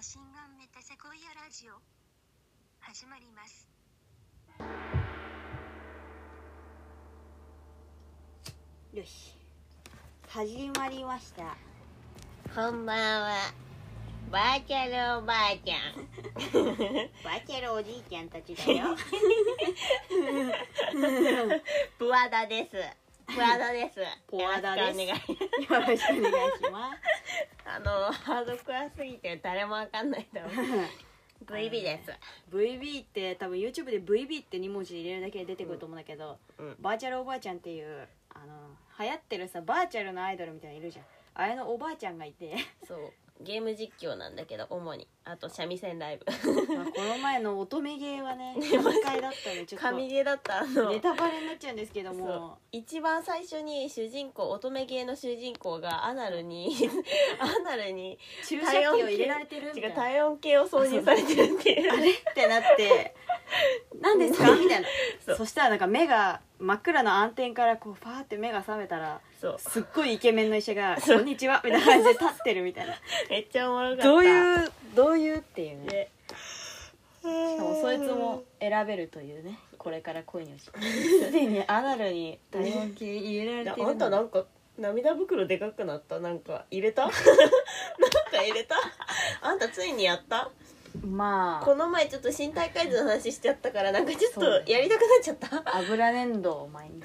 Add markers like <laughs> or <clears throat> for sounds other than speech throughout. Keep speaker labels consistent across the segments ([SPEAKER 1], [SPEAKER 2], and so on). [SPEAKER 1] 新顔メタセコイアラジオ始まります
[SPEAKER 2] よし始まりました
[SPEAKER 3] こんばんは。バーチャルおばあちゃん。
[SPEAKER 2] バーチャルおじいちゃんたちだよ
[SPEAKER 3] プワダです。プワダです。
[SPEAKER 2] <laughs> プワダです
[SPEAKER 3] よろしくお願い。
[SPEAKER 2] よろしくお願いしま
[SPEAKER 3] あの、ハードコアすぎて誰もわかんないと思う。VB です。
[SPEAKER 2] す VB って多分 YouTube で VB って2文字入れるだけで出てくると思うんだけど、
[SPEAKER 3] うん
[SPEAKER 2] バーチャルおばあちゃんっていうあの流行ってるさバーチャルのアイドルみたいなのいるじゃんあれのおばあちゃんがい <laughs> て
[SPEAKER 3] そう。ゲーム実況なんだけど、主に。あと、三味線ラ
[SPEAKER 2] <laughs>
[SPEAKER 3] イブ。
[SPEAKER 2] まあこの前の乙女芸は <laughs> ね難解だったねちょっ
[SPEAKER 3] 神
[SPEAKER 2] と
[SPEAKER 3] ゲーだったあの。
[SPEAKER 2] ネタバレになっちゃうんですけど
[SPEAKER 3] そう
[SPEAKER 2] も
[SPEAKER 3] 一番最初に主人公乙女芸の主人公がアナルに
[SPEAKER 2] <laughs>
[SPEAKER 3] アナルに
[SPEAKER 2] 注射器を入れられてるみた
[SPEAKER 3] 違
[SPEAKER 2] いうなっ
[SPEAKER 3] 体温計を挿入されてるっていう
[SPEAKER 2] てな <laughs> って「何ですか?」みたいな
[SPEAKER 3] <laughs> そう
[SPEAKER 2] そしたらなんか目が真っ暗の暗転からこうファーって目が覚めたら
[SPEAKER 3] そう
[SPEAKER 2] すっごいイケメンの医者が「
[SPEAKER 3] そう
[SPEAKER 2] こんにちは」みたいな感じで立ってるみたいな
[SPEAKER 3] <laughs> めっちゃおもろかった
[SPEAKER 2] どういうどういうっていうね
[SPEAKER 3] で
[SPEAKER 2] しかもそいつも選べるというねこれから恋に落ちるすでにアナルに体温計入れら
[SPEAKER 3] い
[SPEAKER 2] れ
[SPEAKER 3] や
[SPEAKER 2] てるの
[SPEAKER 3] あんたなんか涙袋でかくなったなんか入れた <laughs> なんか入れたあんたついにやった
[SPEAKER 2] ま
[SPEAKER 3] この前ちょっと身体改造の話しちゃったからなんかちょっとやりたくなっちゃった <laughs>
[SPEAKER 2] あ油粘土を毎日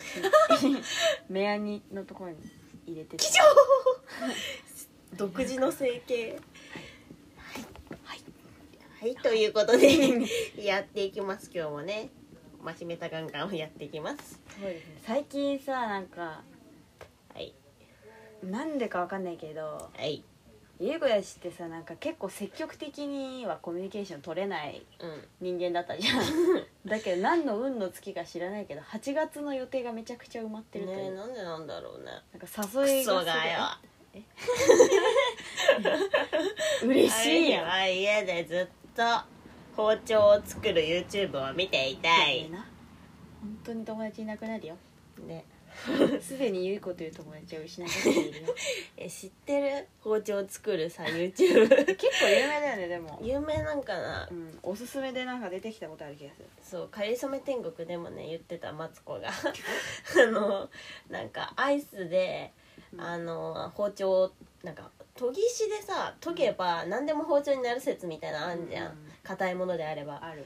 [SPEAKER 2] 目やにのところに入れて <laughs> て
[SPEAKER 3] 以上独自の整形はいはい、はい、ということで <laughs> やっていきます今日もねマシメタガンガンをやっていきます
[SPEAKER 2] そうですね最近さなんか
[SPEAKER 3] はい
[SPEAKER 2] なんでかわかんないけど
[SPEAKER 3] はい
[SPEAKER 2] ゆうこやしってさなんか結構積極的にはコミュニケーション取れない
[SPEAKER 3] うん
[SPEAKER 2] 人間だった
[SPEAKER 3] <laughs>
[SPEAKER 2] じゃんだけど何の運の月か知らないけど8月の予定がめちゃくちゃ埋まってると
[SPEAKER 3] ね
[SPEAKER 2] い
[SPEAKER 3] え
[SPEAKER 2] う、
[SPEAKER 3] なんでなんだろうね
[SPEAKER 2] なんか
[SPEAKER 3] ク
[SPEAKER 2] 誘い
[SPEAKER 3] ソ
[SPEAKER 2] が
[SPEAKER 3] がよ
[SPEAKER 2] すごい嬉しいやん
[SPEAKER 3] あれは家でずっと包丁を作る YouTube を見ていた
[SPEAKER 2] ごめ
[SPEAKER 3] い
[SPEAKER 2] んな本当に友達いなくなるよ
[SPEAKER 3] ね
[SPEAKER 2] すでにゆい子という友達を失ってい
[SPEAKER 3] <laughs>
[SPEAKER 2] るよ
[SPEAKER 3] え知ってる包丁を作るさ
[SPEAKER 2] <laughs>
[SPEAKER 3] YouTube
[SPEAKER 2] 結構有名だよねでも、
[SPEAKER 3] 有名なんかな
[SPEAKER 2] うん、おすすめでなんか出てきたことある気がする
[SPEAKER 3] そう「かりそめ天国」でもね言ってたマツ
[SPEAKER 2] <laughs>
[SPEAKER 3] コがあのなんかアイスで
[SPEAKER 2] うん
[SPEAKER 3] あの包丁をなんか研ぎ石でさ研げば何でも包丁になる説みたいなのあんじゃ
[SPEAKER 2] うんん
[SPEAKER 3] 硬いものであれば
[SPEAKER 2] ある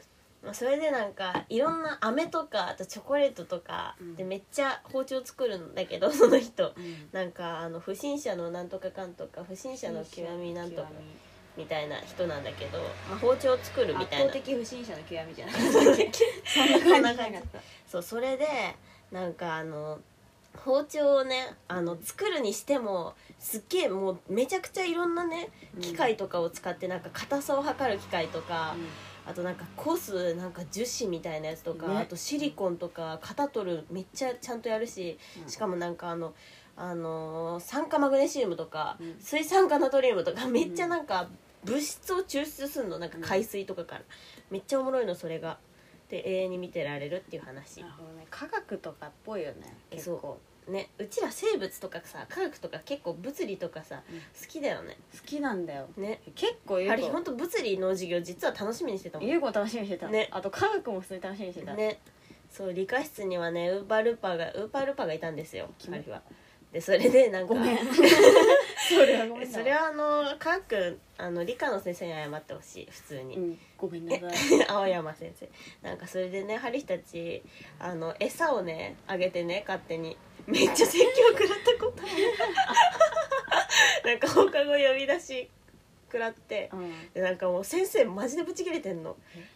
[SPEAKER 3] それでなんかいろんな飴とかあとチョコレートとか
[SPEAKER 2] うん
[SPEAKER 3] でめっちゃ包丁作るんだけど <laughs> その人
[SPEAKER 2] うん
[SPEAKER 3] なんかあの不審者のなんとかかんとか不審者の極みなんとか
[SPEAKER 2] 極み
[SPEAKER 3] みたいな人なんだけど、まあ、包丁作るみたいな
[SPEAKER 2] 圧倒的不審者の極みじゃ
[SPEAKER 3] <laughs>
[SPEAKER 2] ないそんな感じじゃなかった
[SPEAKER 3] そうそれでなんかあの包丁をねあの作るにしてもすっげえもうめちゃくちゃいろんなね機械とかを使ってなんか硬さを測る機械とか、あとなんかコスなんか樹脂みたいなやつとか、
[SPEAKER 2] ね
[SPEAKER 3] あとシリコンとか型取るめっちゃちゃんとやるし、
[SPEAKER 2] うん
[SPEAKER 3] しかもなんかあの、あのー酸化マグネシウムとか、
[SPEAKER 2] うん
[SPEAKER 3] 水酸化ナトリウムとかめっちゃなんか物質を抽出するのなんか海水とかから、めっちゃおもろいのそれがで永遠に見てられるっていう話
[SPEAKER 2] なるほどね科学とかっぽいよね
[SPEAKER 3] え
[SPEAKER 2] 結構
[SPEAKER 3] ねうちら生物とかさ科学とか結構物理とかさ、
[SPEAKER 2] うん
[SPEAKER 3] 好きだよね
[SPEAKER 2] 好きなんだよ
[SPEAKER 3] ね
[SPEAKER 2] 結構ゆ
[SPEAKER 3] あ
[SPEAKER 2] う
[SPEAKER 3] れ本
[SPEAKER 2] こ
[SPEAKER 3] 当物理の授業実は楽しみにしてたもん
[SPEAKER 2] ゆうこ楽しみにしてた、
[SPEAKER 3] ね
[SPEAKER 2] あと科学も普通に楽しみにしてた、
[SPEAKER 3] ねそう理科室にはねウーパールーパーがウーパールーパーがいたんですよある日はでそれでなんか
[SPEAKER 2] ごめん <laughs> それはごめんな
[SPEAKER 3] それはあの科学あの理科の先生に謝ってほしい普通に、
[SPEAKER 2] うんごめんなさい
[SPEAKER 3] <laughs> 青山先生なんかそれでねハリヒたちあの餌をねあげてね勝手にめっちゃ説教食らったことあ
[SPEAKER 2] <laughs>
[SPEAKER 3] るなんか放課後呼び出し食らって
[SPEAKER 2] うん
[SPEAKER 3] でなんかもう先生マジでブチ切れてんの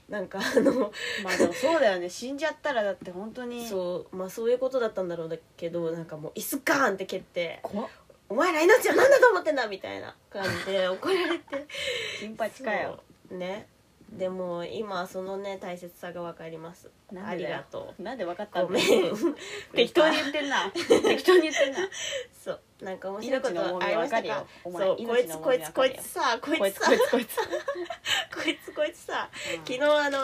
[SPEAKER 3] なんかあの
[SPEAKER 2] まあでもそうだよね死んじゃったらだって本当に
[SPEAKER 3] そうまあそういうことだったんだろうけどなんかもう椅子ガーンって蹴って
[SPEAKER 2] 怖っ
[SPEAKER 3] 「お前ら命は何だと思ってんだ!」みたいな感じで <laughs> 怒られて
[SPEAKER 2] 金八かよ
[SPEAKER 3] そうねでも今そのね大切さが分かります
[SPEAKER 2] なん
[SPEAKER 3] あ
[SPEAKER 2] で
[SPEAKER 3] り
[SPEAKER 2] だよ
[SPEAKER 3] がとう
[SPEAKER 2] なんで分かった
[SPEAKER 3] ご
[SPEAKER 2] ん
[SPEAKER 3] め
[SPEAKER 2] だ
[SPEAKER 3] ん
[SPEAKER 2] <laughs> 適当に言ってん
[SPEAKER 3] <laughs>
[SPEAKER 2] な適当に言ってんな
[SPEAKER 3] そうなんか面白いこ
[SPEAKER 2] 命の重
[SPEAKER 3] とあ
[SPEAKER 2] み
[SPEAKER 3] りま
[SPEAKER 2] 分
[SPEAKER 3] し
[SPEAKER 2] か
[SPEAKER 3] た
[SPEAKER 2] るよ
[SPEAKER 3] か
[SPEAKER 2] お前
[SPEAKER 3] そうこい
[SPEAKER 2] 命
[SPEAKER 3] つ
[SPEAKER 2] の
[SPEAKER 3] こ
[SPEAKER 2] 重
[SPEAKER 3] い
[SPEAKER 2] み
[SPEAKER 3] つ
[SPEAKER 2] 分
[SPEAKER 3] こ
[SPEAKER 2] か
[SPEAKER 3] い
[SPEAKER 2] るよ
[SPEAKER 3] つさこ
[SPEAKER 2] こ
[SPEAKER 3] い
[SPEAKER 2] い
[SPEAKER 3] つ
[SPEAKER 2] つ
[SPEAKER 3] さ
[SPEAKER 2] こいつこいつ
[SPEAKER 3] <laughs> こいつこいつさ
[SPEAKER 2] うん
[SPEAKER 3] 昨日あの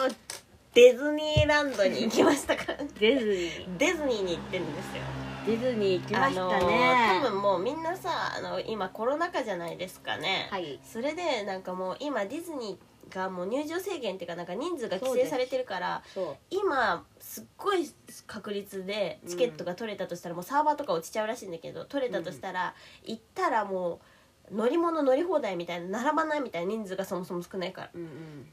[SPEAKER 3] ディズニーランドに行きましたから
[SPEAKER 2] ディズニー
[SPEAKER 3] ディズニーに行ってるんですよ
[SPEAKER 2] ディズニー行きま
[SPEAKER 3] あ
[SPEAKER 2] した
[SPEAKER 3] の
[SPEAKER 2] ね
[SPEAKER 3] 多分もうみんなさあの今コロナ禍じゃないですかね、
[SPEAKER 2] はい
[SPEAKER 3] それでなんかもう今ディズニーがもう入場制限っていうかなんか人数が
[SPEAKER 2] そう
[SPEAKER 3] 規
[SPEAKER 2] で
[SPEAKER 3] 制
[SPEAKER 2] す
[SPEAKER 3] されてるから
[SPEAKER 2] そう
[SPEAKER 3] 今すっごい確率でチケットが取れたとしたら、もうサーバーとか落ちちゃうらしいんだけど取れたとしたら、行ったらもう乗り物乗り放題みたいな並ばないみたいな人数がそもそも少ないから
[SPEAKER 2] うんうん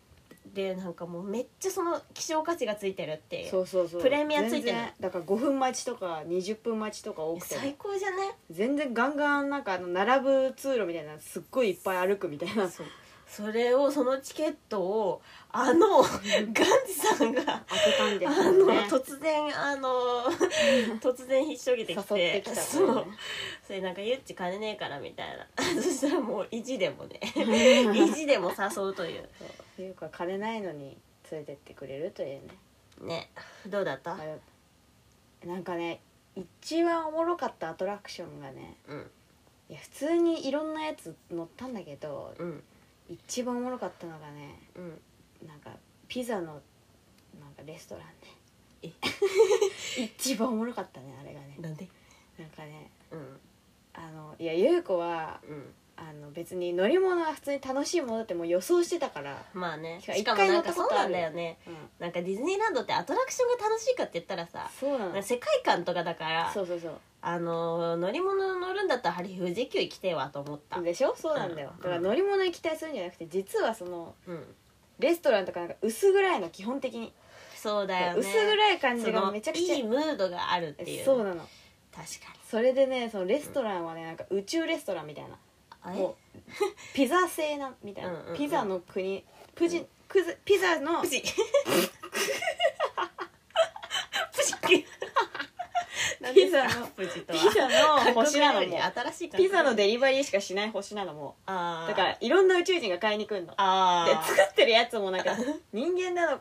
[SPEAKER 3] でなんかもうめっちゃその希少価値がついてるっていう
[SPEAKER 2] そうそうそう
[SPEAKER 3] プレミアついて
[SPEAKER 2] 全
[SPEAKER 3] ない
[SPEAKER 2] 然だから5分待ちとか20分待ちとか多くて
[SPEAKER 3] 最高じゃね
[SPEAKER 2] 全然ガンガンなんかあの並ぶ通路みたいなのすっごいいっぱい歩くみたいな
[SPEAKER 3] そうそれをそのチケットをあのガンジさんが
[SPEAKER 2] 当てたんで
[SPEAKER 3] あ
[SPEAKER 2] す
[SPEAKER 3] の
[SPEAKER 2] よね
[SPEAKER 3] 突然あの突然ひっしょげて
[SPEAKER 2] 誘
[SPEAKER 3] き
[SPEAKER 2] っててきた
[SPEAKER 3] そ
[SPEAKER 2] から
[SPEAKER 3] う
[SPEAKER 2] ね
[SPEAKER 3] それなんか「ゆっち金ねえから」みたいなそしたらもう意地でもね意地でも誘うという
[SPEAKER 2] そうっていうか金ないのに連れてってくれるというね
[SPEAKER 3] ねどうだった、
[SPEAKER 2] なんかね一番おもろかったアトラクションがね
[SPEAKER 3] うん
[SPEAKER 2] いや普通にいろんなやつ乗ったんだけど
[SPEAKER 3] うん
[SPEAKER 2] 一番おもろかったのがね
[SPEAKER 3] うん
[SPEAKER 2] なんかピザのなんかレストラン
[SPEAKER 3] え
[SPEAKER 2] ね <laughs> 一番おもろかったねあれがね
[SPEAKER 3] なんで
[SPEAKER 2] なんかね
[SPEAKER 3] うん
[SPEAKER 2] あのいや優子は
[SPEAKER 3] うん
[SPEAKER 2] あの別に乗り物は普通に楽しいものだってもう予想してたから、
[SPEAKER 3] まあね
[SPEAKER 2] しかも
[SPEAKER 3] しかもなんか
[SPEAKER 2] 一回乗った
[SPEAKER 3] そう
[SPEAKER 2] ことある
[SPEAKER 3] なんだよね
[SPEAKER 2] うん、
[SPEAKER 3] なんかディズニーランドってアトラクションが楽しいかって言ったらさ
[SPEAKER 2] そうな
[SPEAKER 3] なんか
[SPEAKER 2] の
[SPEAKER 3] 世界観とかだから
[SPEAKER 2] そうそうそう
[SPEAKER 3] あの乗り物乗るんだったらハリー富士急行きてえわと思った、
[SPEAKER 2] でしょそうなんだよ、
[SPEAKER 3] うん
[SPEAKER 2] だから乗り物に期待するんじゃなくて実はその
[SPEAKER 3] うん、
[SPEAKER 2] レストランとかなんか薄暗いの基本的に、
[SPEAKER 3] そうだよね
[SPEAKER 2] 薄暗い感
[SPEAKER 3] そ
[SPEAKER 2] じが
[SPEAKER 3] の
[SPEAKER 2] めちゃくちゃ
[SPEAKER 3] いいムードがあるっていう
[SPEAKER 2] そうなの
[SPEAKER 3] 確か
[SPEAKER 2] それでねそのレストランはねなんか宇宙レストランみたいな
[SPEAKER 3] に
[SPEAKER 2] もうピザ製なみたいな、
[SPEAKER 3] うんうんうん
[SPEAKER 2] ピザの国プジ、クズピザの
[SPEAKER 3] プチプ <laughs> チ
[SPEAKER 2] ピザの
[SPEAKER 3] プチと
[SPEAKER 2] ピ
[SPEAKER 3] は
[SPEAKER 2] ザの星なの
[SPEAKER 3] に
[SPEAKER 2] も
[SPEAKER 3] 新しい
[SPEAKER 2] ピザのデリバリーしかしない星なのも
[SPEAKER 3] あー
[SPEAKER 2] だからいろんな宇宙人が買いに来るので
[SPEAKER 3] あー
[SPEAKER 2] 作ってるやつも
[SPEAKER 3] <laughs>
[SPEAKER 2] なんか人間なの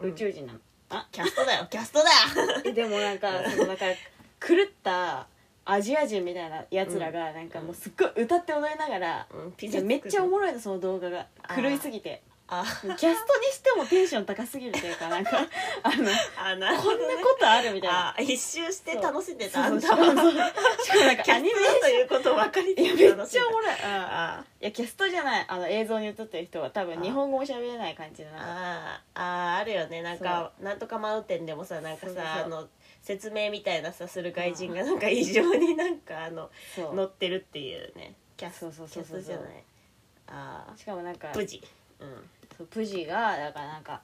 [SPEAKER 3] うん
[SPEAKER 2] 宇宙人なの、
[SPEAKER 3] キャストだよキャストだ
[SPEAKER 2] えでもなんかそのなんか狂ったアジア人みたいなやつらがなんかもうすっごい歌って踊りながら、
[SPEAKER 3] うん
[SPEAKER 2] い
[SPEAKER 3] ピ
[SPEAKER 2] やめっちゃお
[SPEAKER 3] 重
[SPEAKER 2] もろいのその動画が
[SPEAKER 3] あー
[SPEAKER 2] 狂いすぎて
[SPEAKER 3] あ
[SPEAKER 2] キャストにしてもテンション高すぎるというか
[SPEAKER 3] <laughs>
[SPEAKER 2] なんかあの
[SPEAKER 3] あなるほ
[SPEAKER 2] こ
[SPEAKER 3] ど
[SPEAKER 2] ん
[SPEAKER 3] ね
[SPEAKER 2] なことあるみたいな
[SPEAKER 3] あー一周して楽しんで
[SPEAKER 2] そう
[SPEAKER 3] たんだ
[SPEAKER 2] そうそうそうしかもなんかア
[SPEAKER 3] キャス
[SPEAKER 2] ニメー
[SPEAKER 3] トだということを分かりつ
[SPEAKER 2] ション
[SPEAKER 3] つ
[SPEAKER 2] いやめっ
[SPEAKER 3] 楽
[SPEAKER 2] ち
[SPEAKER 3] し
[SPEAKER 2] ゃ
[SPEAKER 3] んだ
[SPEAKER 2] おもろいうん
[SPEAKER 3] あー
[SPEAKER 2] いやキャストじゃないあの映像に映ってる人は多分日本語も喋れない感じのなんか
[SPEAKER 3] あーあーあるよねなんかなんとかマウンテンでもさなんか
[SPEAKER 2] そうそう
[SPEAKER 3] さあの説明みたいなさする外人がなんか異常になん <laughs> かあの
[SPEAKER 2] そう
[SPEAKER 3] 乗ってるっていうねキャス
[SPEAKER 2] そうそう
[SPEAKER 3] キ
[SPEAKER 2] そう
[SPEAKER 3] ャス
[SPEAKER 2] そう
[SPEAKER 3] トじゃないあ
[SPEAKER 2] しかもなんか
[SPEAKER 3] あ無事うん
[SPEAKER 2] そうプジがだからなんか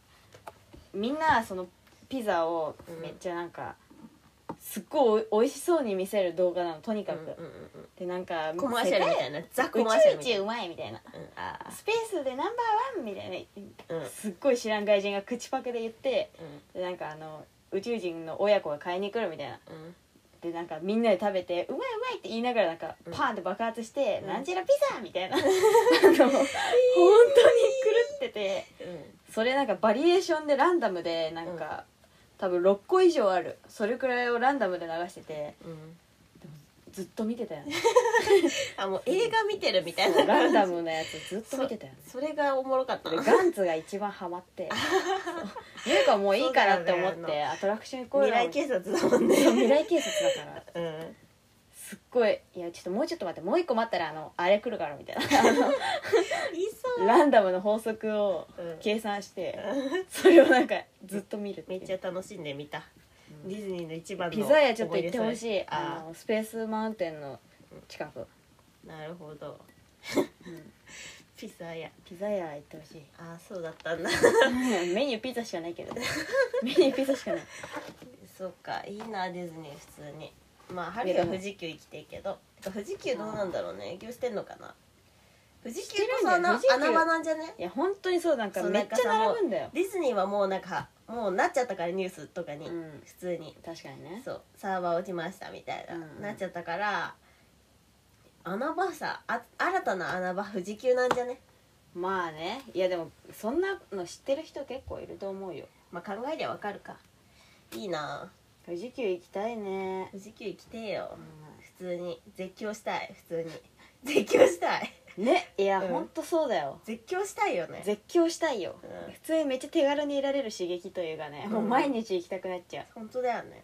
[SPEAKER 2] みんなそのピザをめっちゃなんか、すっごいおいしそうに見せる動画なのとにかく、
[SPEAKER 3] うんうんうん
[SPEAKER 2] でなんか
[SPEAKER 3] コマーシャルみ
[SPEAKER 2] 世
[SPEAKER 3] たいなザ・
[SPEAKER 2] 界
[SPEAKER 3] コマーシャル
[SPEAKER 2] 宇
[SPEAKER 3] み
[SPEAKER 2] 宙
[SPEAKER 3] た
[SPEAKER 2] 一
[SPEAKER 3] いな
[SPEAKER 2] うまいみたいな
[SPEAKER 3] うんああ
[SPEAKER 2] スペースでナンバーワンみたいな
[SPEAKER 3] うんうん
[SPEAKER 2] すっごい知らん外人が口パクで言ってでなんかあの宇宙人の親子が買いに来るみたいな
[SPEAKER 3] うん
[SPEAKER 2] でなんかみんなで食べて「うまいうまい」って言いながらなんか
[SPEAKER 3] うん
[SPEAKER 2] パーンって爆発して「
[SPEAKER 3] うん
[SPEAKER 2] なんちゃらピザ!」み
[SPEAKER 3] <laughs>
[SPEAKER 2] たいなあの本当に狂ってて
[SPEAKER 3] うん
[SPEAKER 2] それなんかバリエーションでランダムでなんか、多分6個以上あるそれくらいをランダムで流してて
[SPEAKER 3] うん
[SPEAKER 2] ずっと見てたよ
[SPEAKER 3] <laughs>
[SPEAKER 2] ね
[SPEAKER 3] あもう映画見てるみたいな
[SPEAKER 2] ランダムのやつずっと見てたよね
[SPEAKER 3] それがおもろかった
[SPEAKER 2] で
[SPEAKER 3] な
[SPEAKER 2] ガンツが一番ハマ
[SPEAKER 3] <laughs>
[SPEAKER 2] って「優香もういいから」って思っ
[SPEAKER 3] そうだよ
[SPEAKER 2] てアトラクション行こう
[SPEAKER 3] 未
[SPEAKER 2] よ
[SPEAKER 3] 来警察だもんね
[SPEAKER 2] そう未来警察だから
[SPEAKER 3] うん
[SPEAKER 2] すっごい「いやちょっともうちょっと待ってもう一個待ったらあのあれ来るから」みたいな <laughs> あの
[SPEAKER 3] いそう
[SPEAKER 2] ランダムの法則を
[SPEAKER 3] うん
[SPEAKER 2] 計算してそれをなんかずっと見るって
[SPEAKER 3] め
[SPEAKER 2] いう
[SPEAKER 3] っちゃ楽しんでみた、
[SPEAKER 2] うん
[SPEAKER 3] ディズニーの一番の
[SPEAKER 2] ピザ屋ちょっと行ってほしい
[SPEAKER 3] 思出それ
[SPEAKER 2] あ
[SPEAKER 3] あ
[SPEAKER 2] のスペースマウンテンの近く、
[SPEAKER 3] ーなるほど
[SPEAKER 2] うん
[SPEAKER 3] ピザ屋
[SPEAKER 2] ピザ屋行ってほしい
[SPEAKER 3] ああそうだったんだ
[SPEAKER 2] メニューピザしかないけ <laughs> どメニューピザしかない
[SPEAKER 3] <laughs> そっかいいなディズニー普通にまあ春は富士急行きていけどてか富士急どうなんだろうね営業してんのかな富士急こそ穴
[SPEAKER 2] してるんだよ富士急
[SPEAKER 3] 穴場なんじゃね
[SPEAKER 2] いや本当にそうなんか
[SPEAKER 3] そう
[SPEAKER 2] めっちゃ
[SPEAKER 3] なんかさ
[SPEAKER 2] 並ぶんだよ、
[SPEAKER 3] ディズニーはもうなんかもうなっちゃったからニュースとかに、
[SPEAKER 2] うん、
[SPEAKER 3] 普通に
[SPEAKER 2] 確かにね
[SPEAKER 3] そうサーバー落ちましたみたいな、
[SPEAKER 2] うん
[SPEAKER 3] なっちゃったから穴場さあ新たな穴場富士急なんじゃね
[SPEAKER 2] まあねいやでもそんなの知ってる人結構いると思うよ
[SPEAKER 3] まあ考えりゃわかるかいいな
[SPEAKER 2] 富士急行きたいね
[SPEAKER 3] 富士急行きてえよ
[SPEAKER 2] う
[SPEAKER 3] 普通に絶叫したい普通に絶叫したい
[SPEAKER 2] んねいや、
[SPEAKER 3] うん
[SPEAKER 2] ほんとそうだよ
[SPEAKER 3] 絶叫したいよね
[SPEAKER 2] 絶叫したいよ、
[SPEAKER 3] うん
[SPEAKER 2] 普通にめっちゃ手軽にいられる刺激というかね、もう毎日行きたくなっちゃう
[SPEAKER 3] 本当だよね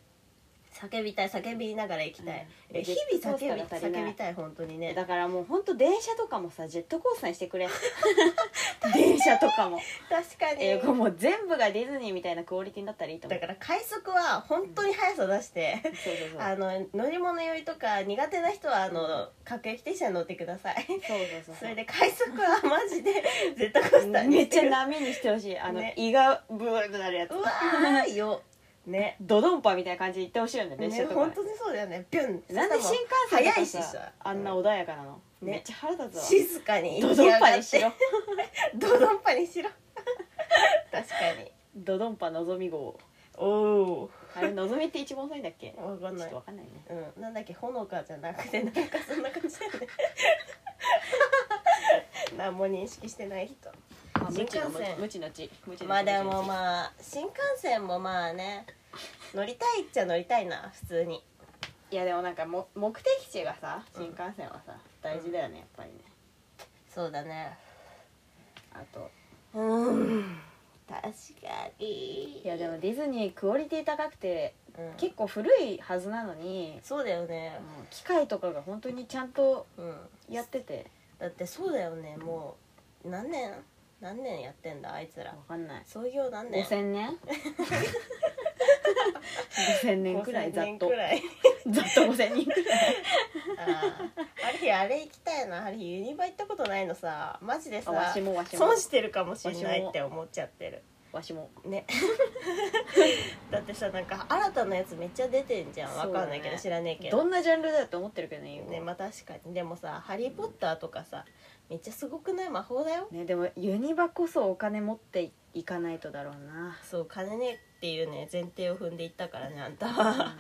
[SPEAKER 3] 叫びたい叫びながら行きたい、
[SPEAKER 2] うん
[SPEAKER 3] え日々叫び
[SPEAKER 2] ジェットコースターが足りない
[SPEAKER 3] 叫びたい本当にね
[SPEAKER 2] だからもうほんと電車とかもさジェットコースターにしてくれ <laughs> 電車とかも、
[SPEAKER 3] 確かに、
[SPEAKER 2] えーこれもう全部がディズニーみたいなクオリティになったらいいと思
[SPEAKER 3] だ
[SPEAKER 2] う
[SPEAKER 3] から快速は本当に速さ出して、
[SPEAKER 2] そうそうそう
[SPEAKER 3] あの乗り物酔いとか苦手な人はあの各駅停車に乗ってください
[SPEAKER 2] そうそうそう
[SPEAKER 3] それで快速はマジでジェットコースターに
[SPEAKER 2] めっちゃ
[SPEAKER 3] な
[SPEAKER 2] 波にしてほしいあの、
[SPEAKER 3] ね
[SPEAKER 2] 胃がブーってなるやつ
[SPEAKER 3] うわーよね
[SPEAKER 2] ドドンパみたいな感じで行ってほしいよね列
[SPEAKER 3] ね
[SPEAKER 2] 車とか
[SPEAKER 3] 本当にそうだよねビュン
[SPEAKER 2] なんで新幹線と
[SPEAKER 3] 早
[SPEAKER 2] か
[SPEAKER 3] いし
[SPEAKER 2] さ
[SPEAKER 3] さ
[SPEAKER 2] あんな穏やかなの、
[SPEAKER 3] ね
[SPEAKER 2] めっちゃ腹立つ
[SPEAKER 3] <laughs>
[SPEAKER 2] わ
[SPEAKER 3] 静かに
[SPEAKER 2] ドドンパにしろ
[SPEAKER 3] ドドンパにしろ <laughs> 確かに
[SPEAKER 2] ドドンパのぞみ号
[SPEAKER 3] おお
[SPEAKER 2] あれのぞみって一番遅いんだっけちょ
[SPEAKER 3] わかんな
[SPEAKER 2] っ
[SPEAKER 3] い
[SPEAKER 2] とわかんないね
[SPEAKER 3] うん、なんだっけほのかじゃなくてなんかそんな感じだよ <laughs> ね何も認識してない人
[SPEAKER 2] あ無知の
[SPEAKER 3] 新幹線
[SPEAKER 2] 無知のち無知のち
[SPEAKER 3] まあでも
[SPEAKER 2] あ
[SPEAKER 3] まあ新幹線もまあね乗りたいっちゃ乗りたいな普通に
[SPEAKER 2] いやでもなんかも目的地がさ新幹線はさ、大事だよねやっぱりね
[SPEAKER 3] そうだね
[SPEAKER 2] あと
[SPEAKER 3] うん確かに
[SPEAKER 2] いやでもディズニークオリティ高くて
[SPEAKER 3] うん
[SPEAKER 2] 結構古いはずなのに
[SPEAKER 3] そうだよね
[SPEAKER 2] もう機械とかが本当にちゃんと
[SPEAKER 3] うん
[SPEAKER 2] やってて
[SPEAKER 3] だってそうだよねもう何年何年やってんだあいつ
[SPEAKER 2] わ
[SPEAKER 3] ら
[SPEAKER 2] かんない
[SPEAKER 3] 創業何年
[SPEAKER 2] 5000年 <laughs> 5000年くらいざっ
[SPEAKER 3] 5000年
[SPEAKER 2] と
[SPEAKER 3] くらい
[SPEAKER 2] ざっと5000人くらい
[SPEAKER 3] あーハリーあれ行きたいなハリーユニバ行ったことないのさマジで
[SPEAKER 2] あ
[SPEAKER 3] さ
[SPEAKER 2] わしもわしも
[SPEAKER 3] 損してるかもしれないって思っちゃってる
[SPEAKER 2] わしも <laughs>
[SPEAKER 3] ねだってさなんか新たなやつめっちゃ出てんじゃんわかんないけど、
[SPEAKER 2] そうだね
[SPEAKER 3] 知らねえけ
[SPEAKER 2] ど
[SPEAKER 3] ど
[SPEAKER 2] んなジャンルだよって思ってるけどねユニ
[SPEAKER 3] ねまあ確かにでもさ「ハリー・ポッター」とかさめっちゃすごくない魔法だよ
[SPEAKER 2] ねでもユニバこそお金持っていかないとだろうな
[SPEAKER 3] そう金ねっていうね前提を踏んでいったからねあんた
[SPEAKER 2] うん
[SPEAKER 3] は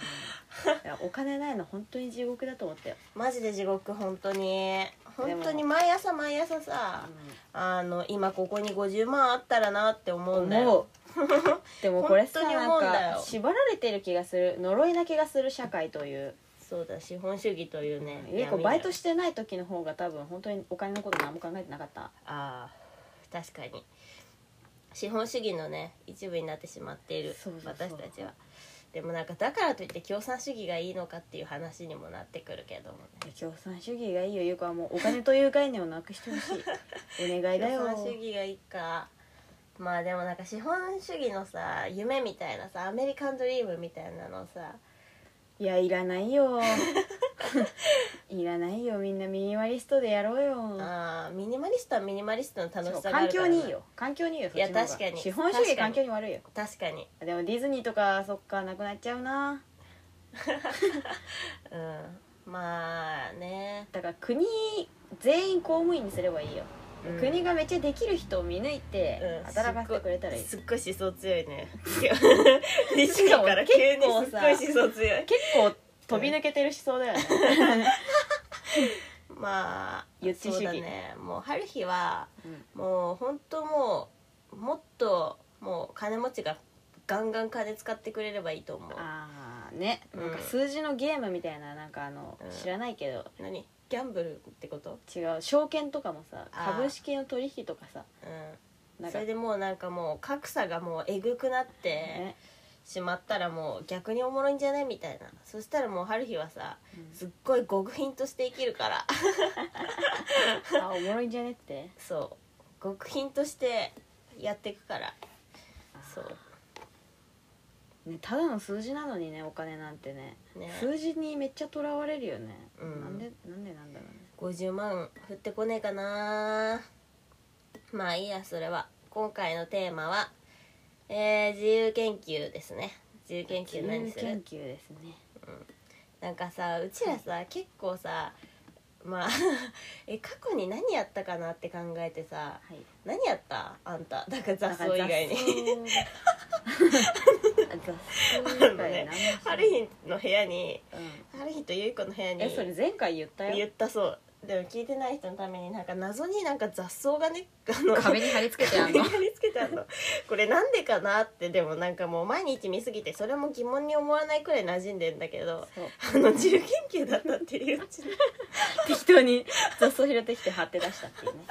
[SPEAKER 2] いやお金ないの本当に地獄だと思ったよ、
[SPEAKER 3] マジで地獄本当に本当に毎朝毎朝さあの今ここに50万あったらなって思うんだ
[SPEAKER 2] 思
[SPEAKER 3] よ
[SPEAKER 2] うでもこれさ
[SPEAKER 3] 本当に
[SPEAKER 2] な
[SPEAKER 3] 思うん
[SPEAKER 2] ん
[SPEAKER 3] だよ
[SPEAKER 2] か縛られてる気がする呪いな気がする社会という
[SPEAKER 3] そうだ資本主義というね
[SPEAKER 2] 結構
[SPEAKER 3] 闇だよ
[SPEAKER 2] バイトしてない時の方が多分本当にお金のこと何も考えてなかった
[SPEAKER 3] あー確かに資本主義のね一部になってしまっている
[SPEAKER 2] そうそうそう
[SPEAKER 3] 私たちはでもなんかだからといって共産主義がいいのかっていう話にもなってくるけどもね
[SPEAKER 2] 共産主義がいいよゆう子はもうお金という概念をなくしてほしい <laughs> お願いだよ
[SPEAKER 3] 共産主義がいいかまあでもなんか資本主義のさ夢みたいなさアメリカンドリームみたいなのさ
[SPEAKER 2] いやいらないよ <laughs> いらないよみんなミニマリストでやろうよ
[SPEAKER 3] あーミニマリストはミニマリストの楽しさがあ
[SPEAKER 2] 環
[SPEAKER 3] る
[SPEAKER 2] 境
[SPEAKER 3] からな
[SPEAKER 2] にいいよ環境にいいよそっちの方が
[SPEAKER 3] いや確かに
[SPEAKER 2] 資本主
[SPEAKER 3] 確か
[SPEAKER 2] 義
[SPEAKER 3] に
[SPEAKER 2] 環境に悪いよ
[SPEAKER 3] 確かに
[SPEAKER 2] でもディズニーとかそっかなくなっちゃうな
[SPEAKER 3] うんまあね、
[SPEAKER 2] だから国全員公務員にすればいいよ、
[SPEAKER 3] うん
[SPEAKER 2] 国がめっちゃできる人を見抜いて
[SPEAKER 3] うん
[SPEAKER 2] 働かせてくれたらいい、
[SPEAKER 3] すっごい思想強
[SPEAKER 2] <laughs>
[SPEAKER 3] いねディズニーから急にすっごい思想強い
[SPEAKER 2] 結構飛び抜けてる思想だよね、
[SPEAKER 3] まあ
[SPEAKER 2] 言って主義
[SPEAKER 3] そうだねもう春日は
[SPEAKER 2] うん
[SPEAKER 3] もう本当もうもっともう金持ちがガンガン金使ってくれればいいと思う
[SPEAKER 2] ああね
[SPEAKER 3] うん
[SPEAKER 2] なんか数字のゲームみたいななんかあの、
[SPEAKER 3] うん
[SPEAKER 2] 知らないけど
[SPEAKER 3] 何ギャンブルってこと
[SPEAKER 2] 違う証券とかもさ
[SPEAKER 3] あー
[SPEAKER 2] 株式の取引とかさ
[SPEAKER 3] う
[SPEAKER 2] なんんか
[SPEAKER 3] それでもうなんかもう格差がもうえぐくなって
[SPEAKER 2] ね
[SPEAKER 3] しまったらもう逆におもろいんじゃないみたいなそしたらもう春日はさ
[SPEAKER 2] うん
[SPEAKER 3] すっごい極貧として生きるから <laughs>
[SPEAKER 2] あおもろいんじゃねって
[SPEAKER 3] そう極貧としてやっていくから <laughs> そう
[SPEAKER 2] ねただの数字なのにねお金なんてね
[SPEAKER 3] ね
[SPEAKER 2] 数字にめっちゃとらわれるよね、
[SPEAKER 3] うん
[SPEAKER 2] なんでなんでなんだろうね
[SPEAKER 3] 50万振ってこねえかなまあいいやそれは今回のテーマは、えー自由研究ですね自由研究何す
[SPEAKER 2] 研
[SPEAKER 3] る
[SPEAKER 2] 究ですね
[SPEAKER 3] なんかさうちらさ結構さまあ <laughs> え過去に何やったかなって考えてさ
[SPEAKER 2] はい
[SPEAKER 3] 何やったあんただから雑草以外に
[SPEAKER 2] だから雑草雑草以外何もしな
[SPEAKER 3] <laughs> あ
[SPEAKER 2] い
[SPEAKER 3] る日の部屋に
[SPEAKER 2] うん
[SPEAKER 3] ある日とゆい子の部屋に
[SPEAKER 2] えそれ前回言った
[SPEAKER 3] 言
[SPEAKER 2] よ
[SPEAKER 3] ったそうでも聞いてない人のためになんか謎になんか雑草がねあの
[SPEAKER 2] 壁に貼り付けてあんの
[SPEAKER 3] 貼り付けてあんの <laughs> これなんでかなってでもなんかもう毎日見すぎてそれも疑問に思わないくらい馴染んでんだけど
[SPEAKER 2] そう
[SPEAKER 3] あの自由研究だったっていううちの
[SPEAKER 2] 適当に雑草拾ってきて貼って出したっていうね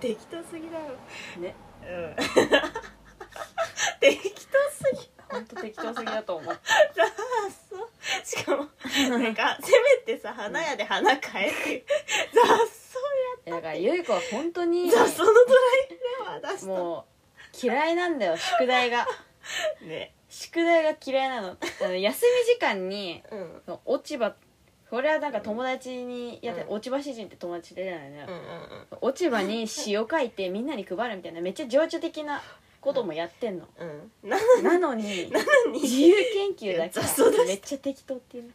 [SPEAKER 3] 適当すぎだろ
[SPEAKER 2] ね
[SPEAKER 3] うん <laughs> 適当すぎ
[SPEAKER 2] 本当適当すぎだと思う
[SPEAKER 3] 雑草しか <laughs> もなんかせめてさ花屋で花買えっていう雑草
[SPEAKER 2] いやだからゆい子は本当に
[SPEAKER 3] や雑草のドライフラワー出した
[SPEAKER 2] もう嫌いなんだよ宿題が
[SPEAKER 3] ね
[SPEAKER 2] 宿題が嫌いなのあの休み時間に
[SPEAKER 3] うんうん
[SPEAKER 2] 落ち葉これはなんか友達にやって、
[SPEAKER 3] うん
[SPEAKER 2] 落ち葉詩人って友達でじゃないのよ
[SPEAKER 3] うんうん
[SPEAKER 2] 落ち葉に詩を書いてみんなに配るみたいなめっちゃ情緒的なこともやってんの、
[SPEAKER 3] うんな
[SPEAKER 2] なのに
[SPEAKER 3] <laughs> なの
[SPEAKER 2] 自
[SPEAKER 3] に
[SPEAKER 2] 由研究だけ
[SPEAKER 3] 雑草だし
[SPEAKER 2] めっちゃ適当
[SPEAKER 3] <laughs>
[SPEAKER 2] っていうね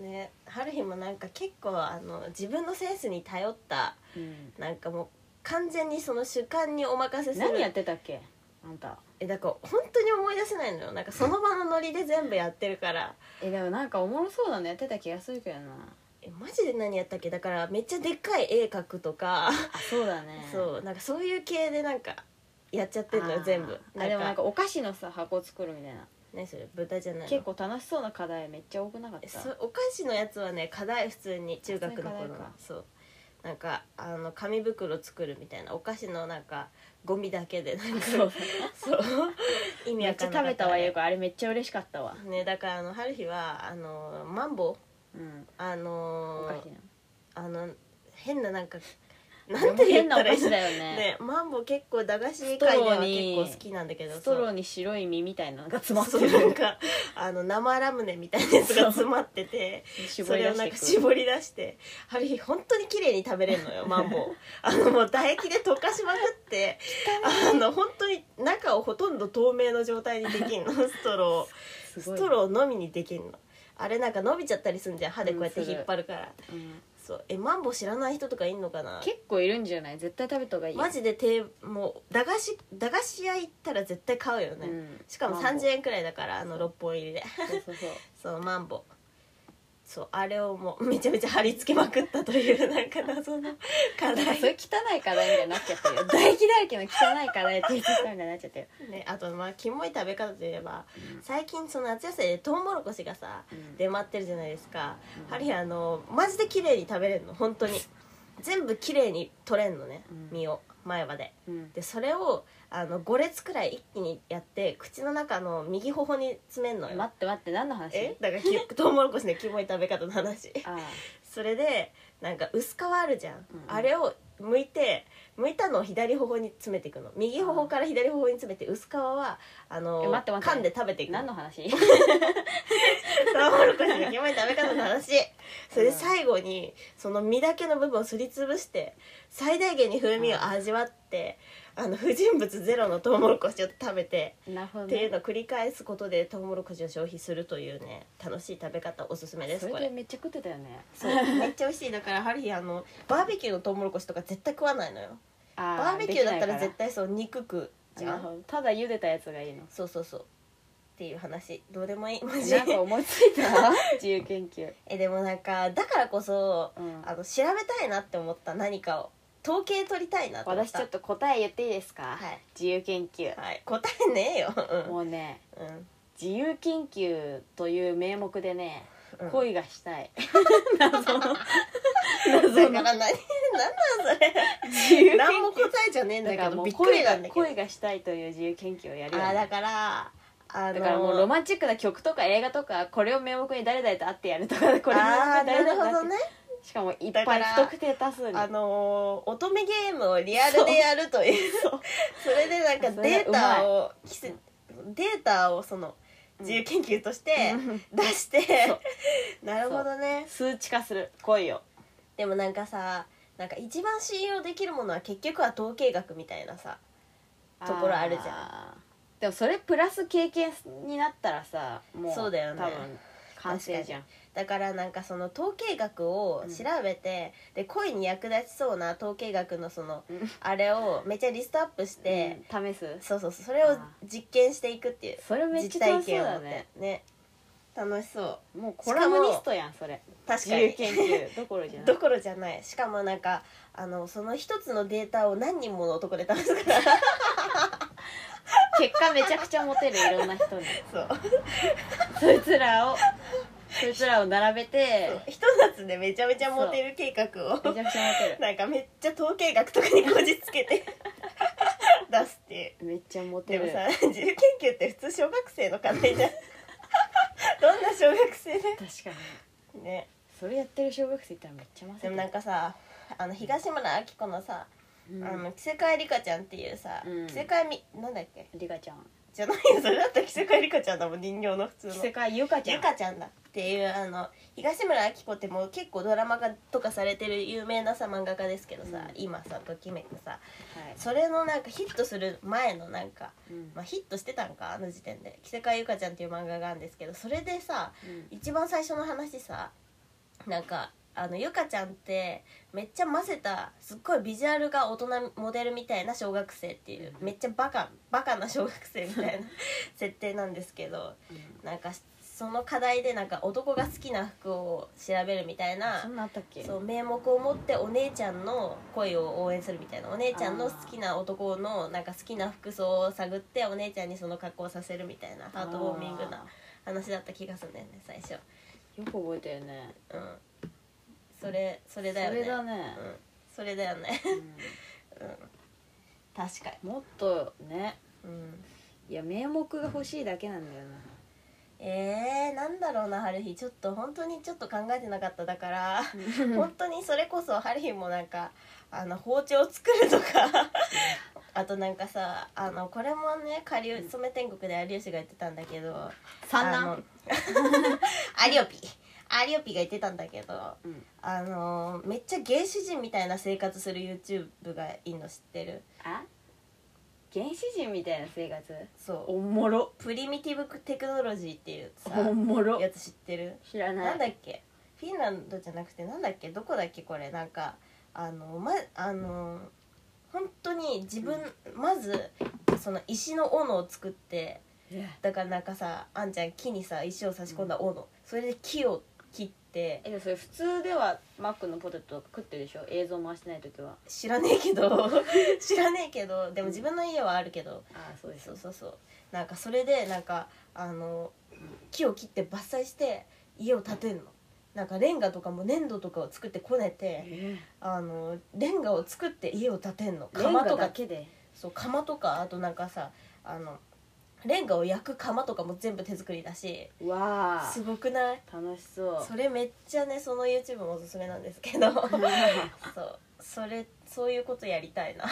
[SPEAKER 3] ね春日もなんか結構あの自分のセンスに頼った
[SPEAKER 2] うん
[SPEAKER 3] なんかもう完全にその主観にお任せする
[SPEAKER 2] 何やってたっけあんた
[SPEAKER 3] えだから本当に思い出せないのよなんかその場のノリで全部やってるから
[SPEAKER 2] えでもなんかおもろそうなのやってた気がするけどな
[SPEAKER 3] えマジで何やったっけだからめっちゃでっかい絵描くとか、
[SPEAKER 2] あそうだね
[SPEAKER 3] そうなんかそういう系でなんかやっちゃってんの
[SPEAKER 2] あ
[SPEAKER 3] よ
[SPEAKER 2] ー
[SPEAKER 3] 全部
[SPEAKER 2] あでもなんか
[SPEAKER 3] か
[SPEAKER 2] お菓子のさ箱作るみたいな
[SPEAKER 3] 何それ豚じゃないの
[SPEAKER 2] 結構楽しそうな課題めっちゃ多くなかっ
[SPEAKER 3] え
[SPEAKER 2] た
[SPEAKER 3] そお菓子のやつはね課題普通に中学の
[SPEAKER 2] 普通
[SPEAKER 3] 頃
[SPEAKER 2] に課題
[SPEAKER 3] の
[SPEAKER 2] か
[SPEAKER 3] そうなんかあの紙袋作るみたいなお菓子のなんかゴミだけでなんか
[SPEAKER 2] そう
[SPEAKER 3] そう意味
[SPEAKER 2] め
[SPEAKER 3] わ
[SPEAKER 2] っち
[SPEAKER 3] か
[SPEAKER 2] ゃ
[SPEAKER 3] ん
[SPEAKER 2] 食
[SPEAKER 3] なか
[SPEAKER 2] べ
[SPEAKER 3] った
[SPEAKER 2] たわ
[SPEAKER 3] ね
[SPEAKER 2] よくあれめっちゃ嬉しかったわ
[SPEAKER 3] ねだからあの春日はあのマンボウ
[SPEAKER 2] うん
[SPEAKER 3] あ
[SPEAKER 2] お
[SPEAKER 3] の
[SPEAKER 2] 菓子な
[SPEAKER 3] あの変ななんか
[SPEAKER 2] の
[SPEAKER 3] なんて言
[SPEAKER 2] 変
[SPEAKER 3] っ
[SPEAKER 2] なお
[SPEAKER 3] たら
[SPEAKER 2] 菓
[SPEAKER 3] いい
[SPEAKER 2] 子
[SPEAKER 3] の
[SPEAKER 2] だよね
[SPEAKER 3] ねマンボウ結構駄菓子界
[SPEAKER 2] スト
[SPEAKER 3] で
[SPEAKER 2] ロ
[SPEAKER 3] は
[SPEAKER 2] ーに
[SPEAKER 3] 結構好きなんだけど
[SPEAKER 2] ストロー
[SPEAKER 3] ー
[SPEAKER 2] に白い実みたいなのが詰まって
[SPEAKER 3] な
[SPEAKER 2] る
[SPEAKER 3] んかあの生ラムネみたいなやつが詰まってて
[SPEAKER 2] 絞
[SPEAKER 3] そ
[SPEAKER 2] り
[SPEAKER 3] れ
[SPEAKER 2] 出
[SPEAKER 3] をなんか
[SPEAKER 2] してく
[SPEAKER 3] 絞り出してある日本当に綺麗に食べれるのよマンボウ
[SPEAKER 2] <laughs>
[SPEAKER 3] あのもう唾液で溶かしまくってあの本当に中をほとんど透明の状態にで
[SPEAKER 2] <laughs>
[SPEAKER 3] きんのストロー
[SPEAKER 2] すご
[SPEAKER 3] ス
[SPEAKER 2] い
[SPEAKER 3] トローのみにできんのあれなんか伸びちゃったりすんじゃん歯でこうやって
[SPEAKER 2] うんする
[SPEAKER 3] 引っ張るから、
[SPEAKER 2] うん
[SPEAKER 3] そうえマンボウ知らない人とかいんのかな
[SPEAKER 2] 結構いるんじゃない絶対食べた方がいいよ
[SPEAKER 3] マジで定もう駄菓子駄菓子屋行ったら絶対買うよね、
[SPEAKER 2] うん
[SPEAKER 3] しかも
[SPEAKER 2] マンボウ
[SPEAKER 3] 30円くらいだからあの6本入りで
[SPEAKER 2] そうそうそ
[SPEAKER 3] <laughs>
[SPEAKER 2] う
[SPEAKER 3] そうマンボウそうあれをもう <laughs> めちゃめちゃ貼り付けまくった
[SPEAKER 2] <laughs>
[SPEAKER 3] というなんか謎の課
[SPEAKER 2] なんかそうい
[SPEAKER 3] 題
[SPEAKER 2] う汚い課題みたいになっちゃってるよ唾液だらけの汚い課題って言ってたみたいになっちゃ
[SPEAKER 3] <laughs>
[SPEAKER 2] ってる
[SPEAKER 3] ねあとまあキモい食べ方といえば最近その夏野菜でトウモロコシがさ
[SPEAKER 2] うん
[SPEAKER 3] 出回ってるじゃないですか、
[SPEAKER 2] うん
[SPEAKER 3] ある日あのマジで綺麗に食べれるの本当に全部綺麗に取れんのね
[SPEAKER 2] うん
[SPEAKER 3] 実を前歯で
[SPEAKER 2] うん
[SPEAKER 3] でそれをあの5列くらい一気にやって口の中の右頬に詰めんのよ、
[SPEAKER 2] 待って待って何の話
[SPEAKER 3] えだからき <laughs> トウモロコシのキモい食べ方の話
[SPEAKER 2] ああ
[SPEAKER 3] それでなんか薄皮あるじゃん、
[SPEAKER 2] うん
[SPEAKER 3] あれを剥いて剥いたのを左頬に詰めていくの右頬から左頬に詰めて薄皮はあの
[SPEAKER 2] え待って待って
[SPEAKER 3] 噛んで食べていく
[SPEAKER 2] 何の
[SPEAKER 3] <laughs>
[SPEAKER 2] 話
[SPEAKER 3] トウモロコシのキモい食べ方
[SPEAKER 2] <laughs>
[SPEAKER 3] の話それで最後にその身だけの部分をすりつぶして最大限に風味を味わって、あの不純物ゼロのトウモロコシを食べて
[SPEAKER 2] なるほど
[SPEAKER 3] っていう
[SPEAKER 2] ね
[SPEAKER 3] のを繰り返すことでトウモロコシを消費するというね楽しい食べ方おすすめです
[SPEAKER 2] そ
[SPEAKER 3] こ
[SPEAKER 2] れで
[SPEAKER 3] れ
[SPEAKER 2] めっちゃ食ってたよね
[SPEAKER 3] そう
[SPEAKER 2] <laughs>
[SPEAKER 3] めっちゃ美味しいだからハリーあのバーベキューのトウモロコシとか絶対食わないのよ
[SPEAKER 2] あ
[SPEAKER 3] バーベキューだったら絶
[SPEAKER 2] 対
[SPEAKER 3] 対そう肉食うじゃ
[SPEAKER 2] なるほど
[SPEAKER 3] ん
[SPEAKER 2] ただ茹でたやつがいいの
[SPEAKER 3] そうそうそうっていう話どうでもいいマジ
[SPEAKER 2] <laughs> なんか思いついた自由研究
[SPEAKER 3] <laughs> えでもなんかだからこそ
[SPEAKER 2] うん
[SPEAKER 3] あの調べたいなって思った何かを統計取りたいなと思っ
[SPEAKER 2] 私
[SPEAKER 3] た
[SPEAKER 2] ちょっと答え言っていいですか、
[SPEAKER 3] はい
[SPEAKER 2] 自由研究
[SPEAKER 3] はい答えねえよ
[SPEAKER 2] もうね
[SPEAKER 3] うんうん
[SPEAKER 2] 自由研究という名目でね
[SPEAKER 3] うん
[SPEAKER 2] 恋がした
[SPEAKER 3] <laughs>
[SPEAKER 2] い、 <laughs>
[SPEAKER 3] だから何 <laughs> 何なんそれ
[SPEAKER 2] <laughs> 自由研究
[SPEAKER 3] 何も答えじゃねえんだ
[SPEAKER 2] だ
[SPEAKER 3] け
[SPEAKER 2] から
[SPEAKER 3] ど
[SPEAKER 2] も
[SPEAKER 3] び
[SPEAKER 2] う
[SPEAKER 3] っくり
[SPEAKER 2] 恋
[SPEAKER 3] な
[SPEAKER 2] が
[SPEAKER 3] んだけど
[SPEAKER 2] 恋がしたいという自由研究をやるよ、
[SPEAKER 3] あーだ
[SPEAKER 2] ね、
[SPEAKER 3] からあ
[SPEAKER 2] だ
[SPEAKER 3] の
[SPEAKER 2] からもうロマンチックな曲とか映画とかこれを名目に誰々と会ってやるとかこれを
[SPEAKER 3] あー
[SPEAKER 2] 名目に誰
[SPEAKER 3] な
[SPEAKER 2] 々
[SPEAKER 3] る
[SPEAKER 2] と会
[SPEAKER 3] ほ
[SPEAKER 2] って
[SPEAKER 3] どね
[SPEAKER 2] しかもいっ
[SPEAKER 3] だか
[SPEAKER 2] ぱい
[SPEAKER 3] ら
[SPEAKER 2] 不特定多数に
[SPEAKER 3] あのー乙女ゲームをリアルでやるという <laughs> それでなんか
[SPEAKER 2] それ
[SPEAKER 3] デ
[SPEAKER 2] がうまい
[SPEAKER 3] ータをきせデータをその自由研究として出して、 <laughs> なるほどね
[SPEAKER 2] 数値化する恋を
[SPEAKER 3] でもなんかさなんか一番信用できるものは結局は統計学みたいなさところあるじゃん
[SPEAKER 2] んでもそれプラス経験になったらさもう
[SPEAKER 3] そうだよね
[SPEAKER 2] 多分完成じゃん
[SPEAKER 3] だからなんかその統計学を調べて、で恋に役立ちそうな統計学のその、
[SPEAKER 2] うん
[SPEAKER 3] あれをめっちゃリストアップして、
[SPEAKER 2] うん試す
[SPEAKER 3] そうそうそうそれを実験していくっていう
[SPEAKER 2] それめっちゃ楽しそうだね
[SPEAKER 3] ね楽しそう
[SPEAKER 2] もうコラムニストやんそれ
[SPEAKER 3] 確
[SPEAKER 2] 自
[SPEAKER 3] か
[SPEAKER 2] 由
[SPEAKER 3] に
[SPEAKER 2] 研究どころじゃない
[SPEAKER 3] どころじゃないしかもなんかあのその一つのデータを何人もの男で試す
[SPEAKER 2] <laughs>
[SPEAKER 3] から
[SPEAKER 2] 結果めちゃくちゃモテるいろんな人に
[SPEAKER 3] そう
[SPEAKER 2] そいつらをそいつらを並べて
[SPEAKER 3] 一夏でめちゃめちゃモテる計画を
[SPEAKER 2] めちゃくちゃモテ
[SPEAKER 3] なんかめっちゃ統計学とかにこじつけて <laughs> 出すっていう
[SPEAKER 2] るめっちゃモテ
[SPEAKER 3] で
[SPEAKER 2] る <laughs>
[SPEAKER 3] もさ自由研究って普通小学生の課題じゃんどんな小学生だよ
[SPEAKER 2] 確かに
[SPEAKER 3] ね
[SPEAKER 2] それやってる小学生いたらめっちゃまず
[SPEAKER 3] で
[SPEAKER 2] い
[SPEAKER 3] もなんかさあの東村明子のさ、
[SPEAKER 2] うん
[SPEAKER 3] あの着せ替えリカちゃんっていうさ、
[SPEAKER 2] うん
[SPEAKER 3] 着せ替えみなんだっけ
[SPEAKER 2] リカちゃん
[SPEAKER 3] じゃないよそれだったら着せ替えリカちゃんだもん人形の普通の
[SPEAKER 2] 着せ替えゆかちゃ
[SPEAKER 3] ゆ
[SPEAKER 2] ん
[SPEAKER 3] かちゃんだっていうあの東村明子ってもう結構ドラマ化とかされてる有名なさ漫画家ですけどさ、
[SPEAKER 2] うん
[SPEAKER 3] 今さときめくさ
[SPEAKER 2] はい
[SPEAKER 3] それのなんかヒットする前のなんか、
[SPEAKER 2] うん
[SPEAKER 3] まあ、ヒットしてたんかあの時点で「着せ替えゆかちゃん」っていう漫画があるんですけどそれでさ
[SPEAKER 2] うん
[SPEAKER 3] 一番最初の話さなんかあのゆかちゃんってめっちゃ混ぜたすっごいビジュアルが大人モデルみたいな小学生っていうめっちゃバカバカな小学生みたい <laughs> な設定なんですけど
[SPEAKER 2] うん
[SPEAKER 3] なんかその課題でなんか男が好きな服を調べるみたい
[SPEAKER 2] そ
[SPEAKER 3] なん
[SPEAKER 2] なんあったっけ
[SPEAKER 3] そう名目を持ってお姉ちゃんの恋を応援するみたいなお姉ちゃんの好きな男のなんか好きな服装を探ってお姉ちゃんにその格好をさせるみたいなハートウォーミングな話だった気がするんだよね最初
[SPEAKER 2] あーよく覚えてるね
[SPEAKER 3] うんそれそれだよ
[SPEAKER 2] そ
[SPEAKER 3] ね
[SPEAKER 2] れだね
[SPEAKER 3] うん、それだよねうん確か
[SPEAKER 2] うんもっとね
[SPEAKER 3] にうん
[SPEAKER 2] いや名目が欲しいだけなんだよな
[SPEAKER 3] えー、なんだろうな春日ちょっと本当にちょっと考えてなかっただから <laughs> 本当にそれこそハリーもなんかあの包丁を作る
[SPEAKER 2] <laughs>
[SPEAKER 3] とかあとなんかさあのこれもね下流染天国で有吉が言ってたんだけど
[SPEAKER 2] 三
[SPEAKER 3] あの <laughs>
[SPEAKER 2] 男
[SPEAKER 3] アリオピアリオピが言ってたんだけど
[SPEAKER 2] うん
[SPEAKER 3] あのめっちゃ原始人みたいな生活する YouTube がいいの知ってる
[SPEAKER 2] あ原始人みたいな生活
[SPEAKER 3] そ
[SPEAKER 2] おもろ
[SPEAKER 3] うプリミティブテクノロジーっていうさ
[SPEAKER 2] おもろ
[SPEAKER 3] やつ知ってる
[SPEAKER 2] 知らない
[SPEAKER 3] なんだっけフィンランドじゃなくてなんだっけどこだっけこれなんかあのまあの本当に自分、まずその石の斧を作って
[SPEAKER 2] え
[SPEAKER 3] だからなんかさあんちゃん木にさ石を差し込んだ斧、それで木を切って
[SPEAKER 2] でもそれ普通ではマックのポテト食ってるでしょ映像回してない時は
[SPEAKER 3] 知らねえけど知らねえけどでも自分の家はあるけど、
[SPEAKER 2] ああそうです
[SPEAKER 3] そうそうそうなんかそれでなんかあの木を切って伐採して家を建てるのなんかレンガとかも粘土とかを作ってこねて、
[SPEAKER 2] え
[SPEAKER 3] あのレンガを作って家を建てんの
[SPEAKER 2] えレンガ
[SPEAKER 3] 釜と
[SPEAKER 2] だ
[SPEAKER 3] か
[SPEAKER 2] けで
[SPEAKER 3] そう釜とかあとなんかさあのレンガを焼く釜とかも全部手作りだし
[SPEAKER 2] わあ
[SPEAKER 3] すごくない
[SPEAKER 2] 楽しそう
[SPEAKER 3] それめっちゃねその YouTube もおすすめなんですけ
[SPEAKER 2] <laughs>
[SPEAKER 3] ど
[SPEAKER 2] 本
[SPEAKER 3] そうそれそういうことやりたいな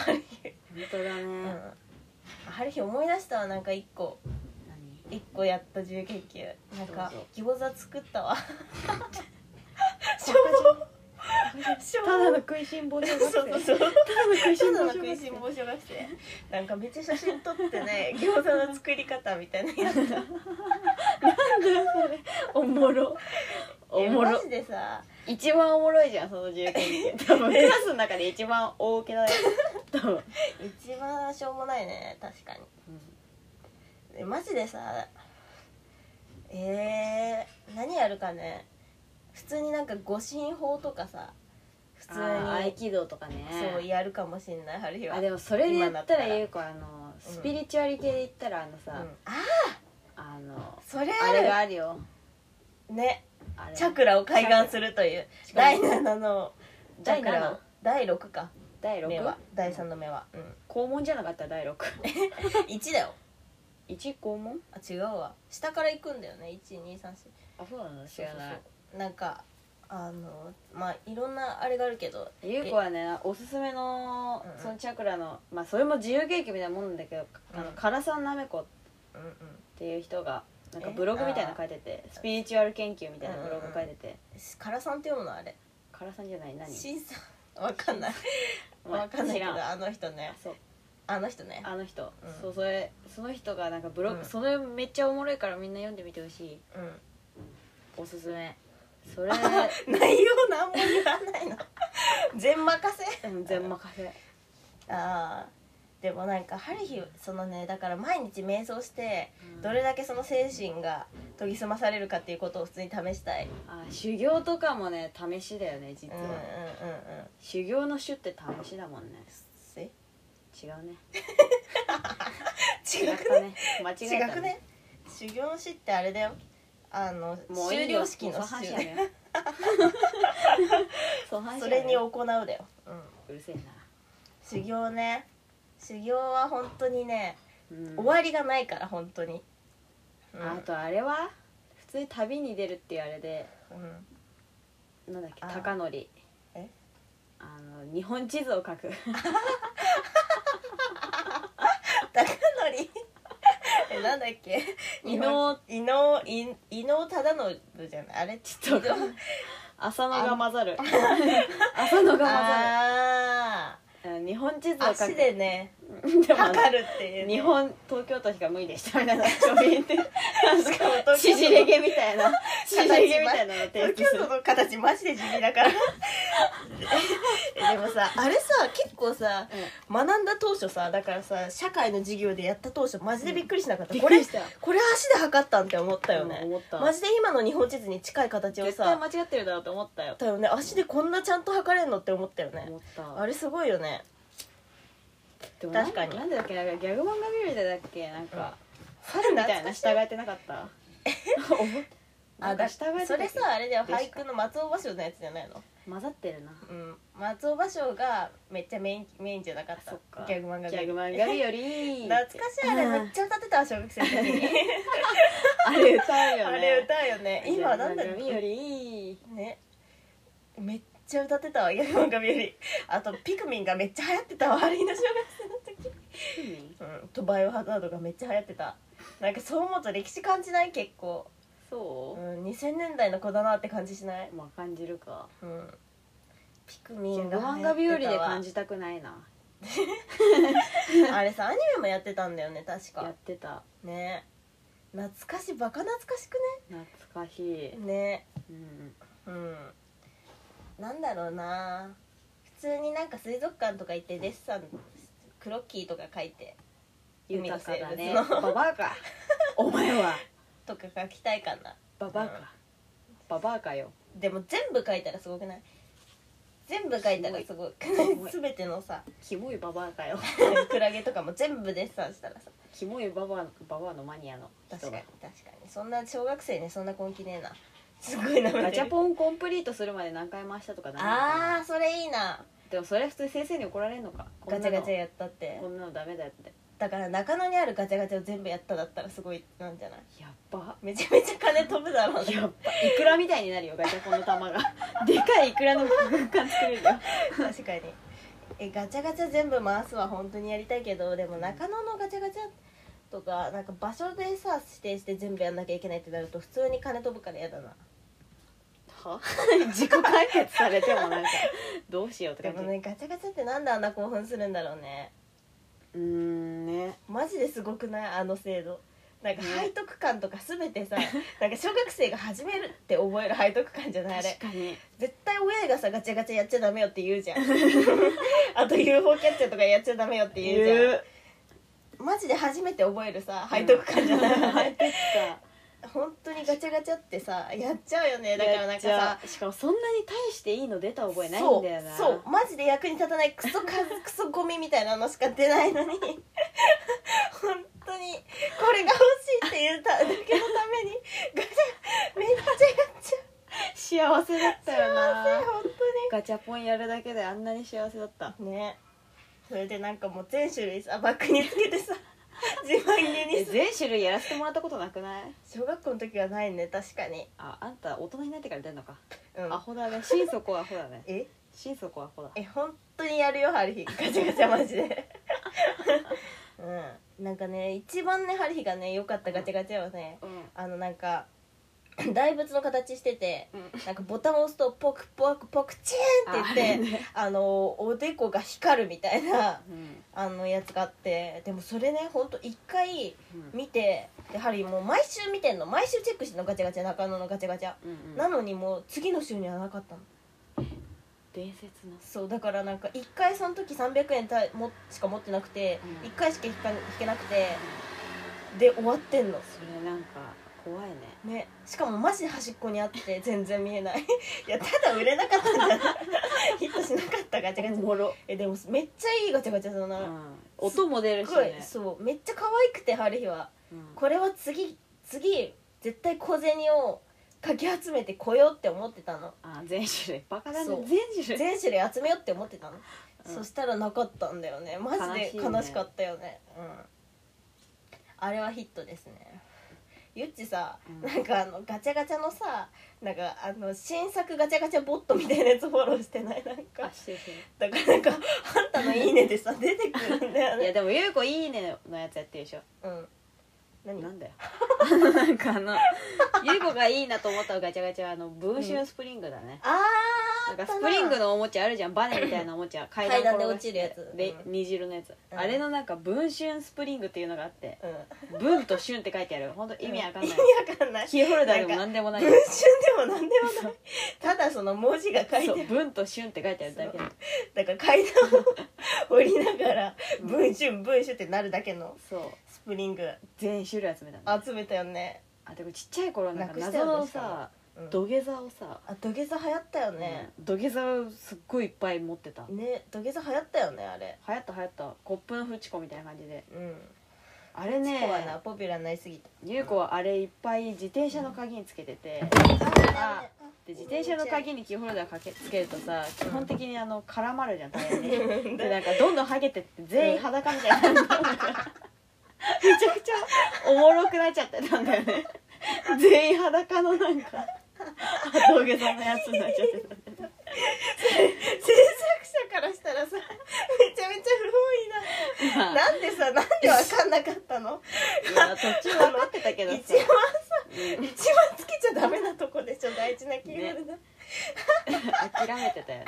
[SPEAKER 2] 当だね、
[SPEAKER 3] うんあある日思い出したわなんか一個
[SPEAKER 2] 何
[SPEAKER 3] 一個やった自由研究なんか餃子作っ
[SPEAKER 2] <laughs>
[SPEAKER 3] たわしょぼしょぼ
[SPEAKER 2] ただの食いしん坊小
[SPEAKER 3] そう
[SPEAKER 2] 学生
[SPEAKER 3] そうそう
[SPEAKER 2] ただの食い
[SPEAKER 3] た
[SPEAKER 2] しん坊小
[SPEAKER 3] だの
[SPEAKER 2] 学
[SPEAKER 3] 食いし
[SPEAKER 2] 生
[SPEAKER 3] ん坊小学生なんかめっちゃ写真撮っ
[SPEAKER 2] <laughs>
[SPEAKER 3] てね餃子の作り方みたいなやつ
[SPEAKER 2] おもろおも
[SPEAKER 3] マ
[SPEAKER 2] ろ
[SPEAKER 3] ジでさ
[SPEAKER 2] 一番おもろいじゃんその自由
[SPEAKER 3] <laughs>
[SPEAKER 2] 研究多分クラスの中で一番大受けだよ多分、
[SPEAKER 3] 一番しょうもないね確かにでマジでさえー、何やるかね普通になんか護身法とかさ普通
[SPEAKER 2] 普通に合
[SPEAKER 3] に
[SPEAKER 2] 気道とかね
[SPEAKER 3] そうやるかもしんない春日は
[SPEAKER 2] あでもそれで言ったら
[SPEAKER 3] 今
[SPEAKER 2] ゆ
[SPEAKER 3] だ
[SPEAKER 2] う子あのスピリチュアリティで言ったらあの
[SPEAKER 3] うん
[SPEAKER 2] さ、
[SPEAKER 3] あ
[SPEAKER 2] あの
[SPEAKER 3] それ
[SPEAKER 2] あれが
[SPEAKER 3] あ
[SPEAKER 2] あるよ
[SPEAKER 3] るね
[SPEAKER 2] あれ
[SPEAKER 3] チャクラを開眼するという
[SPEAKER 2] チャ
[SPEAKER 3] 第
[SPEAKER 2] クラ
[SPEAKER 3] 7のチ
[SPEAKER 2] 第
[SPEAKER 3] ャクラ
[SPEAKER 2] 7
[SPEAKER 3] を第6か
[SPEAKER 2] 第
[SPEAKER 3] 目
[SPEAKER 2] 6
[SPEAKER 3] は
[SPEAKER 2] 話
[SPEAKER 3] 第3の目はうん
[SPEAKER 2] 肛門じゃなかった第61
[SPEAKER 3] <laughs> 1だよ
[SPEAKER 2] 肛門
[SPEAKER 3] あ違うわ下から行くんだよね1234
[SPEAKER 2] あそうなの知らない
[SPEAKER 3] なんかあのまあいろんなあれがあるけど
[SPEAKER 2] ゆう子はねおすすめの
[SPEAKER 3] うんうん
[SPEAKER 2] そのチャクラのまあそれも自由研究みたいなもんだけどあの
[SPEAKER 3] うん
[SPEAKER 2] 唐沢なめこっ
[SPEAKER 3] うんうん
[SPEAKER 2] ていう人がなんか
[SPEAKER 3] え
[SPEAKER 2] ブログみたいなの書いててスピリチュアル研究みたいなブログ書いてて
[SPEAKER 3] 唐さんって読むのあれ
[SPEAKER 2] 唐沢じゃない何
[SPEAKER 3] 新さん <laughs> わかんない
[SPEAKER 2] <laughs> まあ
[SPEAKER 3] わかんないけ
[SPEAKER 2] 知ら
[SPEAKER 3] どあの人ね
[SPEAKER 2] そう
[SPEAKER 3] あの人ね
[SPEAKER 2] あの人、
[SPEAKER 3] うん
[SPEAKER 2] そうそれその人がなんかブログ、
[SPEAKER 3] うん
[SPEAKER 2] それめっちゃおもろいからみんな読んでみてほしい
[SPEAKER 3] うん
[SPEAKER 2] おすすめそ
[SPEAKER 3] <laughs>
[SPEAKER 2] れ
[SPEAKER 3] 内容なんも言わない
[SPEAKER 2] <laughs>
[SPEAKER 3] の全任せ
[SPEAKER 2] うん全任せ
[SPEAKER 3] あーでもなんか春日そのねだから毎日瞑想して
[SPEAKER 2] うん
[SPEAKER 3] どれだけその精神が研ぎ澄まされるかっていうことを普通に試したい
[SPEAKER 2] あ修行とかもね試しだよね
[SPEAKER 3] う
[SPEAKER 2] 実
[SPEAKER 3] んう
[SPEAKER 2] は、
[SPEAKER 3] んうんうん
[SPEAKER 2] 修行の種って試しだもんね
[SPEAKER 3] え
[SPEAKER 2] 違うね
[SPEAKER 3] 違
[SPEAKER 2] 違っ
[SPEAKER 3] く
[SPEAKER 2] たね間違
[SPEAKER 3] 違
[SPEAKER 2] えた
[SPEAKER 3] くね修行師ってあれだよあの
[SPEAKER 2] もうい
[SPEAKER 3] 終
[SPEAKER 2] いよ
[SPEAKER 3] 了式
[SPEAKER 2] もう
[SPEAKER 3] の
[SPEAKER 2] その話
[SPEAKER 3] 修
[SPEAKER 2] やめようその話
[SPEAKER 3] <laughs> そ
[SPEAKER 2] や
[SPEAKER 3] れ
[SPEAKER 2] め
[SPEAKER 3] に
[SPEAKER 2] よ
[SPEAKER 3] 行うだよ、うん、
[SPEAKER 2] ううるせえな、
[SPEAKER 3] 修行ね修行は本当にね、
[SPEAKER 2] うん
[SPEAKER 3] 終わりがないから本当に、うん
[SPEAKER 2] あとあれは普普通に旅に出るっていうあれで
[SPEAKER 3] うん
[SPEAKER 2] なんだっけ
[SPEAKER 3] あ
[SPEAKER 2] 高則
[SPEAKER 3] え
[SPEAKER 2] あの日本地図を書く <laughs>
[SPEAKER 3] 高則 <laughs> えなんだっけ
[SPEAKER 2] <laughs> 伊能
[SPEAKER 3] 伊能伊伊能忠信じゃないあれち
[SPEAKER 2] ちょっと
[SPEAKER 3] 伊能
[SPEAKER 2] 浅野が混ざる <laughs> 浅野が混ざ
[SPEAKER 3] あ
[SPEAKER 2] るうん日本地図
[SPEAKER 3] あ
[SPEAKER 2] を書
[SPEAKER 3] 足
[SPEAKER 2] く
[SPEAKER 3] でね
[SPEAKER 2] でも
[SPEAKER 3] 測るっていうね、
[SPEAKER 2] 日本東京都しか無理でしたみたいな書類って
[SPEAKER 3] しかも東京都の
[SPEAKER 2] 縮れ毛み
[SPEAKER 3] <laughs>
[SPEAKER 2] たいな縮れ毛みたいなのを提
[SPEAKER 3] 東
[SPEAKER 2] 起
[SPEAKER 3] 京
[SPEAKER 2] する
[SPEAKER 3] 都の形マジで地味だ <laughs> からえでもさあれさ結構さ学んだ当初さだからさ社会の授業でやった当初マジで <laughs> びっくりしなかった、
[SPEAKER 2] びっ
[SPEAKER 3] こ
[SPEAKER 2] くり
[SPEAKER 3] れ
[SPEAKER 2] した
[SPEAKER 3] これ足で測ったんって思ったよね、
[SPEAKER 2] うん思った
[SPEAKER 3] マジで今の日本地図に近い形を
[SPEAKER 2] 絶対
[SPEAKER 3] さ
[SPEAKER 2] 間違ってるだろうと思ったよ
[SPEAKER 3] だよね足でこんなちゃんと測れんのって思ったよね
[SPEAKER 2] 思った
[SPEAKER 3] あれすごいよね
[SPEAKER 2] でも
[SPEAKER 3] 確かに
[SPEAKER 2] なんなんだっけなんかギャグ漫画見るでだっけなんか、
[SPEAKER 3] 春
[SPEAKER 2] みたいな従えてなかった
[SPEAKER 3] あ
[SPEAKER 2] <laughs> あ
[SPEAKER 3] だ
[SPEAKER 2] だ
[SPEAKER 3] それさあれだよ俳句の松尾芭蕉のやつじゃないの
[SPEAKER 2] 混ざってるな
[SPEAKER 3] うん松尾芭蕉がめっちゃメインメインじゃなかっ
[SPEAKER 2] そ
[SPEAKER 3] た
[SPEAKER 2] っか
[SPEAKER 3] ギャグ漫画
[SPEAKER 2] ギャグ
[SPEAKER 3] が
[SPEAKER 2] 漫画
[SPEAKER 3] <laughs>
[SPEAKER 2] より
[SPEAKER 3] 懐かしいあれめっちゃ歌ってた小学生の <laughs> 時に
[SPEAKER 2] あれ歌うよね
[SPEAKER 3] <laughs> あれ歌うよね今なんだ
[SPEAKER 2] ギャ
[SPEAKER 3] ろ
[SPEAKER 2] グ
[SPEAKER 3] う
[SPEAKER 2] 漫画より
[SPEAKER 3] ねめっちゃ歌ってたわギャグ漫画よりあとピクミンがめっちゃ流行ってたわあれの小学生の時うん、とバイオハザードがめっちゃ流行ってたなんかそう思うと歴史感じない結構、う
[SPEAKER 2] そ、、
[SPEAKER 3] ん、2000年代の子だなって感じしないう
[SPEAKER 2] まあ感じるか
[SPEAKER 3] うん、ピク
[SPEAKER 2] ギ
[SPEAKER 3] ミ
[SPEAKER 2] ャ
[SPEAKER 3] ン
[SPEAKER 2] グ
[SPEAKER 3] が
[SPEAKER 2] 漫
[SPEAKER 3] 流行ってた
[SPEAKER 2] 画
[SPEAKER 3] わ
[SPEAKER 2] 日和で感じたくないな
[SPEAKER 3] あれさアニメもやってたんだよね確
[SPEAKER 2] や
[SPEAKER 3] か
[SPEAKER 2] ってた
[SPEAKER 3] ね懐かしいバカ懐かしく
[SPEAKER 2] 懐かしい、
[SPEAKER 3] ねね
[SPEAKER 2] うん、
[SPEAKER 3] うんなんだろうな普通になんか水族館とか行ってデッサンクロッキーとか書いて
[SPEAKER 2] 豊かだね
[SPEAKER 3] 海の生
[SPEAKER 2] バ
[SPEAKER 3] 物の
[SPEAKER 2] バア <laughs> かお前は
[SPEAKER 3] とか書きたいかな
[SPEAKER 2] ババアか、
[SPEAKER 3] うん
[SPEAKER 2] ババアかよ
[SPEAKER 3] でも全部書いたらすごくない全部書いたらすごくない
[SPEAKER 2] すご
[SPEAKER 3] <laughs>
[SPEAKER 2] い
[SPEAKER 3] 全てのさ
[SPEAKER 2] キモいババアかよ
[SPEAKER 3] クラゲとかも全部デッサンしたらさ
[SPEAKER 2] キモいババアババアのマニアの
[SPEAKER 3] 確
[SPEAKER 2] 人
[SPEAKER 3] かに
[SPEAKER 2] が
[SPEAKER 3] 確かにそんな小学生にそんな根気ねえなすごいな
[SPEAKER 2] ガチャポンコンプリートするまで何回回したとかダメなのかな
[SPEAKER 3] あーそれいいな
[SPEAKER 2] でもそれ普通に先生に怒られるのか
[SPEAKER 3] ガチャガチャやったって
[SPEAKER 2] こんなのダメだよって
[SPEAKER 3] だから中野にあるガチャガチャを全部やっただったらすごいなんじゃない
[SPEAKER 2] やっば
[SPEAKER 3] めちゃめちゃ金飛ぶだろうね
[SPEAKER 2] やっばイクラみたいになるよガチャポンの玉 <laughs> がでかいイクラの軍艦作れるよ
[SPEAKER 3] 確かにえガチャガチャ全部回すは本当にやりたいけどでも中野のガチャガチャとかなんか場所でさ指定して全部やんなきゃいけないってなると普通に金飛ぶから嫌だな
[SPEAKER 2] は自己解決されてもなんかどうしようと
[SPEAKER 3] で
[SPEAKER 2] か
[SPEAKER 3] もねガチャガチャってなんであんな興奮するんだろうね
[SPEAKER 2] うーんね
[SPEAKER 3] マジですごくないあの制度なんか
[SPEAKER 2] ね
[SPEAKER 3] 背徳感とか全てさ、なんか小学生が始めるって覚える背徳感じゃないあれ
[SPEAKER 2] 確かに
[SPEAKER 3] 絶対親がさガチャガチャやっちゃダメよって言うじゃん <laughs> あと UFO キャッチャーとかやっちゃダメよって言うじゃん
[SPEAKER 2] う
[SPEAKER 3] マジで初めて覚えるさ背徳感
[SPEAKER 2] <laughs>
[SPEAKER 3] じゃない、
[SPEAKER 2] 入ってきた
[SPEAKER 3] <laughs> 本当にガチャガチャってさやっちゃうよねだからなんかさ
[SPEAKER 2] しかもそんなに大していいの出た覚えない
[SPEAKER 3] そ
[SPEAKER 2] ん
[SPEAKER 3] う
[SPEAKER 2] だよな
[SPEAKER 3] そうマジで役に立たないクソかクソゴミみたいなのしか出ないのに <laughs> 本当にこれが欲しいっていうただけのためにガチャめっちゃやっちゃ
[SPEAKER 2] 幸せだったよな
[SPEAKER 3] う本
[SPEAKER 2] ガチャポンやるだけであんなに幸せだった
[SPEAKER 3] 当にねそれでなんかもう全種類さバッグにつけて <laughs> さ自慢げ
[SPEAKER 2] え
[SPEAKER 3] にさ
[SPEAKER 2] 全種類やらせてもらったことなくない
[SPEAKER 3] 小学校の時はないね確かに、
[SPEAKER 2] ああんた大人になってから出んのか
[SPEAKER 3] うん
[SPEAKER 2] アホだね心底アホだ
[SPEAKER 3] <laughs>
[SPEAKER 2] ね
[SPEAKER 3] え
[SPEAKER 2] 心底アホだ
[SPEAKER 3] え本当にやるよハルヒガチャガチャマジ <laughs> でうんなんかね一番ねハルヒがね良かったガチャガチャはね
[SPEAKER 2] うん
[SPEAKER 3] あのなんか大仏の形しててなんかボタンを押すとポクポクポクチーンって言ってあのおでこが光るみたいな
[SPEAKER 2] うん
[SPEAKER 3] あのやつがあってでもそれねほんと1回
[SPEAKER 2] うん
[SPEAKER 3] 見てでハリーもう毎週見てんの毎週チェックしてんのガチャガチャ中野のガチャガチャ
[SPEAKER 2] うん
[SPEAKER 3] なのにもう次の週にはなかったの
[SPEAKER 2] 伝説の
[SPEAKER 3] そうだからなんか1回その時300円たいもしか持ってなくて、
[SPEAKER 2] うん
[SPEAKER 3] 1回しか引か引けなくてで終わってんの
[SPEAKER 2] それなんか怖いね
[SPEAKER 3] ねしかもマジで端っこにあって全然見えない <laughs> いやただ売れなかったんじゃない <laughs> ヒットしなかったガチャガチャ
[SPEAKER 2] もろ、
[SPEAKER 3] えでもめっちゃいいガチャガチャだ
[SPEAKER 2] う
[SPEAKER 3] な、す
[SPEAKER 2] ん、音も出る
[SPEAKER 3] っ
[SPEAKER 2] し
[SPEAKER 3] ごい
[SPEAKER 2] ね、
[SPEAKER 3] そうめっちゃ可愛くて春日は
[SPEAKER 2] うん
[SPEAKER 3] これは次次絶対小銭をかき集めてこようって思って
[SPEAKER 2] <laughs>
[SPEAKER 3] たの
[SPEAKER 2] あ全種類バカだね
[SPEAKER 3] そう
[SPEAKER 2] 全種類
[SPEAKER 3] 全種類集めようって思ってたの、
[SPEAKER 2] うん
[SPEAKER 3] そしたらなかったんだよねマジで
[SPEAKER 2] 悲しいね
[SPEAKER 3] 悲しかったよねうんあれはヒットですねゆっちさ、
[SPEAKER 2] うん
[SPEAKER 3] なんかあのガチャガチャのさなんかあの新作ガチャガチャボットみたいなやつフォローしてないなんか
[SPEAKER 2] あしてるしてる
[SPEAKER 3] だからなんか「あんたのいいね」
[SPEAKER 2] <laughs>
[SPEAKER 3] でさ出てくるんだよ
[SPEAKER 2] いや
[SPEAKER 3] ね
[SPEAKER 2] でも「ゆうこいいね」のやつやってるでしょ
[SPEAKER 3] うん何
[SPEAKER 2] なんだ <laughs> よなんかあのゆうこがいいなと思ったガチャガチャはあの文春スプリングだね、
[SPEAKER 3] あ
[SPEAKER 2] な
[SPEAKER 3] ーあっ
[SPEAKER 2] んか
[SPEAKER 3] た
[SPEAKER 2] ス
[SPEAKER 3] な
[SPEAKER 2] プリングのおもちゃあるじゃんバネみたいなおもちゃ階
[SPEAKER 3] 階段で
[SPEAKER 2] 転がして
[SPEAKER 3] 落ちるやつ
[SPEAKER 2] で
[SPEAKER 3] うん
[SPEAKER 2] 虹色のやつ、
[SPEAKER 3] うん
[SPEAKER 2] あれのなんか文春スプリングっていうのがあって
[SPEAKER 3] うん
[SPEAKER 2] 文と春って書いてある本当意味わかんない、 <laughs>
[SPEAKER 3] 意味わかんない
[SPEAKER 2] キーホルダーでもなんでもない
[SPEAKER 3] 文春でも何でもないただその文字が書いてあ
[SPEAKER 2] そう
[SPEAKER 3] る
[SPEAKER 2] 文と春って書いてあるだけの
[SPEAKER 3] だから階段を降りながら「文春文春」ってなるだけの
[SPEAKER 2] そう
[SPEAKER 3] スプリング
[SPEAKER 2] 全種類集めたの
[SPEAKER 3] 集めたよね
[SPEAKER 2] あでもちっちゃい頃なんか
[SPEAKER 3] なくしたよ
[SPEAKER 2] 謎
[SPEAKER 3] ね
[SPEAKER 2] の
[SPEAKER 3] しかも
[SPEAKER 2] さ
[SPEAKER 3] うん
[SPEAKER 2] 土下座をさ、
[SPEAKER 3] あ土下座流行ったよね、
[SPEAKER 2] うん土下座をすっごいいっぱい持ってた流
[SPEAKER 3] ね土下座流行ったよねあれ
[SPEAKER 2] 行った流行ったコップのフチコみたいな感じで
[SPEAKER 3] うん
[SPEAKER 2] あれね
[SPEAKER 3] コアなポピュラーになりすぎた
[SPEAKER 2] 優子はあれいっぱい自転車の鍵につけてて、あで自転車の鍵にキーホルダーかけつけるとさ基本的にあの絡まるじゃん大変にでなんかどんどんハゲてって全員裸みたいになるのがめちゃくちゃおもろくなっちゃってたんだよね全員裸のなんか土下座のやつになっちゃってた
[SPEAKER 3] 制作者からしたらさめちゃめちゃ不本意な
[SPEAKER 2] まあ
[SPEAKER 3] なんでさなんで分かんなかったの
[SPEAKER 2] いや途中分かってたけ
[SPEAKER 3] 一
[SPEAKER 2] ど
[SPEAKER 3] 番
[SPEAKER 2] さ
[SPEAKER 3] さ
[SPEAKER 2] うん
[SPEAKER 3] 一番つけちゃダメなとこでしょ大事なキーホルダー、
[SPEAKER 2] 諦めてたよ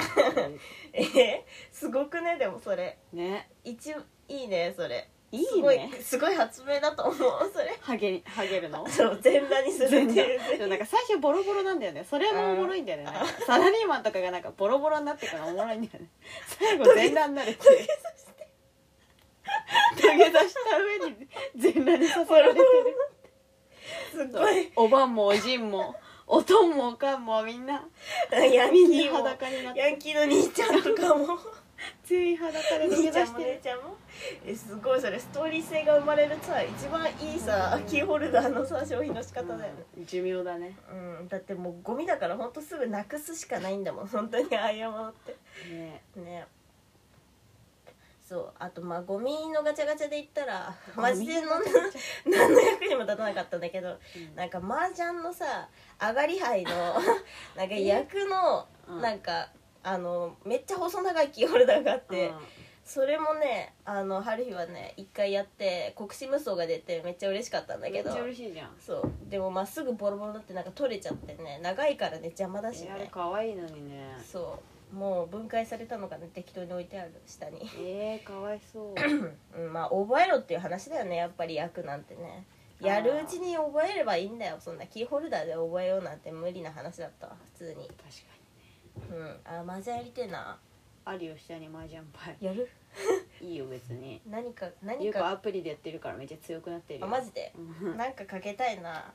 [SPEAKER 2] <laughs> ね
[SPEAKER 3] えーすごくねでもそれ
[SPEAKER 2] ね
[SPEAKER 3] 一いいねそれ
[SPEAKER 2] いいね
[SPEAKER 3] すごいすごい発明だと思うそれ
[SPEAKER 2] ハゲにハゲるの
[SPEAKER 3] そう全裸にするって
[SPEAKER 2] 全
[SPEAKER 3] いう
[SPEAKER 2] 然でもなんか最初ボロボロなんだよねそれもおもろいんだよねなんかサラリーマンとかがなんかボロボロになってからおもろいんだよ <laughs> ね最後全裸になるって土下座した上に全裸にさせられてる
[SPEAKER 3] すっごい
[SPEAKER 2] <laughs> おばんもおじんもおとんもおかんもみんな
[SPEAKER 3] ヤン
[SPEAKER 2] み
[SPEAKER 3] キ
[SPEAKER 2] んな
[SPEAKER 3] ーも
[SPEAKER 2] 裸になって
[SPEAKER 3] ヤンキーの兄ちゃんとかも
[SPEAKER 2] 全員裸で土
[SPEAKER 3] 兄
[SPEAKER 2] 下
[SPEAKER 3] ちゃ
[SPEAKER 2] 座
[SPEAKER 3] ん
[SPEAKER 2] し
[SPEAKER 3] も
[SPEAKER 2] て
[SPEAKER 3] 姉
[SPEAKER 2] る
[SPEAKER 3] ちゃんもえすごいそれストーリー性が生まれるさ一番いいさキーホルダーのさ商品の仕方だよね
[SPEAKER 2] うん寿命だね
[SPEAKER 3] うんだってもうゴミだからほんとすぐなくすしかないんだもん本当にああいうものって
[SPEAKER 2] ね
[SPEAKER 3] ねそうあとまあゴミのガチャガチャで言ったらマジでの何の役にも立たなかったんだけど
[SPEAKER 2] うん
[SPEAKER 3] なんか麻雀のさ上が
[SPEAKER 2] <laughs>
[SPEAKER 3] り牌のなんか役の
[SPEAKER 2] うん
[SPEAKER 3] なんかあのめっちゃ細長いキーホルダーがあって
[SPEAKER 2] うん
[SPEAKER 3] それもねあの春日はね一回やって国士無双が出てめっちゃ嬉しかったんだ
[SPEAKER 2] め
[SPEAKER 3] け
[SPEAKER 2] っち
[SPEAKER 3] ど
[SPEAKER 2] ゃ嬉しいじゃん
[SPEAKER 3] そうでもまっすぐボロボロになってなんか取れちゃってね長いからね邪魔だし
[SPEAKER 2] えあれ
[SPEAKER 3] ね
[SPEAKER 2] 可愛いのにね
[SPEAKER 3] そうもう分解されたのがね適当に置いてある下に、
[SPEAKER 2] えー、かわい <clears throat> そう
[SPEAKER 3] うん、まあ覚えろっていう話だよねやっぱり役なんてねやるうちに覚えればいいんだよそんなキーホルダーで覚えようなんて無理な話だったわ普通に
[SPEAKER 2] 確かに
[SPEAKER 3] うんあマジやりてえな
[SPEAKER 2] あるよ下に麻雀牌
[SPEAKER 3] やる
[SPEAKER 2] いいよ別に
[SPEAKER 3] 何か
[SPEAKER 2] ゆ
[SPEAKER 3] 何
[SPEAKER 2] うこ
[SPEAKER 3] か
[SPEAKER 2] アプリでやってるからめっちゃ強くなってるよ
[SPEAKER 3] あマジで
[SPEAKER 2] うん
[SPEAKER 3] なんかかけたいな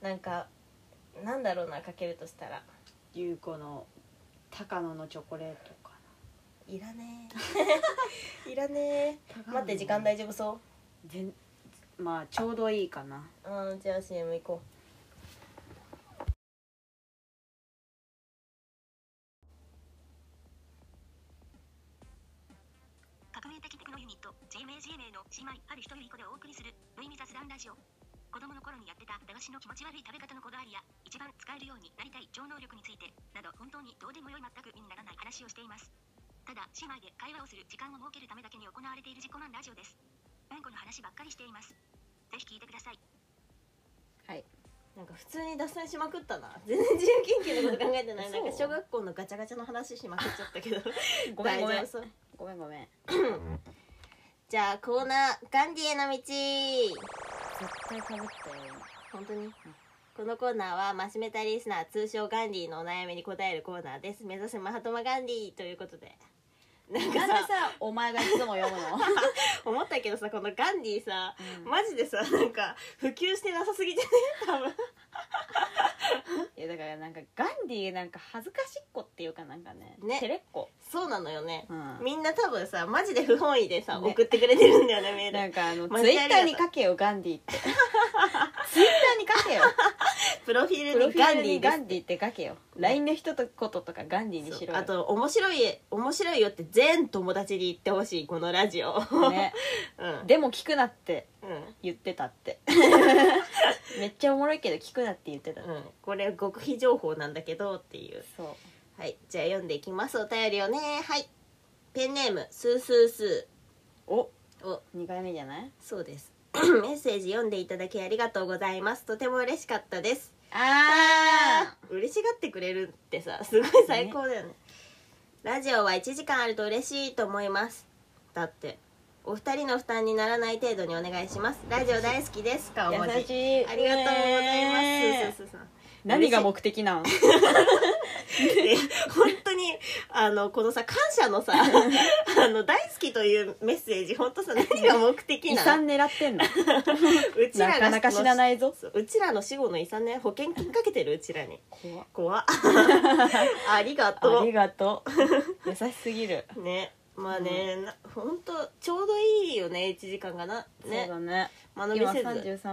[SPEAKER 3] なんかなんだろうなかけるとしたら
[SPEAKER 2] ゆうこの高野のチョコレートか
[SPEAKER 3] いらね <laughs> えいらねえ
[SPEAKER 2] な
[SPEAKER 3] 待って時間大丈夫そ
[SPEAKER 2] 全まあちょうどいいかな
[SPEAKER 3] ううんじゃあ CM 行こ
[SPEAKER 1] 革命的テクノユニット GMAGMA の姉妹ある一人一個でお送りする無意味雑談ラジオ子供の頃にやってた駄菓子の気持ち悪い食べ方のこだわりや一番使えるようになりたい超能力についてなど本当にどうでもよい全く身にならない話をしていますただ姉妹で会話をする時間を設けるためだけに行われている自己満ラジオですうんこの話ばっかりしていますぜひ聞いてください
[SPEAKER 3] うなんか普通に脱線しまくったな全然自由研究のこと考えてな
[SPEAKER 2] <laughs> そ
[SPEAKER 3] いな
[SPEAKER 2] うん
[SPEAKER 3] か小学校のガチャガチャの話しまくっちゃったけど
[SPEAKER 2] <laughs> ごめんごめん
[SPEAKER 3] 大丈夫そう
[SPEAKER 2] ごめんごめん
[SPEAKER 3] じゃあコーナーガンディへの道
[SPEAKER 2] 絶対かぶったよ
[SPEAKER 3] 本当にこのコーナーはマシメタリスナー通称ガンディのお悩みに答えるコーナーです目指せマハトマガンディということでなんか
[SPEAKER 2] なんで
[SPEAKER 3] さ
[SPEAKER 2] さお前がいつも読む <laughs> の
[SPEAKER 3] 思ったけどさこのガンディさ、
[SPEAKER 2] うん
[SPEAKER 3] マジでさなんか普及してなさすぎじゃね
[SPEAKER 2] いやだからなんかガンディなんか恥ずかしっこっていうかなんかね
[SPEAKER 3] ね
[SPEAKER 2] 照れっこ、
[SPEAKER 3] そうなのよね、
[SPEAKER 2] うん
[SPEAKER 3] みんな多分さマジで不本意でさ、
[SPEAKER 2] ね
[SPEAKER 3] 送ってくれてるんだよねメール
[SPEAKER 2] なんかあの
[SPEAKER 3] マ
[SPEAKER 2] ツ
[SPEAKER 3] ジ
[SPEAKER 2] イ
[SPEAKER 3] あ
[SPEAKER 2] ッ
[SPEAKER 3] り
[SPEAKER 2] ター <laughs> に
[SPEAKER 3] がとう
[SPEAKER 2] 書けよガンディってツイッターに書けよ
[SPEAKER 3] プロフィー
[SPEAKER 2] プ
[SPEAKER 3] ル
[SPEAKER 2] ロ
[SPEAKER 3] に
[SPEAKER 2] フィ
[SPEAKER 3] ガ
[SPEAKER 2] ール
[SPEAKER 3] ンディ
[SPEAKER 2] に
[SPEAKER 3] ーで
[SPEAKER 2] ガ
[SPEAKER 3] す
[SPEAKER 2] ンディって書けよ LINE の一言とかガンディにしろよ
[SPEAKER 3] あと面白い面白いよって全友達に言ってほしいこのラジオ、
[SPEAKER 2] ね
[SPEAKER 3] うん
[SPEAKER 2] でも聞くなって
[SPEAKER 3] うん
[SPEAKER 2] 言ってたって <laughs> めっちゃおもろいけど聞くなって言ってた
[SPEAKER 3] うん、これ極秘情報なんだけどっていう
[SPEAKER 2] そう
[SPEAKER 3] はいじゃあ読んでいきますお便りをねはいペンネームスースース
[SPEAKER 2] お
[SPEAKER 3] ーお
[SPEAKER 2] 2回目じゃない
[SPEAKER 3] そうです <clears throat> メッセージ読んでいただきありがとうございますとても嬉しかったです
[SPEAKER 2] あ
[SPEAKER 3] 嬉しがってくれるってさすごい最高だよねラジオは1時間あると嬉しいと思いますだってお二人の負担にならない程度にお願いしますラジオ大好きです顔文字
[SPEAKER 2] 優しい
[SPEAKER 3] ありがとうございます、
[SPEAKER 2] ね
[SPEAKER 3] すーすーすーさん
[SPEAKER 2] 何が目的なの <laughs>
[SPEAKER 3] で本当にあのこのさ感謝のさあの大好きというメッセージ本当さ何が目的
[SPEAKER 2] 遺
[SPEAKER 3] な
[SPEAKER 2] 産
[SPEAKER 3] の
[SPEAKER 2] 狙ってん <laughs> の
[SPEAKER 3] うちらが
[SPEAKER 2] なかなか知らないぞ
[SPEAKER 3] そううちらの死後の遺産ね保険金かけてるうちらに
[SPEAKER 2] 怖っ <laughs>
[SPEAKER 3] 怖っありがと
[SPEAKER 2] あ
[SPEAKER 3] う
[SPEAKER 2] りがと <laughs> う優しすぎる
[SPEAKER 3] <laughs> ねまあね、な本当ちょうどいいよね1時間がなね
[SPEAKER 2] そうだね
[SPEAKER 3] 間延び
[SPEAKER 2] 今
[SPEAKER 3] せず、
[SPEAKER 2] 33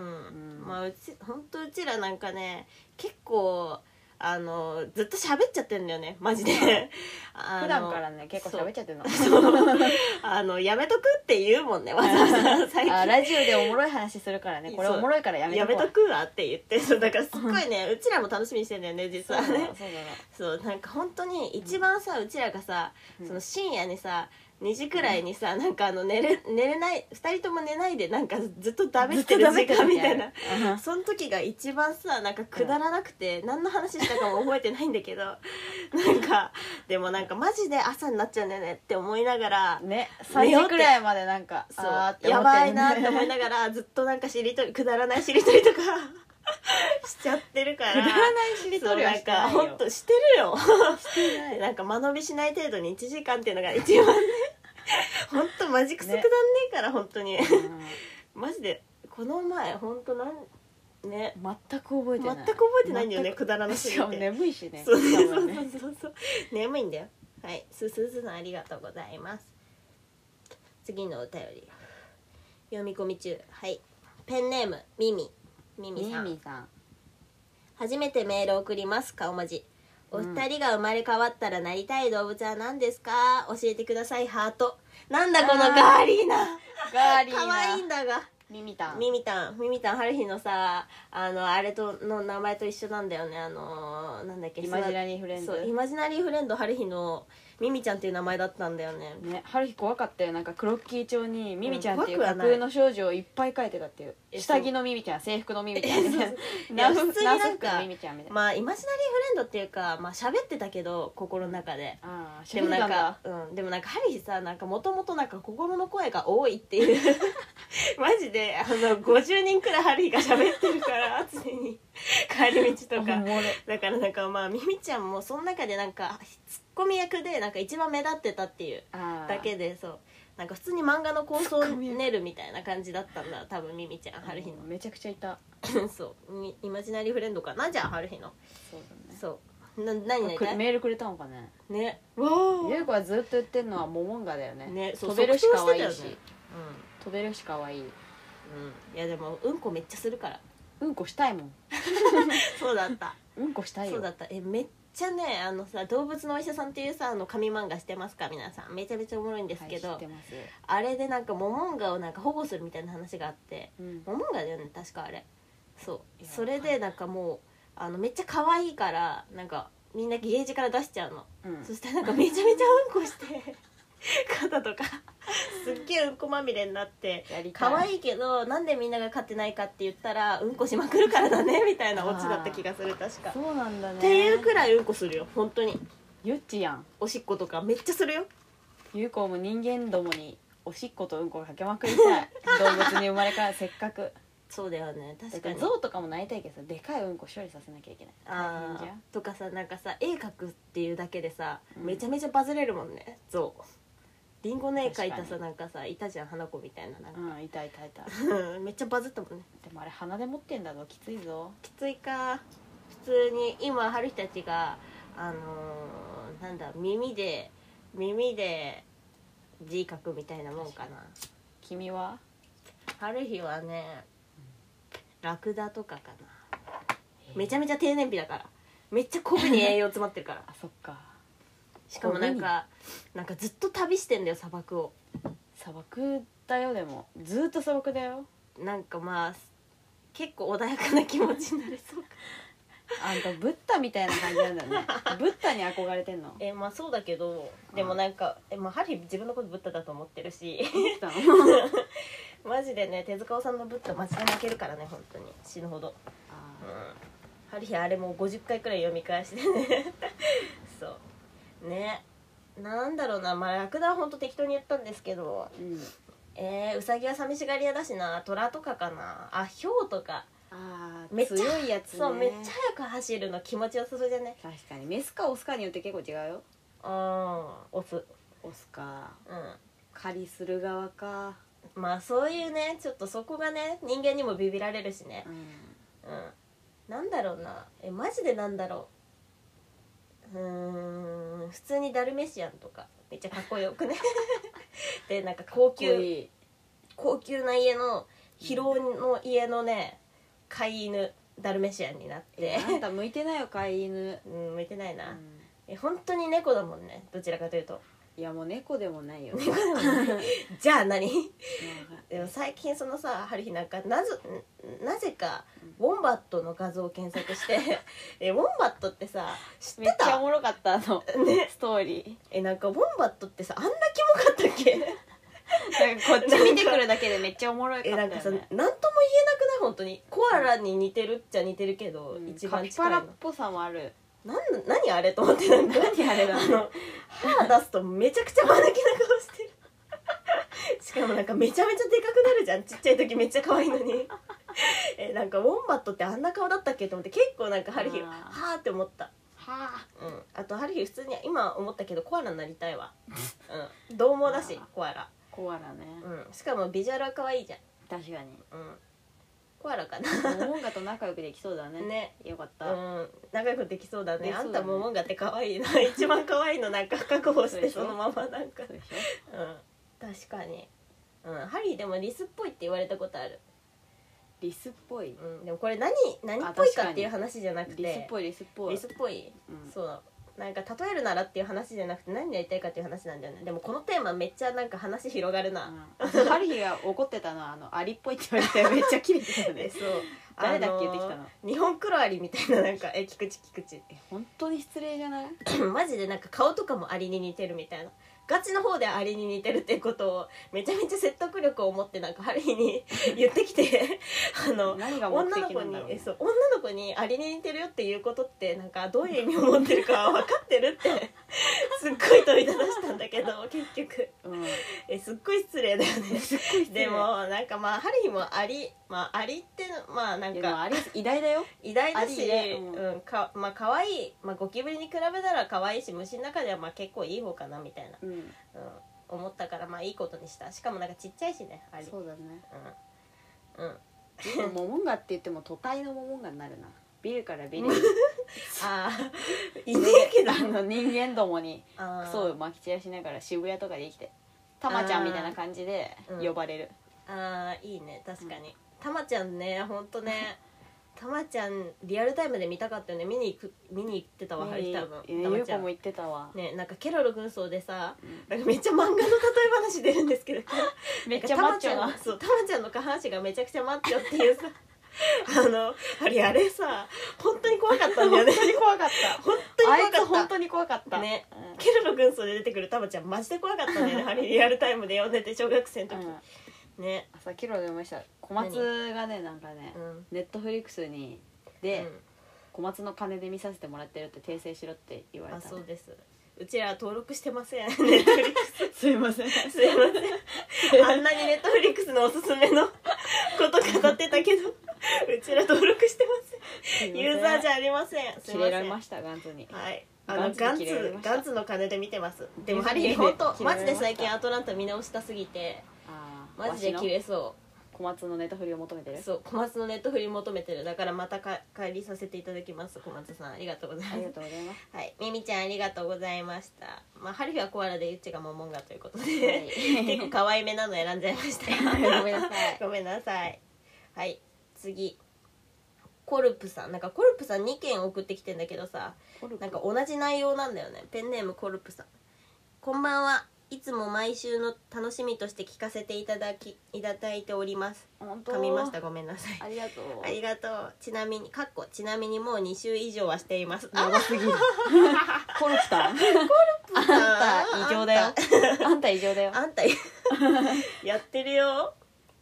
[SPEAKER 2] うん
[SPEAKER 3] ん、まあうち本当うちらなんかね結構あのずっと喋っちゃってんだよねマジで <laughs> 普
[SPEAKER 2] 普段からね結構喋っちゃってるの
[SPEAKER 3] <laughs> あのやめとくって言うもんねわざわざ最近
[SPEAKER 2] あラジオでおもろい話するからねこれ
[SPEAKER 3] そう
[SPEAKER 2] おもろいからやめ
[SPEAKER 3] や
[SPEAKER 2] とこ
[SPEAKER 3] め
[SPEAKER 2] う
[SPEAKER 3] とくわって言ってそうだからすっごい
[SPEAKER 2] <laughs>
[SPEAKER 3] ねうちらも楽しみにしてんだよね実
[SPEAKER 2] そう
[SPEAKER 3] は
[SPEAKER 2] だな
[SPEAKER 3] ね
[SPEAKER 2] そうだな
[SPEAKER 3] そうなんか本当に一番さうちらがさ
[SPEAKER 2] うん
[SPEAKER 3] その深夜にさ2時くらいにさなんかあの寝れ寝れない2人とも寝ないでなんかずっとダメってる時間みたいな
[SPEAKER 2] うん
[SPEAKER 3] その時が一番さなんかくだらなくて何の話したかも覚えてないんだけどなんかでもなんかマジで朝になっちゃうんだよねって思いながら <laughs>
[SPEAKER 2] ね3時くらいまでなんか
[SPEAKER 3] そう
[SPEAKER 2] あーって思
[SPEAKER 3] や
[SPEAKER 2] って
[SPEAKER 3] ばいなって思いながらずっとなんかしりとりくだらないしりとりとか <laughs> しちゃってるから
[SPEAKER 2] くだらないしりとりはしてない
[SPEAKER 3] そうなんか
[SPEAKER 2] よ
[SPEAKER 3] ほんとしてるよなんか間延びしない程度に1時間っていうのが一
[SPEAKER 2] <laughs>
[SPEAKER 3] 番ね本当マジクソくだんねえから、本当にマジでこの前本当なんね
[SPEAKER 2] うん全く覚え
[SPEAKER 3] 全
[SPEAKER 2] て
[SPEAKER 3] く
[SPEAKER 2] ない
[SPEAKER 3] 覚えてないんだよねくだらなす
[SPEAKER 2] し
[SPEAKER 3] ぎ
[SPEAKER 2] かも
[SPEAKER 3] て
[SPEAKER 2] 眠いしね
[SPEAKER 3] そうそう
[SPEAKER 2] 多
[SPEAKER 3] そ
[SPEAKER 2] 分
[SPEAKER 3] うそう
[SPEAKER 2] ね
[SPEAKER 3] そうそう眠いんだよはいすすずさんありがとうございます次のお便り読み込み中はいペンネームミミミミ
[SPEAKER 2] ミ
[SPEAKER 3] さん
[SPEAKER 2] ミさん
[SPEAKER 3] 初めてメールを送ります顔文字お二人が生まれ変わったらなりたい動物は何ですか教えてくださいハートなんだこのガーリーナ
[SPEAKER 2] ガーリー
[SPEAKER 3] 可愛い
[SPEAKER 2] なん
[SPEAKER 3] だが
[SPEAKER 2] ミミタン
[SPEAKER 3] ミミタンミミタン春日のさあのあれとの名前と一緒なんだよねあのーなんだっけ
[SPEAKER 2] イマジナリーフレンド
[SPEAKER 3] そうイマジナリーフレンド春日のミミちゃんっていう名前だったんだよね
[SPEAKER 2] ね春日怖かったよなんかクロッキー帳にミミちゃんっていう
[SPEAKER 3] うん
[SPEAKER 2] 架
[SPEAKER 3] 怖くはない
[SPEAKER 2] 空の少女をいっぱい書いてたっていう
[SPEAKER 3] え
[SPEAKER 2] 下着のミミちゃん制服のミミちゃん <laughs> みたい
[SPEAKER 3] や
[SPEAKER 2] な
[SPEAKER 3] 普通になんか
[SPEAKER 2] ナース服のミミちゃんみたいな
[SPEAKER 3] まあイマジナリーフレンドっていうかまあ喋ってたけど心の中で。
[SPEAKER 2] ああ
[SPEAKER 3] で
[SPEAKER 2] 喋
[SPEAKER 3] も
[SPEAKER 2] って
[SPEAKER 3] な
[SPEAKER 2] た
[SPEAKER 3] ん
[SPEAKER 2] ん
[SPEAKER 3] か
[SPEAKER 2] だ、
[SPEAKER 3] うん、でもなんかハリーさなんかもともとなんか心の声が多いっていう <laughs> マジであの50人くらいハリーが喋ってる <laughs> から常に帰り道と
[SPEAKER 2] お
[SPEAKER 3] か
[SPEAKER 2] もろい
[SPEAKER 3] だからなんかまあミミちゃんもその中でなんかツッコミ役でなんか一番目立ってたっていう
[SPEAKER 2] あー
[SPEAKER 3] だけでそうなんか普通に漫画の構想を
[SPEAKER 2] ツッコミ役
[SPEAKER 3] 練るみたいな感じだったんだ多分ミミちゃん春日
[SPEAKER 2] めちゃくちゃいた
[SPEAKER 3] の <laughs> そうみイマジナリーフレンドかなじゃあ春日の
[SPEAKER 2] そうだね
[SPEAKER 3] そうな何
[SPEAKER 2] く
[SPEAKER 3] 何
[SPEAKER 2] メールくれたのかね
[SPEAKER 3] ねわー
[SPEAKER 2] ゆう子はずっと言ってんのはモモンガだよね
[SPEAKER 3] ねそう
[SPEAKER 2] 飛べるし可愛いし
[SPEAKER 3] 即答してたよね
[SPEAKER 2] 飛べるし可愛い
[SPEAKER 3] うん、うん、いやでもうんこめっちゃするから
[SPEAKER 2] うんこしたいもん
[SPEAKER 3] <laughs> そうだった
[SPEAKER 2] うんこしたい
[SPEAKER 3] そう
[SPEAKER 2] よ
[SPEAKER 3] だったえめっちゃねあのさ「動物のお医者さん」っていうさあの紙漫画してますか皆さんめちゃめちゃおもろいんですけど、
[SPEAKER 2] はい、知ってます、
[SPEAKER 3] あれでなんかモモンガをなんか保護するみたいな話があって
[SPEAKER 2] うん、
[SPEAKER 3] モモンガだよね確かあれそう
[SPEAKER 2] いや
[SPEAKER 3] それでなんかもうあのめっちゃ可愛いからなんかみんなゲージから出しちゃうの、
[SPEAKER 2] うん
[SPEAKER 3] そしたらなんかめちゃめちゃうんこして肩とかすっげえうんこまみれになって
[SPEAKER 2] やりたい
[SPEAKER 3] 可愛いけどなんでみんなが飼ってないかって言ったらうんこしまくるからだ <laughs> ねみたいなオチだった気がする確か、
[SPEAKER 2] そうなんだね
[SPEAKER 3] っていうくらいうんこするよ本当に
[SPEAKER 2] ゆっちやん
[SPEAKER 3] おしっことかめっちゃするよ
[SPEAKER 2] ゆうこも人間どもにおしっことうんこをかけまくりたい動物に生まれ変わるせっかく
[SPEAKER 3] そうだよね
[SPEAKER 2] だ
[SPEAKER 3] 確
[SPEAKER 2] っ
[SPEAKER 3] か
[SPEAKER 2] て
[SPEAKER 3] に
[SPEAKER 2] 象とかもなりたいけどさでかいうんこ処理させなきゃいけない
[SPEAKER 3] あ
[SPEAKER 2] 大変じゃん
[SPEAKER 3] ーとかさなんかさ絵描くっていうだけでさ、
[SPEAKER 2] うん
[SPEAKER 3] めちゃめちゃバズれるもんねそうリンゴの絵描いた
[SPEAKER 2] 確か
[SPEAKER 3] さ
[SPEAKER 2] に
[SPEAKER 3] なんかさいたじゃん花子みたいななんか、
[SPEAKER 2] うん痛い痛い痛い
[SPEAKER 3] <laughs> めっちゃバズったもんね
[SPEAKER 2] でもあれ鼻で持ってんだぞきついぞ
[SPEAKER 3] きついか普通に今春日たちがあのーなんだ耳で耳で字書くみたいなもんかな
[SPEAKER 2] 君は
[SPEAKER 3] 春日はね
[SPEAKER 4] ラクダとかかなめちゃめちゃ低燃費だからめっちゃ昆布に栄養詰まってるから
[SPEAKER 2] あそっか
[SPEAKER 4] しかもなんかなんかずっと旅してんだよ砂漠を
[SPEAKER 2] 砂漠だよでもずーっと砂漠だよ
[SPEAKER 4] なんかまあ結構穏やかな気持ちになれそうか
[SPEAKER 2] あんたブッダみたいな感じなんだ <laughs> ねブッダに憧れてんの
[SPEAKER 3] <laughs> えまあそうだけどでもなんか、えまあ、ハリー自分のことブッダだと思ってるし <laughs>
[SPEAKER 2] ブ <laughs> ッダの
[SPEAKER 3] マジでね手塚さんのブッダマジで泣けるからね本当に死ぬほど、うん
[SPEAKER 2] あ、
[SPEAKER 3] ハリーあれもう50回くらい読み返してね <laughs> そうねなんだろうなまあラクダは本当適当に言ったんですけど
[SPEAKER 2] ーうん
[SPEAKER 3] えー、ウサギは寂しがり屋だしなトラとかかなあヒョウとか
[SPEAKER 2] あー
[SPEAKER 3] めっちゃ
[SPEAKER 2] 強いやつね
[SPEAKER 3] そうめっちゃ速く走るの気持ちよさそうじゃね
[SPEAKER 2] 確かにメスかオスかによって結構違うよ
[SPEAKER 3] うんオス
[SPEAKER 2] オスか
[SPEAKER 3] う
[SPEAKER 2] 狩りする側か、
[SPEAKER 3] んまあそういうねちょっとそこがね人間にもビビられるしね
[SPEAKER 2] うん、
[SPEAKER 3] うんなんだろうなえマジでなんだろううーん普通にダルメシアンとかめっちゃかっこよ
[SPEAKER 2] <laughs>
[SPEAKER 3] くねでなんか高級
[SPEAKER 2] かっこいい
[SPEAKER 3] 高級な家の広尾の家のね飼い犬ダルメシアンになって
[SPEAKER 2] あんた向いてないよ飼い犬、
[SPEAKER 3] うん向いてないうな、
[SPEAKER 2] ん
[SPEAKER 3] え本当に猫だもんねどちらかというと
[SPEAKER 2] いやもう猫でもないよ
[SPEAKER 3] じゃあ
[SPEAKER 2] な
[SPEAKER 3] 何
[SPEAKER 2] んか
[SPEAKER 3] でも最近そのさ春日なんかなぜなぜかウォンバットの画像を検索して
[SPEAKER 2] <laughs>
[SPEAKER 3] えウォンバットってさ知って
[SPEAKER 2] めっちゃお
[SPEAKER 3] た
[SPEAKER 2] もろかったあの、ストーリ
[SPEAKER 3] えなんかウォンバットってさあんなキモかったっけ
[SPEAKER 2] ーなんかこっち見てくるだけでめっちゃおもろかった
[SPEAKER 3] え
[SPEAKER 2] よ、
[SPEAKER 3] な
[SPEAKER 2] ね、
[SPEAKER 3] んかさ何とも言えなくない本当にコアラに似てるっちゃ似てるけど、
[SPEAKER 2] うん
[SPEAKER 3] 一
[SPEAKER 2] カ
[SPEAKER 3] 番
[SPEAKER 2] ピ
[SPEAKER 3] 近
[SPEAKER 2] バ
[SPEAKER 3] いの
[SPEAKER 2] ラっぽさもある
[SPEAKER 3] なん <laughs> 何あれと思ってなんか
[SPEAKER 2] 何あれだ
[SPEAKER 3] あの歯出すとめちゃくちゃマヌケな顔してるしかもなんかめちゃめちゃでかくなるじゃんちっちゃい時めっちゃ可愛いのにえなんかウォンバットってあんな顔だったっけと思って結構なんかハルヒ
[SPEAKER 2] あー
[SPEAKER 3] はあって思った
[SPEAKER 2] は
[SPEAKER 3] うんあとハルヒ普通に今思ったけどコアラになりたいわうん獰猛だし
[SPEAKER 2] あー
[SPEAKER 3] コアラ
[SPEAKER 2] コアラね、
[SPEAKER 3] うんしかもビジュアルは可愛いじゃ
[SPEAKER 2] 確かに
[SPEAKER 3] んうんコアラかな
[SPEAKER 2] モモンガと仲良くできそうだね
[SPEAKER 3] ね
[SPEAKER 2] よかっ
[SPEAKER 3] う
[SPEAKER 2] た、
[SPEAKER 3] ん仲良くできそうだね
[SPEAKER 2] でき
[SPEAKER 3] あ
[SPEAKER 2] そうんだね
[SPEAKER 3] たモモンガって可愛いな一番可愛いのなんか確保してそのままなん
[SPEAKER 2] そ
[SPEAKER 3] か
[SPEAKER 2] うでし
[SPEAKER 3] うん確かに、うん、ハリーでもリスっぽいって言われたことある、
[SPEAKER 2] ょリスっぽい
[SPEAKER 3] うん、でもこれ何何っぽいかっていう話じゃなくて
[SPEAKER 2] リスっぽいリスっぽい
[SPEAKER 3] リスっぽい
[SPEAKER 2] うん
[SPEAKER 3] そうなんか例えるならっていう話じゃなくて何やりたいかっていう話なんだよねでもこのテーマめっちゃなんか話広がるな、
[SPEAKER 2] うん、ハリーが怒ってたのはあのアリっぽいって言われてめっちゃキレてたよ
[SPEAKER 3] え
[SPEAKER 2] ね
[SPEAKER 3] そう
[SPEAKER 2] 誰だっけ言
[SPEAKER 3] <laughs> あ
[SPEAKER 2] っ
[SPEAKER 3] の
[SPEAKER 2] てきた
[SPEAKER 3] ー
[SPEAKER 2] の
[SPEAKER 3] 日本黒アリみたいななんかえ菊池菊池 <clears throat>
[SPEAKER 2] 本当に失礼じゃない
[SPEAKER 3] マジでなんか顔とかもアリに似てるみたいなガチの方でアリに似てるってことをめちゃめちゃ説得力を持ってなんかハリーに <laughs> 言ってきてあの
[SPEAKER 2] 何が目
[SPEAKER 3] 女の
[SPEAKER 2] 的
[SPEAKER 3] 子
[SPEAKER 2] なん
[SPEAKER 3] に
[SPEAKER 2] だろう
[SPEAKER 3] えそう女の子にアリに似てるよっていうことってなんかどういう意味を持ってる
[SPEAKER 2] <laughs>
[SPEAKER 3] か分かってるってすっごい問いただしたんだけど結局
[SPEAKER 2] うん
[SPEAKER 3] えすっごい失礼だよね
[SPEAKER 2] 礼
[SPEAKER 3] でもなんかまあハリーもアリまあアリってまあないん
[SPEAKER 2] やでも
[SPEAKER 3] か
[SPEAKER 2] アリ偉大だよ
[SPEAKER 3] 偉大だ
[SPEAKER 2] ア
[SPEAKER 3] し、
[SPEAKER 2] リねうん
[SPEAKER 3] うんかまあ可愛いまあゴキブリに比べたら可愛いし虫の中ではまあ結構いい方かなみたいな、
[SPEAKER 2] うん
[SPEAKER 3] うん、思ったからまあいいことにしたしかもなんかちっちゃいしねアリ
[SPEAKER 2] そうだね
[SPEAKER 3] うん、うん、
[SPEAKER 2] でもモモンガって言っても都会のモモンガになるなビルからビル
[SPEAKER 3] ああ
[SPEAKER 2] <laughs>
[SPEAKER 3] いねえけど
[SPEAKER 2] あの人間どもに
[SPEAKER 3] あ
[SPEAKER 2] ク
[SPEAKER 3] ー
[SPEAKER 2] ソをまき散らしながら渋谷とかで生きてたまちゃんみたいな感じで
[SPEAKER 3] うん
[SPEAKER 2] 呼ばれる、
[SPEAKER 3] あーいいね確かに、たまちゃんねほんとね <laughs> たまちゃんリアルタイムで見たかったよね見に行く見に行ってたわハリー多分
[SPEAKER 2] ねえ
[SPEAKER 3] た
[SPEAKER 2] ゆ
[SPEAKER 3] ま
[SPEAKER 2] う
[SPEAKER 3] ちゃ
[SPEAKER 2] こ
[SPEAKER 3] ん
[SPEAKER 2] も言ってたわ、
[SPEAKER 3] ねなんかケロロ軍曹でさ
[SPEAKER 2] うん
[SPEAKER 3] なんかめっちゃ漫画の例え話出るんですけど
[SPEAKER 2] <laughs> めっちゃマッチョ
[SPEAKER 3] な
[SPEAKER 2] なん
[SPEAKER 3] かたまちゃんそうたまちゃんの下半身がめちゃくちゃマッチョってい
[SPEAKER 2] <laughs>
[SPEAKER 3] うさあのあれあれさ本当に怖かったんだよ
[SPEAKER 2] <laughs>
[SPEAKER 3] ね
[SPEAKER 2] 怖かった
[SPEAKER 3] 本当に
[SPEAKER 2] あ
[SPEAKER 3] 怖
[SPEAKER 2] い
[SPEAKER 3] か
[SPEAKER 2] つ
[SPEAKER 3] った
[SPEAKER 2] 本当に怖かった
[SPEAKER 3] ね
[SPEAKER 2] うん
[SPEAKER 3] ケロロ軍曹で出てくるたまちゃんマジで怖かったんだよ
[SPEAKER 2] <laughs>
[SPEAKER 3] ねハリーリアルタイムで読んでて小学生の時、
[SPEAKER 2] うん
[SPEAKER 3] ね
[SPEAKER 2] 朝キロで思いました小松がねなんかね
[SPEAKER 3] うん
[SPEAKER 2] ネットフリックスにで、小松の金で見させてもらってるって訂正しろって言われ
[SPEAKER 3] あ
[SPEAKER 2] た
[SPEAKER 3] そ
[SPEAKER 2] の
[SPEAKER 3] うですうちら登録してません <laughs> ネットフリック
[SPEAKER 2] <laughs> すいません
[SPEAKER 3] スすいませんあんなにネットフリックスのおすすめのこと語ってたけどうちら登録してませんユーザーじ
[SPEAKER 2] ゃ
[SPEAKER 3] ゃありませんすい
[SPEAKER 2] 切
[SPEAKER 3] ま
[SPEAKER 2] れ
[SPEAKER 3] せ
[SPEAKER 2] られ
[SPEAKER 3] ん
[SPEAKER 2] ました元祖に
[SPEAKER 3] はいあの
[SPEAKER 2] ガ
[SPEAKER 3] ガ
[SPEAKER 2] ン
[SPEAKER 3] ン
[SPEAKER 2] ツ
[SPEAKER 3] ツ
[SPEAKER 2] に切れられました
[SPEAKER 3] ガンツの金で見てますでもハ
[SPEAKER 2] 切
[SPEAKER 3] リ
[SPEAKER 2] れ
[SPEAKER 3] ー
[SPEAKER 2] られ
[SPEAKER 3] 本
[SPEAKER 2] ました
[SPEAKER 3] 当マジで最近アトランタ見直したすぎて
[SPEAKER 2] あー
[SPEAKER 3] マジで
[SPEAKER 2] わしの
[SPEAKER 3] 切れそ
[SPEAKER 2] 小松のネタ振りを求めて
[SPEAKER 3] う
[SPEAKER 2] る
[SPEAKER 3] そう小松のネットフリ求めてるだからまたか帰りさせていただきます小松さんありがとうございま
[SPEAKER 2] ありが
[SPEAKER 3] す
[SPEAKER 2] とうございます
[SPEAKER 3] はい、ミミちゃんありがとうございました。まあ、ハルヒはコアラでユッチがモモンガということで、
[SPEAKER 2] い
[SPEAKER 3] 結 <laughs> 構可愛めなの選んじゃいました。
[SPEAKER 2] ごめんなさい
[SPEAKER 3] ごめんなさい。はい、次。コルプさんなんかコルプさん2件送ってきてんだけどさなんか同じ内容なんだよねペンネームコルプさんこんばんはいつも毎週の楽しみとして聞かせていただきいただいております
[SPEAKER 2] 本当
[SPEAKER 3] 噛みましたごめんなさい
[SPEAKER 2] ありがとう
[SPEAKER 3] ありがとうちなみにかっこちなみにもう2週以上はしています
[SPEAKER 2] やばすぎるコルプタン
[SPEAKER 3] あん
[SPEAKER 2] あんた異常だよあんた異常だよ
[SPEAKER 3] あんた <laughs> やってるよ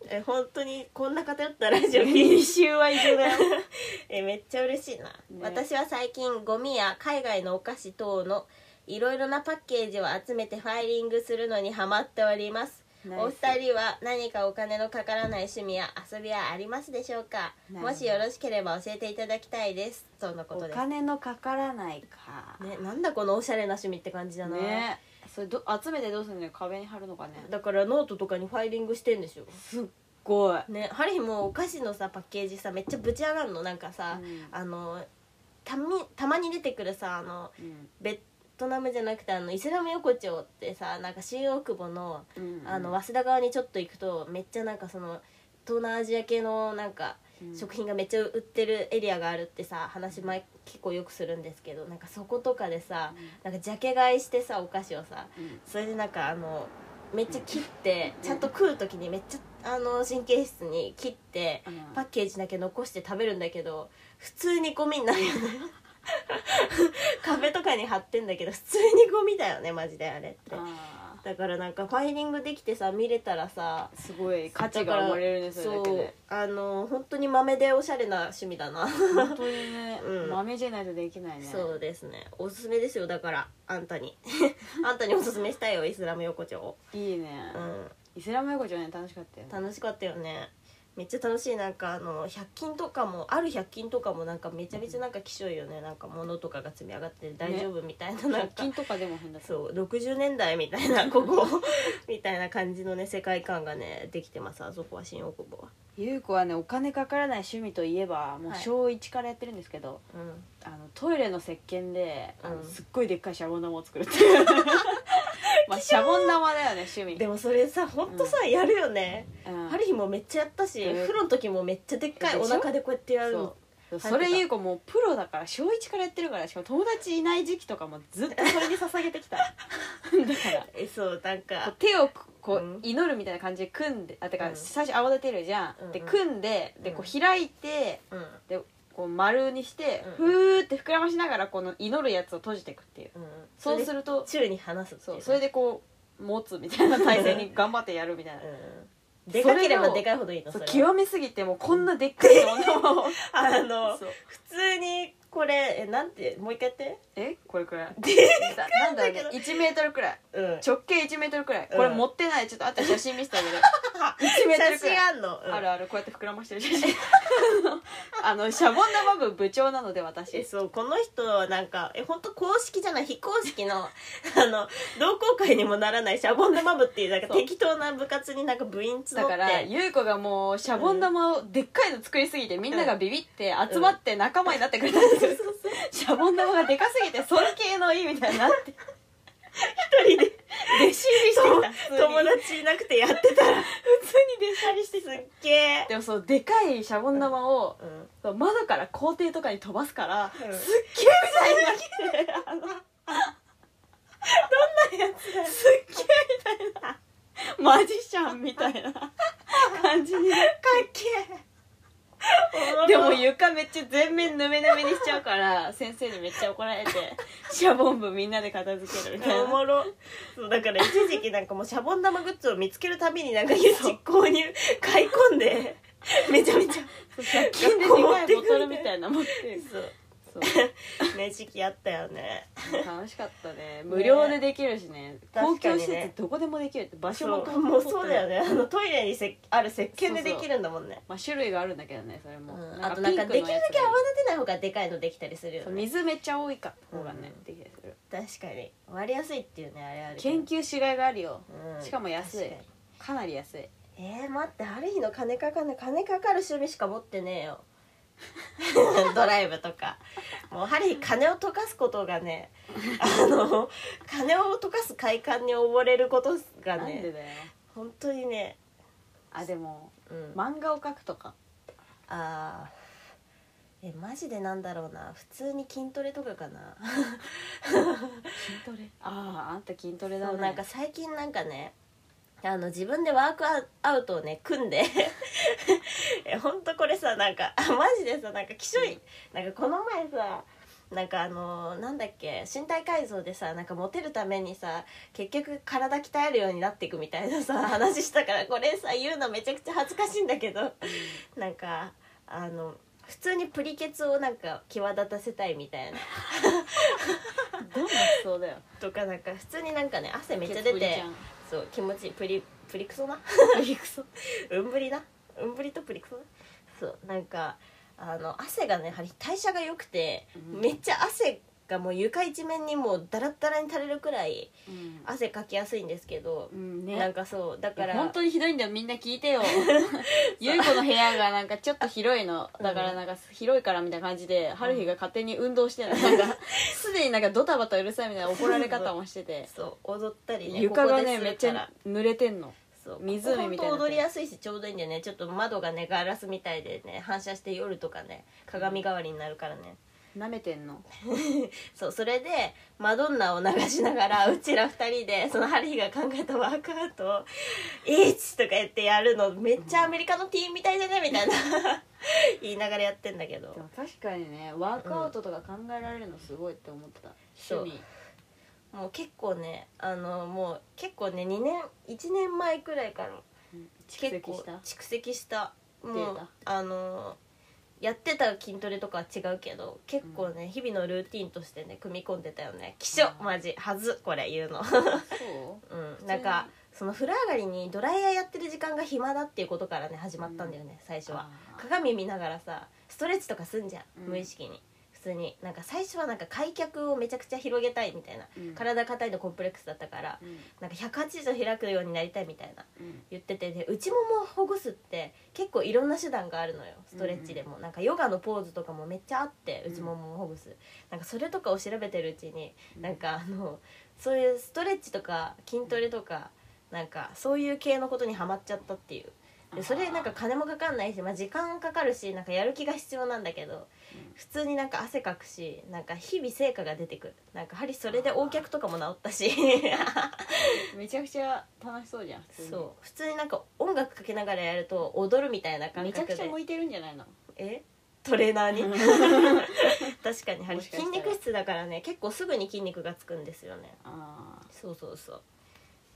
[SPEAKER 3] え本当にこんな方だったらラジオ聞いて
[SPEAKER 2] 週は異常だよ
[SPEAKER 3] <laughs> えめっちゃ嬉しいな、私は最近ゴミや海外のお菓子等のいろいろなパッケージを集めてファイリングするのにハマっておりますお二人は何かお金のかからない趣味や遊びはありますでしょうか
[SPEAKER 2] ない
[SPEAKER 3] もしよろしければ教えていただきたいですとのこと
[SPEAKER 2] お
[SPEAKER 3] です
[SPEAKER 2] 金のかからないか
[SPEAKER 3] ね、なんだこのおしゃれな趣味って感じだな、
[SPEAKER 2] ねそれど集めてどうするのよ壁に貼るのかね
[SPEAKER 3] だからノートとかにファイリングしてんでしょ
[SPEAKER 2] すっごい
[SPEAKER 3] ねハリーもお菓子のさパッケージさめっちゃぶち上がるのなんかさ、
[SPEAKER 2] うん
[SPEAKER 3] あのたみたまに出てくるさあの
[SPEAKER 2] うん
[SPEAKER 3] ベトナムじゃなくてあのイスラム横丁ってさなんか新大久保の
[SPEAKER 2] うん
[SPEAKER 3] あの早稲田側にちょっと行くとめっちゃなんかその東南アジア系のなんか
[SPEAKER 2] うん
[SPEAKER 3] 食品がめっちゃ売ってるエリアがあるってさ話前結構よくするんですけどなんかそことかでさなんかジャケ買いしてさお菓子をさ
[SPEAKER 2] うん
[SPEAKER 3] それでなんかあのめっちゃ切ってちゃんと食う時にめっちゃあの神経質に切って
[SPEAKER 2] うん
[SPEAKER 3] パッケージだけ残して食べるんだけど普通にゴミになるよね <laughs> 壁とかに貼ってんだけど普通にゴミだよねマジであれって
[SPEAKER 2] あ
[SPEAKER 3] だからなんかファイリングできてさ見れたらさ
[SPEAKER 2] ーすごい価値が生まれるねそれだけ
[SPEAKER 3] そう
[SPEAKER 2] で
[SPEAKER 3] あの本当に豆でおしゃれな趣味だな、
[SPEAKER 2] 本当に <laughs> ね
[SPEAKER 3] うん
[SPEAKER 2] 豆じゃないとできないね
[SPEAKER 3] そうですねおすすめですよだからあんたに <laughs> あんたにおすすめしたいよイスラム横丁
[SPEAKER 2] いいね
[SPEAKER 3] うん
[SPEAKER 2] イスラム横丁ね楽しかったよね
[SPEAKER 3] 楽しかったよねめっちゃ楽しいなんかあの100均とかもある100均とかもなんかめちゃめちゃなんか希少いよねなんか物とかが積み上がって大丈夫みたいな,、
[SPEAKER 2] <laughs>
[SPEAKER 3] なん
[SPEAKER 2] 百
[SPEAKER 3] か
[SPEAKER 2] 均とかでも変だった
[SPEAKER 3] そう60年代みた
[SPEAKER 2] <laughs>
[SPEAKER 3] いなここみたいな感じのね世界観がねできてますあそこは新大久保は
[SPEAKER 2] ゆう子はねお金かからない趣味といえばもう
[SPEAKER 3] はい
[SPEAKER 2] 小1からやってるんですけど、
[SPEAKER 3] うん
[SPEAKER 2] あのトイレの石鹸であの
[SPEAKER 3] うん
[SPEAKER 2] すっごいでっかいシャボン玉を作るっていう <laughs> まあシャボン玉だよね趣味
[SPEAKER 3] でもそれさほんとさ、やるよね、
[SPEAKER 2] うん
[SPEAKER 3] ある日もめっちゃやったし、
[SPEAKER 2] うん
[SPEAKER 3] 風呂の時もめっちゃでっかい
[SPEAKER 2] で
[SPEAKER 3] お
[SPEAKER 2] しょ
[SPEAKER 3] 腹でこうやってやるの
[SPEAKER 2] そうそれゆう子もうプロだから小1からやってるからしかも友達いない時期とかもずっとそれに捧げて <laughs> きただから
[SPEAKER 3] えそうなん
[SPEAKER 2] こう
[SPEAKER 3] か
[SPEAKER 2] 手をこう、
[SPEAKER 3] うん
[SPEAKER 2] 祈るみたいな感じで組んであてか、
[SPEAKER 3] うん
[SPEAKER 2] 最初泡立てるじゃん、
[SPEAKER 3] うんうん
[SPEAKER 2] で組んででこう開いて
[SPEAKER 3] うん
[SPEAKER 2] こう丸にして、
[SPEAKER 3] うん
[SPEAKER 2] ふーって膨らましながらこの祈るやつを閉じていくっていう
[SPEAKER 3] うん
[SPEAKER 2] そうす
[SPEAKER 3] る
[SPEAKER 2] ると
[SPEAKER 3] 宙に話すってい
[SPEAKER 2] そう
[SPEAKER 3] ね
[SPEAKER 2] それでこう持つみたいな体勢 <laughs> に頑張ってやるみたいな
[SPEAKER 3] うんでかければでかいほどいいの
[SPEAKER 2] そう
[SPEAKER 3] れは
[SPEAKER 2] 極めすぎてもうこんなでっかいもの <laughs> を
[SPEAKER 3] あの
[SPEAKER 2] そう
[SPEAKER 3] 普通にこれえなんてもう一回やって
[SPEAKER 2] えこれくらい
[SPEAKER 3] で
[SPEAKER 2] ななんだろうね1メートルくらい
[SPEAKER 3] うん
[SPEAKER 2] 直径1メートルくらい
[SPEAKER 3] うん
[SPEAKER 2] これ持ってないちょっとあと写真見せてあげる1メートル
[SPEAKER 3] 写
[SPEAKER 2] くらい
[SPEAKER 3] 真あんの、うん
[SPEAKER 2] あるあるこうやって膨らましてる写真 <laughs> あのシャボン玉部部長なので
[SPEAKER 3] え
[SPEAKER 2] 私
[SPEAKER 3] そうこの人はなんかえ本当公式じゃない非公式の <laughs> あの同好会にもならないシャボン玉部っていうなんか
[SPEAKER 2] そう
[SPEAKER 3] 適当な部活になんか部員募
[SPEAKER 2] だ
[SPEAKER 3] って
[SPEAKER 2] から優子がもうシャボン玉をでっかいの作りすぎてみんながビビって集まって仲間になってくれたんですよシャボン玉がでかすぎて尊敬の意みたいにな <laughs> って
[SPEAKER 3] 一人で
[SPEAKER 2] 弟子入りしてきた <laughs> 普通に
[SPEAKER 3] 友達いなくてやってたら
[SPEAKER 2] 普通に弟子入りしてき
[SPEAKER 3] す
[SPEAKER 2] た
[SPEAKER 3] っげえ、
[SPEAKER 2] でもそうでかいシャボン玉を
[SPEAKER 3] うん、
[SPEAKER 2] そう窓から校庭とかに飛ばすからすっげ
[SPEAKER 3] う
[SPEAKER 2] え
[SPEAKER 3] ん
[SPEAKER 2] みたいになって <laughs> あのどんなやつだよすっげえみたいなマジシャンみたいな感じにでも床めっちゃ全面ぬめぬめにしちゃう <laughs> から先生にめっちゃ怒られてシャボン部みんなで片付けるみ <laughs> たい
[SPEAKER 3] お
[SPEAKER 2] な
[SPEAKER 3] もろそうだから一時期なんかもうシャボン玉グッズを見つけるたびになんか実購入買い込んでめちゃめちゃ
[SPEAKER 2] 100均ででかいボトルみたいなの持って
[SPEAKER 3] そ
[SPEAKER 2] そ
[SPEAKER 3] う
[SPEAKER 2] う
[SPEAKER 3] ね時期あったよね
[SPEAKER 2] 楽しかったね無料でできるしね公
[SPEAKER 3] 確か
[SPEAKER 2] 共
[SPEAKER 3] にね
[SPEAKER 2] 施設どこでもできるって場所
[SPEAKER 3] そ
[SPEAKER 2] も
[SPEAKER 3] うもうそうだよ
[SPEAKER 2] ね、
[SPEAKER 3] ねあのトイレにせある石鹸でできるんだもんね
[SPEAKER 2] まあ、種類があるんだけどねそれも、
[SPEAKER 3] うんあとなんかできるだけ泡立てない方がでかいのできたりするよ
[SPEAKER 2] そう
[SPEAKER 3] ね
[SPEAKER 2] 水めっちゃ多いか方がね、
[SPEAKER 3] うん
[SPEAKER 2] できたりする
[SPEAKER 3] 確かに割りやすいっていうねあれある
[SPEAKER 2] 研究しがいがあるよ
[SPEAKER 3] うん
[SPEAKER 2] しかも安い
[SPEAKER 3] 確かに
[SPEAKER 2] かなり安い
[SPEAKER 3] えー、待ってある日の金かかんない金かかる趣味しか持ってね
[SPEAKER 2] <laughs>
[SPEAKER 3] えよドライブとかもうハリー金を溶かすことがねあの金を溶かす快感に溺れることが
[SPEAKER 2] なんで
[SPEAKER 3] ね
[SPEAKER 2] だよ
[SPEAKER 3] 本当にね、
[SPEAKER 2] あでも
[SPEAKER 3] うん、
[SPEAKER 2] 漫画を描くとか
[SPEAKER 3] あえマジでなんだろうな普通に筋トレとかかな
[SPEAKER 2] 筋トレあああんた筋トレだ
[SPEAKER 3] そう
[SPEAKER 2] ね
[SPEAKER 3] なんか最近なんかねあの自分でワークアウトをね組んで <laughs> えほんとこれさなんかあマジでさなんかきしょいなんかこの前さなんかあのなんだっけ身体改造でさなんかモテるためにさ結局体鍛えるようになっていくみたいなさ話したからこれさ言うのめちゃくちゃ恥ずかしいんだけどなんかあの普通にプリケツをなんか際立たせたいみたいな
[SPEAKER 2] どんなそうだよ
[SPEAKER 3] とかなんか普通になんかね汗めっちゃ出
[SPEAKER 2] ケツブリ
[SPEAKER 3] て
[SPEAKER 2] ちゃん
[SPEAKER 3] そう気持ちいいプリプリ
[SPEAKER 2] <laughs>
[SPEAKER 3] クソなプリクソうんぶりなうんぶりとプリクソなそうなんかあの汗がねやはり代謝が良くて、
[SPEAKER 2] うん
[SPEAKER 3] めっちゃ汗がもう床一面にもうダラッダラに垂れるくらい
[SPEAKER 2] うん
[SPEAKER 3] 汗かきやすいんですけど
[SPEAKER 2] う、ん
[SPEAKER 3] な
[SPEAKER 2] ね
[SPEAKER 3] んかそうだから
[SPEAKER 2] 本当にひどいんだよみんな聞い <laughs> てよゆい子の部屋がなんかちょっと広いのだからなんか広いからみたいな感じで春日が勝手に運動してるのなんかすでになんかドタバタうるさいみたいな怒られ方もしてて
[SPEAKER 3] そう踊ったりね
[SPEAKER 2] 床が
[SPEAKER 3] ここ
[SPEAKER 2] ね
[SPEAKER 3] です
[SPEAKER 2] めっ
[SPEAKER 3] る
[SPEAKER 2] ち
[SPEAKER 3] から
[SPEAKER 2] ゃ濡れてんの
[SPEAKER 3] そう
[SPEAKER 2] 湖みたいになってる
[SPEAKER 3] ここ本当踊りやすいしちょうどいいんだよねちょっと窓がねガラスみたいでね反射して夜とかね鏡代わりになるからね、
[SPEAKER 2] 舐めてんの
[SPEAKER 3] そうそれでマドンナを流しな
[SPEAKER 2] <laughs>
[SPEAKER 3] がらうちら二人でそのハリーが考えたワークアウトを「イーチ!」とか言ってやるのめっちゃアメリカのティーンみたいじゃねみたいな言いながらやってんだけど
[SPEAKER 2] でも確かにねワークアウトとか考えられるのすごいって思った、
[SPEAKER 3] うん
[SPEAKER 2] 趣味
[SPEAKER 3] もう結構ねあのもう結構ね2年1年前くらいから
[SPEAKER 2] うん蓄
[SPEAKER 3] 結
[SPEAKER 2] 積
[SPEAKER 3] 構
[SPEAKER 2] した
[SPEAKER 3] 蓄積した
[SPEAKER 2] デ
[SPEAKER 3] も
[SPEAKER 2] ー
[SPEAKER 3] う
[SPEAKER 2] タ
[SPEAKER 3] あのやってた筋トレとかは違うけど結構ね、日々のルーティンとしてね組み込んでたよね気象
[SPEAKER 2] うん
[SPEAKER 3] マジはずこれ言うの
[SPEAKER 2] そ
[SPEAKER 3] うん、
[SPEAKER 2] に
[SPEAKER 3] なんかその風呂上がりにドライヤーやってる時間が暇だっていうことからね始まったんだよね、最初
[SPEAKER 2] う
[SPEAKER 3] は
[SPEAKER 2] あー
[SPEAKER 3] 鏡見ながらさストレッチとかすんじゃん、
[SPEAKER 2] うん
[SPEAKER 3] 無意識に普通になんか最初はなんか開脚をめちゃくちゃ広げたいみたいな、
[SPEAKER 2] うん
[SPEAKER 3] 体硬いのコンプレックスだったから
[SPEAKER 2] うん
[SPEAKER 3] なんか180度開くようになりたいみたいな
[SPEAKER 2] うん
[SPEAKER 3] 言っててで内ももをほぐすって結構いろんな手段があるのよストレッチでも、なんかヨガのポーズとかもめっちゃあって
[SPEAKER 2] うん
[SPEAKER 3] 内ももをほぐす、なんかそれとかを調べてるうちに、
[SPEAKER 2] うん
[SPEAKER 3] なんかあのそういうストレッチとか筋トレとか、なんかそういう系のことにはまっちゃったっていうでそれなんか金もかかんないし、まあ、時間かかるしなんかやる気が必要なんだけど、
[SPEAKER 2] うん
[SPEAKER 3] 普通になんか汗かくしなんか日々成果が出てくるなんかやはりそれで横脚とかも治っ
[SPEAKER 2] <laughs>
[SPEAKER 3] たし。
[SPEAKER 2] めちゃくちゃ楽しそうじゃん普通に
[SPEAKER 3] そう普通になんか音楽かけながらやると踊るみたいな感
[SPEAKER 2] めちゃ
[SPEAKER 3] 覚
[SPEAKER 2] くちゃ
[SPEAKER 3] で
[SPEAKER 2] 向いてるんじゃないの
[SPEAKER 3] えトレ
[SPEAKER 2] <laughs>
[SPEAKER 3] ーナーに確かにハリ
[SPEAKER 2] もしかしたら
[SPEAKER 3] 筋肉質だからね結構すぐに筋肉がつくんですよね
[SPEAKER 2] あ
[SPEAKER 3] そうそうそう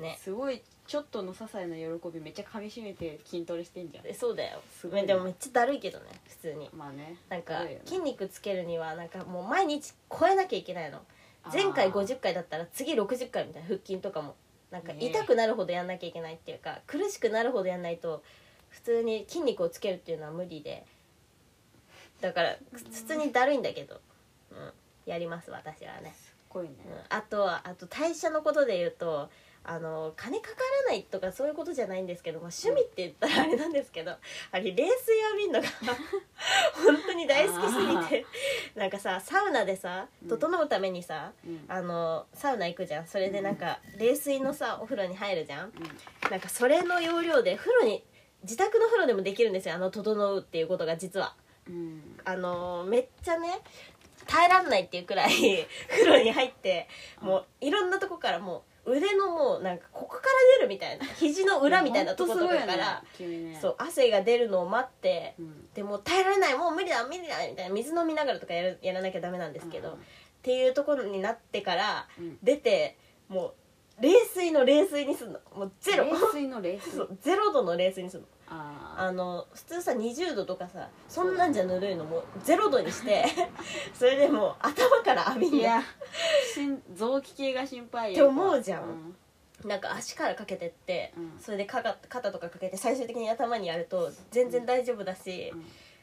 [SPEAKER 2] あ
[SPEAKER 3] ね
[SPEAKER 2] すごいちょっとの些細な喜びめっちゃ噛みしめて筋トレしてんじゃん
[SPEAKER 3] えそうだよ
[SPEAKER 2] すごいね
[SPEAKER 3] でもめっちゃだるいけどね普通に
[SPEAKER 2] まあね
[SPEAKER 3] なん
[SPEAKER 2] だ
[SPEAKER 3] か
[SPEAKER 2] るいよね
[SPEAKER 3] 筋肉つけるにはなんかもう毎日超えなきゃいけないの
[SPEAKER 2] あー
[SPEAKER 3] 前回50回だったら次60回みたいな腹筋とかもなんか
[SPEAKER 2] ね
[SPEAKER 3] 痛くなるほどやんなきゃいけないっていうか苦しくなるほどやんないと普通に筋肉をつけるっていうのは無理でだから普通にだるいんだけど、うん、やります私はね、
[SPEAKER 2] すっごいね
[SPEAKER 3] うん、あとはあと代謝のことで言うとあの金かからないとかそういうことじゃないんですけど、まあ、趣味って言ったらあれなんですけどあれ冷水を浴びるのが <laughs> 本当に大好きすぎてなんかさサウナでさ整うためにさ、
[SPEAKER 2] うん
[SPEAKER 3] あのサウナ行くじゃんそれでなんか冷水のさお風呂に入るじゃ
[SPEAKER 2] う
[SPEAKER 3] ん
[SPEAKER 2] ん
[SPEAKER 3] なんかそれの要領で風呂に自宅の風呂でもできるんですよあの整うっていうことが実は
[SPEAKER 2] うん
[SPEAKER 3] あのめっちゃね耐えらんないっていう <laughs> くらい風呂に入ってもういろんなとこからもう腕のもうなんかここから出るみたいな肘の裏みたいなとことか
[SPEAKER 2] ほ
[SPEAKER 3] から、
[SPEAKER 2] んとすごいよね君ね
[SPEAKER 3] そう汗が出るのを待って
[SPEAKER 2] うん
[SPEAKER 3] でもう耐えられないもう無理だ無理だみたいな水飲みながらとかやるやらなきゃダメなんですけど、
[SPEAKER 2] う
[SPEAKER 3] っ
[SPEAKER 2] ん
[SPEAKER 3] ていうところになってから
[SPEAKER 2] うん
[SPEAKER 3] 出てもう冷水の冷水にすんのもうゼロ
[SPEAKER 2] 冷水の冷水
[SPEAKER 3] <laughs> そうゼロ度の冷水にすんの
[SPEAKER 2] あ
[SPEAKER 3] あの普通さ20度とかさそんなんじゃぬるいのもうゼロ度にして
[SPEAKER 2] <laughs>
[SPEAKER 3] それでもう頭から浴び
[SPEAKER 2] あい
[SPEAKER 3] んの
[SPEAKER 2] や心臓器系が心配よ
[SPEAKER 3] って思うじゃん
[SPEAKER 2] うん
[SPEAKER 3] なんか足からかけてって、
[SPEAKER 2] うん
[SPEAKER 3] それでかか肩とかかけて最終的に頭にやると全然大丈夫だし、
[SPEAKER 2] うん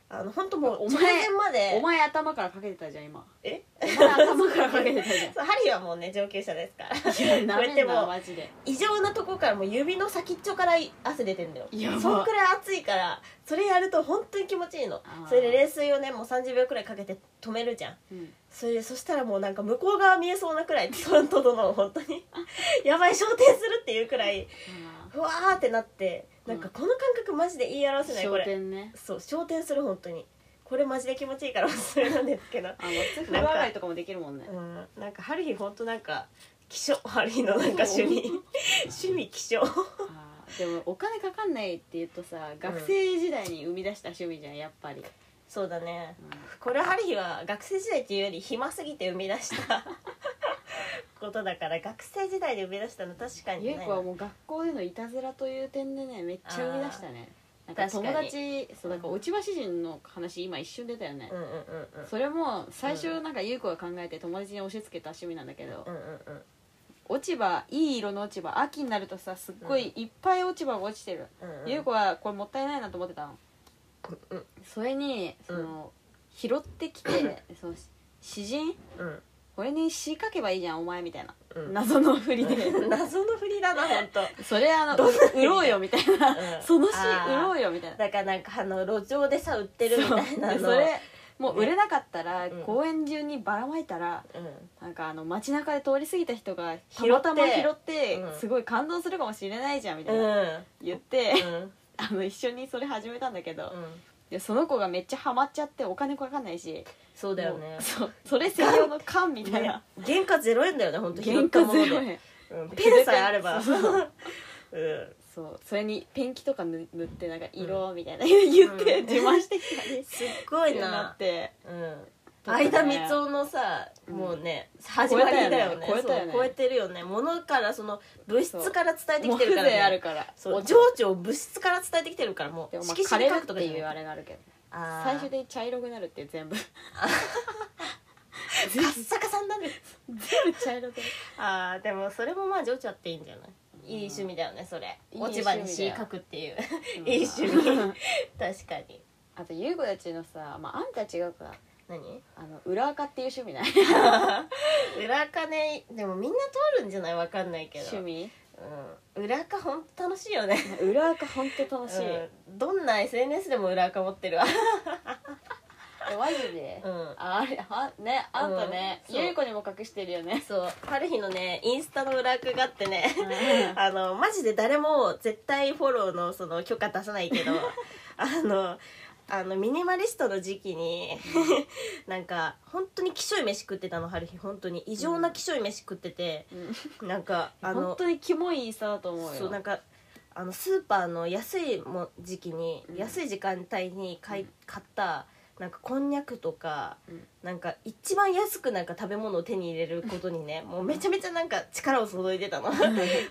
[SPEAKER 3] あの本当も
[SPEAKER 2] お
[SPEAKER 3] う
[SPEAKER 2] 前
[SPEAKER 3] 直前まで
[SPEAKER 2] お前頭からかけてたじゃん
[SPEAKER 3] <laughs>
[SPEAKER 2] 今
[SPEAKER 3] え
[SPEAKER 2] お前頭からかけてたじゃん
[SPEAKER 3] <laughs> そうハリーはもうね上級者ですから
[SPEAKER 2] いやなめ
[SPEAKER 3] こうんやって
[SPEAKER 2] な
[SPEAKER 3] も
[SPEAKER 2] マジで
[SPEAKER 3] 異常なとこからもう指の先っちょから汗出てんだよ
[SPEAKER 2] やば
[SPEAKER 3] そんくらい暑いからそれやると本当に気持ちいいの
[SPEAKER 2] あー
[SPEAKER 3] それで冷水をねもう30秒くらいかけて止めるじゃん
[SPEAKER 2] うん
[SPEAKER 3] それでそしたらもうなんか向こう側見えそうなくらいトントドの本当に <laughs> やばい焦点するっていうくらい
[SPEAKER 2] あ
[SPEAKER 3] ふわーってなってなんかこの感覚マジで言い表
[SPEAKER 2] ー
[SPEAKER 3] せないこ
[SPEAKER 2] 焦
[SPEAKER 3] れ
[SPEAKER 2] 点ね
[SPEAKER 3] そう焦点する本当にこれマジで気持ちいいからおすすめなんですけど
[SPEAKER 2] あの風呂上がりとかもできるもんね
[SPEAKER 3] うんなんか春日ほんとなんか気象春日のなんか
[SPEAKER 2] <laughs>
[SPEAKER 3] 趣味趣味気象
[SPEAKER 2] あーでもお金かかんないって言うとさ学生時代に生み出した趣味じゃんやっぱり、
[SPEAKER 3] そうだね
[SPEAKER 2] う
[SPEAKER 3] これ春日は学生時代っていうより暇すぎて生み出した
[SPEAKER 2] <laughs>
[SPEAKER 3] ことだから学生時代で生み出したの確か
[SPEAKER 2] ん
[SPEAKER 3] に
[SPEAKER 2] ゆ
[SPEAKER 3] な
[SPEAKER 2] う子はもう学校でのいたずらという点でねめっちゃ生み出したねなんか
[SPEAKER 3] 確
[SPEAKER 2] 友
[SPEAKER 3] かに
[SPEAKER 2] 達そうなんか落ち葉詩人の話今一瞬出たよね
[SPEAKER 3] うん、うんうんうん
[SPEAKER 2] それも最初なんか優子が考えて友達に押し付けた趣味なんだけど、
[SPEAKER 3] うんうんうん
[SPEAKER 2] 落ち葉いい色の落ち葉秋になるとさすっごいいっぱい落ち葉が落ちてる、
[SPEAKER 3] うんうん
[SPEAKER 2] 優子はこれもったいないなと思ってたの
[SPEAKER 3] うん
[SPEAKER 2] それにその、拾ってき
[SPEAKER 3] <laughs>
[SPEAKER 2] てその詩人
[SPEAKER 3] うん
[SPEAKER 2] これに詩書けばいいじゃんお前みたいな、
[SPEAKER 3] うん
[SPEAKER 2] 謎の振りで
[SPEAKER 3] <laughs> 謎の振りだな本当。
[SPEAKER 2] それあのう売ろうよみたいな、
[SPEAKER 3] うん
[SPEAKER 2] <laughs> その詩
[SPEAKER 3] あー
[SPEAKER 2] 売ろうよみたいな
[SPEAKER 3] だからなんかあの路上でさ売ってるみたいな
[SPEAKER 2] で
[SPEAKER 3] の
[SPEAKER 2] それもう売れなかったら、
[SPEAKER 3] うん
[SPEAKER 2] 公園中にばらまいたら
[SPEAKER 3] うん
[SPEAKER 2] なんかあの街中で通り過ぎた人が
[SPEAKER 3] 拾ったて
[SPEAKER 2] またま拾って
[SPEAKER 3] うん
[SPEAKER 2] すごい感動するかもしれないじゃんみた
[SPEAKER 3] う
[SPEAKER 2] い
[SPEAKER 3] ん
[SPEAKER 2] な、
[SPEAKER 3] うん
[SPEAKER 2] 言って、あの一緒にそれ始めたんだけど、
[SPEAKER 3] うん
[SPEAKER 2] でその子がめっちゃハマっちゃってお金かかんないし
[SPEAKER 3] そうだよね
[SPEAKER 2] もうそうそれ専用の缶みたいな、
[SPEAKER 3] 原価ゼロ円だよね本当
[SPEAKER 2] 原価ゼロ
[SPEAKER 3] 円
[SPEAKER 2] 円
[SPEAKER 3] ペンさえあれば
[SPEAKER 2] そうそう
[SPEAKER 3] うん
[SPEAKER 2] そうそれにペンキとか塗塗ってなんか色みたいな <laughs> 言って
[SPEAKER 3] うん
[SPEAKER 2] 自慢してきたり
[SPEAKER 3] すっご
[SPEAKER 2] っ
[SPEAKER 3] い
[SPEAKER 2] てな
[SPEAKER 3] な
[SPEAKER 2] って
[SPEAKER 3] うん
[SPEAKER 2] とかね
[SPEAKER 3] 相田光雄のさ
[SPEAKER 2] うん
[SPEAKER 3] もうね始まりだよね
[SPEAKER 2] 超えたよね
[SPEAKER 3] そう超えてるよねものからその物質から伝えて
[SPEAKER 2] も
[SPEAKER 3] き
[SPEAKER 2] う
[SPEAKER 3] てるから
[SPEAKER 2] 風情ある
[SPEAKER 3] ね
[SPEAKER 2] から
[SPEAKER 3] そう
[SPEAKER 2] お
[SPEAKER 3] 情緒を物質から伝えてきてるからも
[SPEAKER 2] で
[SPEAKER 3] う
[SPEAKER 2] もま
[SPEAKER 3] 色
[SPEAKER 2] あ枯
[SPEAKER 3] 紙
[SPEAKER 2] れる
[SPEAKER 3] に書
[SPEAKER 2] っ
[SPEAKER 3] くとか
[SPEAKER 2] て
[SPEAKER 3] じゃ
[SPEAKER 2] いう
[SPEAKER 3] ない
[SPEAKER 2] あれがあるけど
[SPEAKER 3] あー
[SPEAKER 2] 最終的に茶色くなるっていう
[SPEAKER 3] <laughs>
[SPEAKER 2] 全部
[SPEAKER 3] カッサカサになる
[SPEAKER 2] 全部茶色くなる
[SPEAKER 3] あーでもそれもまあ情緒あっていいんじゃないいい趣味だよねそれ
[SPEAKER 2] いい
[SPEAKER 3] 落ち葉
[SPEAKER 2] 趣
[SPEAKER 3] に
[SPEAKER 2] 味
[SPEAKER 3] 詩
[SPEAKER 2] だよ
[SPEAKER 3] 書くっていう
[SPEAKER 2] うん
[SPEAKER 3] いい
[SPEAKER 2] <laughs>
[SPEAKER 3] 趣味確かに
[SPEAKER 2] あと優子たちのさまああんた違うか
[SPEAKER 3] 何
[SPEAKER 2] あの裏垢っていう趣味ない
[SPEAKER 3] <laughs> 裏垢ねでもみんな通るんじゃないわかんないけど
[SPEAKER 2] 趣味
[SPEAKER 3] うん、裏垢ほんと楽しいよね
[SPEAKER 2] 裏垢ほんと楽しい、
[SPEAKER 3] うんどんな SNS でも裏垢持ってるわ
[SPEAKER 2] えマジで、
[SPEAKER 3] うん
[SPEAKER 2] ああれあねあんたね、
[SPEAKER 3] うんそう
[SPEAKER 2] ゆいこにも隠してるよね
[SPEAKER 3] そう春日のねインスタの裏垢があってねあのマジで誰も絶対フォローのその許可出さな
[SPEAKER 2] <laughs>
[SPEAKER 3] いけどあのあのミニマリストの時期に <laughs> なんか本当にきしょい飯食ってたの春日本当に異常なきしょい飯食ってて、なんかあ
[SPEAKER 2] 本
[SPEAKER 3] の
[SPEAKER 2] 当にキモいインスタだと思うよ
[SPEAKER 3] そうなんかあのスーパーの安いも時期に、
[SPEAKER 2] うん
[SPEAKER 3] 安い時間帯に買い、
[SPEAKER 2] うん
[SPEAKER 3] 買ったなんかこんにゃくとか、
[SPEAKER 2] うん
[SPEAKER 3] なんか一番安くなんか食べ物を手に入れることにねもうめちゃめちゃなんか力を注いでたの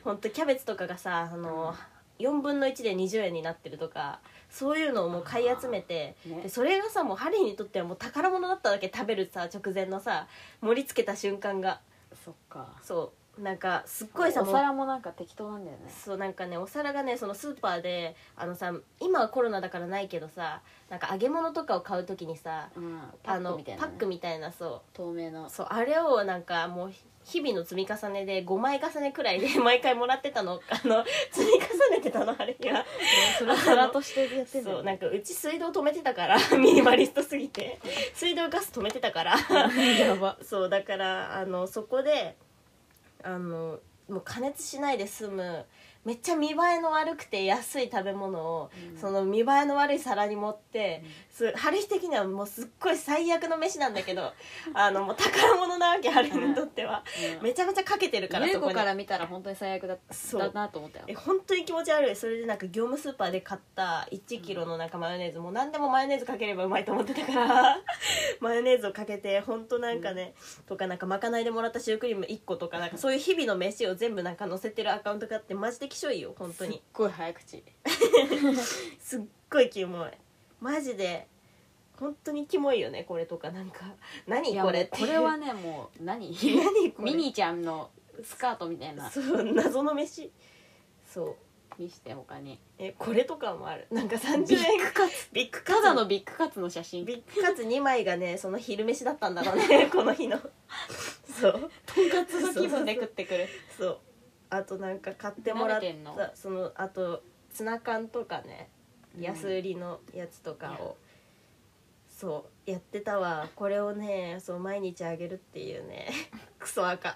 [SPEAKER 3] 本当キャベツとかがさあの、4分の1で20円になってるとかそういうのをもう買い集めて、
[SPEAKER 2] ね
[SPEAKER 3] でそれがさもうハリーにとってはもう宝物だっただけ食べるさ直前のさ盛り付けた瞬間が
[SPEAKER 2] そっか
[SPEAKER 3] そうなんかすっごいさ
[SPEAKER 2] お
[SPEAKER 3] もう
[SPEAKER 2] 皿もなんか適当なんだよね
[SPEAKER 3] そうなんかねお皿がねそのスーパーであのさ今はコロナだからないけどさなんか揚げ物とかを買う時にさ
[SPEAKER 2] うんパ
[SPEAKER 3] あ
[SPEAKER 2] ッ
[SPEAKER 3] の
[SPEAKER 2] クみたいなね、
[SPEAKER 3] パックみたいなそ
[SPEAKER 2] 透明の
[SPEAKER 3] うそうあれをなんかもう日々の積み重ねで5枚重ねくらいで <laughs> 毎回もらってたのあの積み重ねてたのあれが
[SPEAKER 2] それ皿としてやってんだ
[SPEAKER 3] そ
[SPEAKER 2] よ
[SPEAKER 3] うな
[SPEAKER 2] ね
[SPEAKER 3] んかうち水道止めてたから <laughs> ミニマリストすぎて水道ガス止めてたから
[SPEAKER 2] やば
[SPEAKER 3] そうだからあのそこであのもう加熱しないで済むめっちゃ見栄えの悪くて安い食べ物を、
[SPEAKER 2] うん
[SPEAKER 3] その見栄えの悪い皿に盛って、す春日的にはもうすっごい最悪の飯なんだけどあのもう宝物なわけ春日にとっては、めちゃめちゃかけてるから
[SPEAKER 2] ゆい
[SPEAKER 3] そこ
[SPEAKER 2] こ
[SPEAKER 3] に
[SPEAKER 2] から見たら本当に最悪だっ
[SPEAKER 3] そう
[SPEAKER 2] だなと思ったよ
[SPEAKER 3] え本当に気持ち悪いそれでなんか業務スーパーで買った1キロのなんかマヨネーズ、もう何でもマヨネーズかければうまいと思ってたから <laughs> マヨネーズをかけて本当なんかね、とかなんかまかないでもらったシュークリーム1個とかなんかそういう日々の飯を全部なんか載せてるアカウントがあってマジできしょいよ本
[SPEAKER 2] す
[SPEAKER 3] 当
[SPEAKER 2] っ <laughs>
[SPEAKER 3] に
[SPEAKER 2] ごい早口
[SPEAKER 3] すっごいキモいマジで本当にキモいよねこれとかなんか
[SPEAKER 2] い
[SPEAKER 3] 何
[SPEAKER 2] や
[SPEAKER 3] これ
[SPEAKER 2] も
[SPEAKER 3] って
[SPEAKER 2] うこれはねもう <laughs> 何
[SPEAKER 3] <laughs> 何これ
[SPEAKER 2] ミニーちゃんのスカートみたいな
[SPEAKER 3] そう謎の飯そう
[SPEAKER 2] 見して他に
[SPEAKER 3] えこれとかもあるなんか30円
[SPEAKER 2] ビッグカツ
[SPEAKER 3] ビッグカ
[SPEAKER 2] た
[SPEAKER 3] ツ
[SPEAKER 2] だのビッグカツの写真
[SPEAKER 3] ビッグカツ2枚がねその昼飯だったんだろ
[SPEAKER 2] <laughs>
[SPEAKER 3] うねこの日のそう
[SPEAKER 2] とんかつの気分で食ってくる
[SPEAKER 3] そうあとなんか買ってもらっ
[SPEAKER 2] 舐めてんの
[SPEAKER 3] たそのあとツナ缶とかね
[SPEAKER 2] うん
[SPEAKER 3] 安売りのやつとかを、そうやってたわこれをねそう毎日あげるっていう
[SPEAKER 2] <laughs>
[SPEAKER 3] ねクソ赤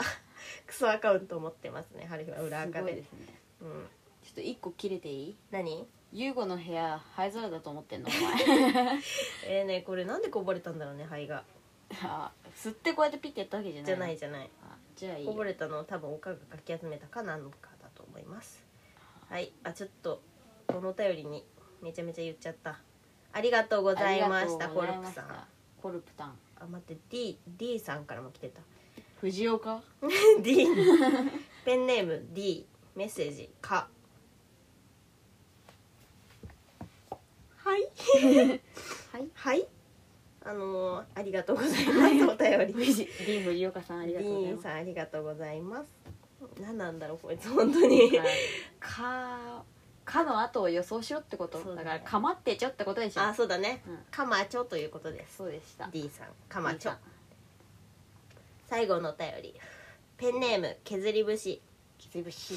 [SPEAKER 3] クソアカウント持ってますね春日は裏
[SPEAKER 2] す
[SPEAKER 3] 赤
[SPEAKER 2] ごい
[SPEAKER 3] で
[SPEAKER 2] ですね
[SPEAKER 3] うん、
[SPEAKER 2] ちょっと一個切れていい
[SPEAKER 3] 何
[SPEAKER 2] ユーゴの部屋灰皿だと思ってんのお前
[SPEAKER 3] <laughs> えー、ねこれなんでこぼれたんだろうね灰が
[SPEAKER 2] あ吸ってこうやってピッてやったわけじゃない
[SPEAKER 3] じゃないじゃない
[SPEAKER 2] あじゃあいい
[SPEAKER 3] こぼ
[SPEAKER 2] よ
[SPEAKER 3] れたのを多分おかがかき集めたかなんかだと思いますはいあちょっとこのお便りにめちゃめちゃ言っちゃったありがとうございましたコルプさんあ
[SPEAKER 2] コルプさん
[SPEAKER 3] 待って D, D さんからも来て <laughs> た
[SPEAKER 2] 藤岡
[SPEAKER 3] D ペンネーム D メッセージ「か」はい
[SPEAKER 2] はい
[SPEAKER 3] <laughs> はいあのーありがとうございますお便り
[SPEAKER 2] D 藤岡さんありがとうござい
[SPEAKER 3] D
[SPEAKER 2] ます
[SPEAKER 3] さんありがとうございます何なんだろうこいつ本当に
[SPEAKER 2] はいかかの後を予想しろってこと
[SPEAKER 3] そう
[SPEAKER 2] だ,、
[SPEAKER 3] だね
[SPEAKER 2] からかまってちょってことでしょ
[SPEAKER 3] あそうだね
[SPEAKER 2] うん
[SPEAKER 3] かまちょということです
[SPEAKER 2] そうでした
[SPEAKER 3] D さんかまちょ
[SPEAKER 2] いいか
[SPEAKER 3] 最後のお便りペンネーム削り節
[SPEAKER 2] きついぶし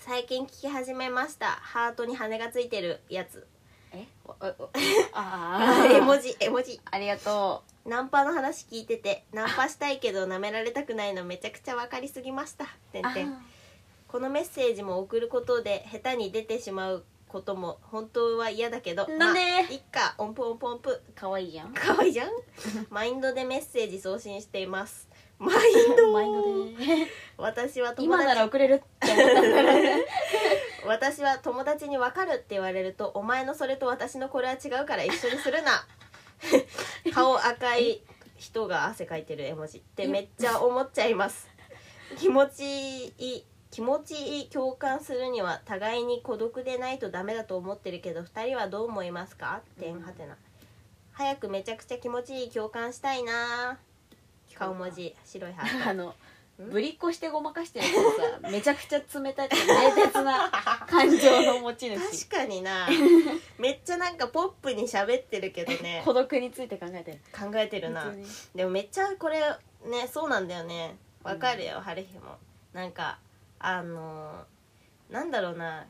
[SPEAKER 3] 最近聞き始めましたハートに羽がついてるや
[SPEAKER 2] <laughs>
[SPEAKER 3] つ
[SPEAKER 2] えおお
[SPEAKER 3] <laughs>
[SPEAKER 2] おあ
[SPEAKER 3] 絵
[SPEAKER 2] あ
[SPEAKER 3] 文字絵文字
[SPEAKER 2] ありがと
[SPEAKER 3] ナンパの話聞いててナンパしたいけど舐められたくないのめちゃくちゃ分かりすぎましたて
[SPEAKER 2] うん
[SPEAKER 3] てんこのメッセージも送ることで下手に出てしまうことも本当は嫌だけど
[SPEAKER 2] なんで
[SPEAKER 3] まあいっか音符音符音符
[SPEAKER 2] かわいいやん
[SPEAKER 3] かわいい
[SPEAKER 2] <laughs>
[SPEAKER 3] じゃんマインドでメッセージ送信していますマインド
[SPEAKER 2] マイ
[SPEAKER 3] <laughs>
[SPEAKER 2] ンドで
[SPEAKER 3] 私は友
[SPEAKER 2] 今な
[SPEAKER 3] 達
[SPEAKER 2] ら遅れるって思ったんだね
[SPEAKER 3] 私は友達に分かるって言われるとお前のそれと私のこれは違うから一緒にする <laughs> な顔赤い人が汗かいてる絵文字ってめっちゃ思っちゃいます気持ちいい気持ちいい共感するには互いに孤独でないとダメだと思ってるけど2人はどう思いますか点はてな早くめちゃくちゃ気持ちいい共感したいな顔文字 <laughs> 白いハート
[SPEAKER 2] あのぶりっこしてごまかしてるからさめ <laughs> ちゃくちゃ冷たい冷徹な感情の持ち主
[SPEAKER 3] 確かに <laughs> なめっちゃなんかポップに喋ってるけどね
[SPEAKER 2] 孤独について考えてる
[SPEAKER 3] 考えてるな
[SPEAKER 2] 普通に
[SPEAKER 3] でもめっちゃこれねそうなんだよねわかるよ、春日もなんかあのーなんだろうな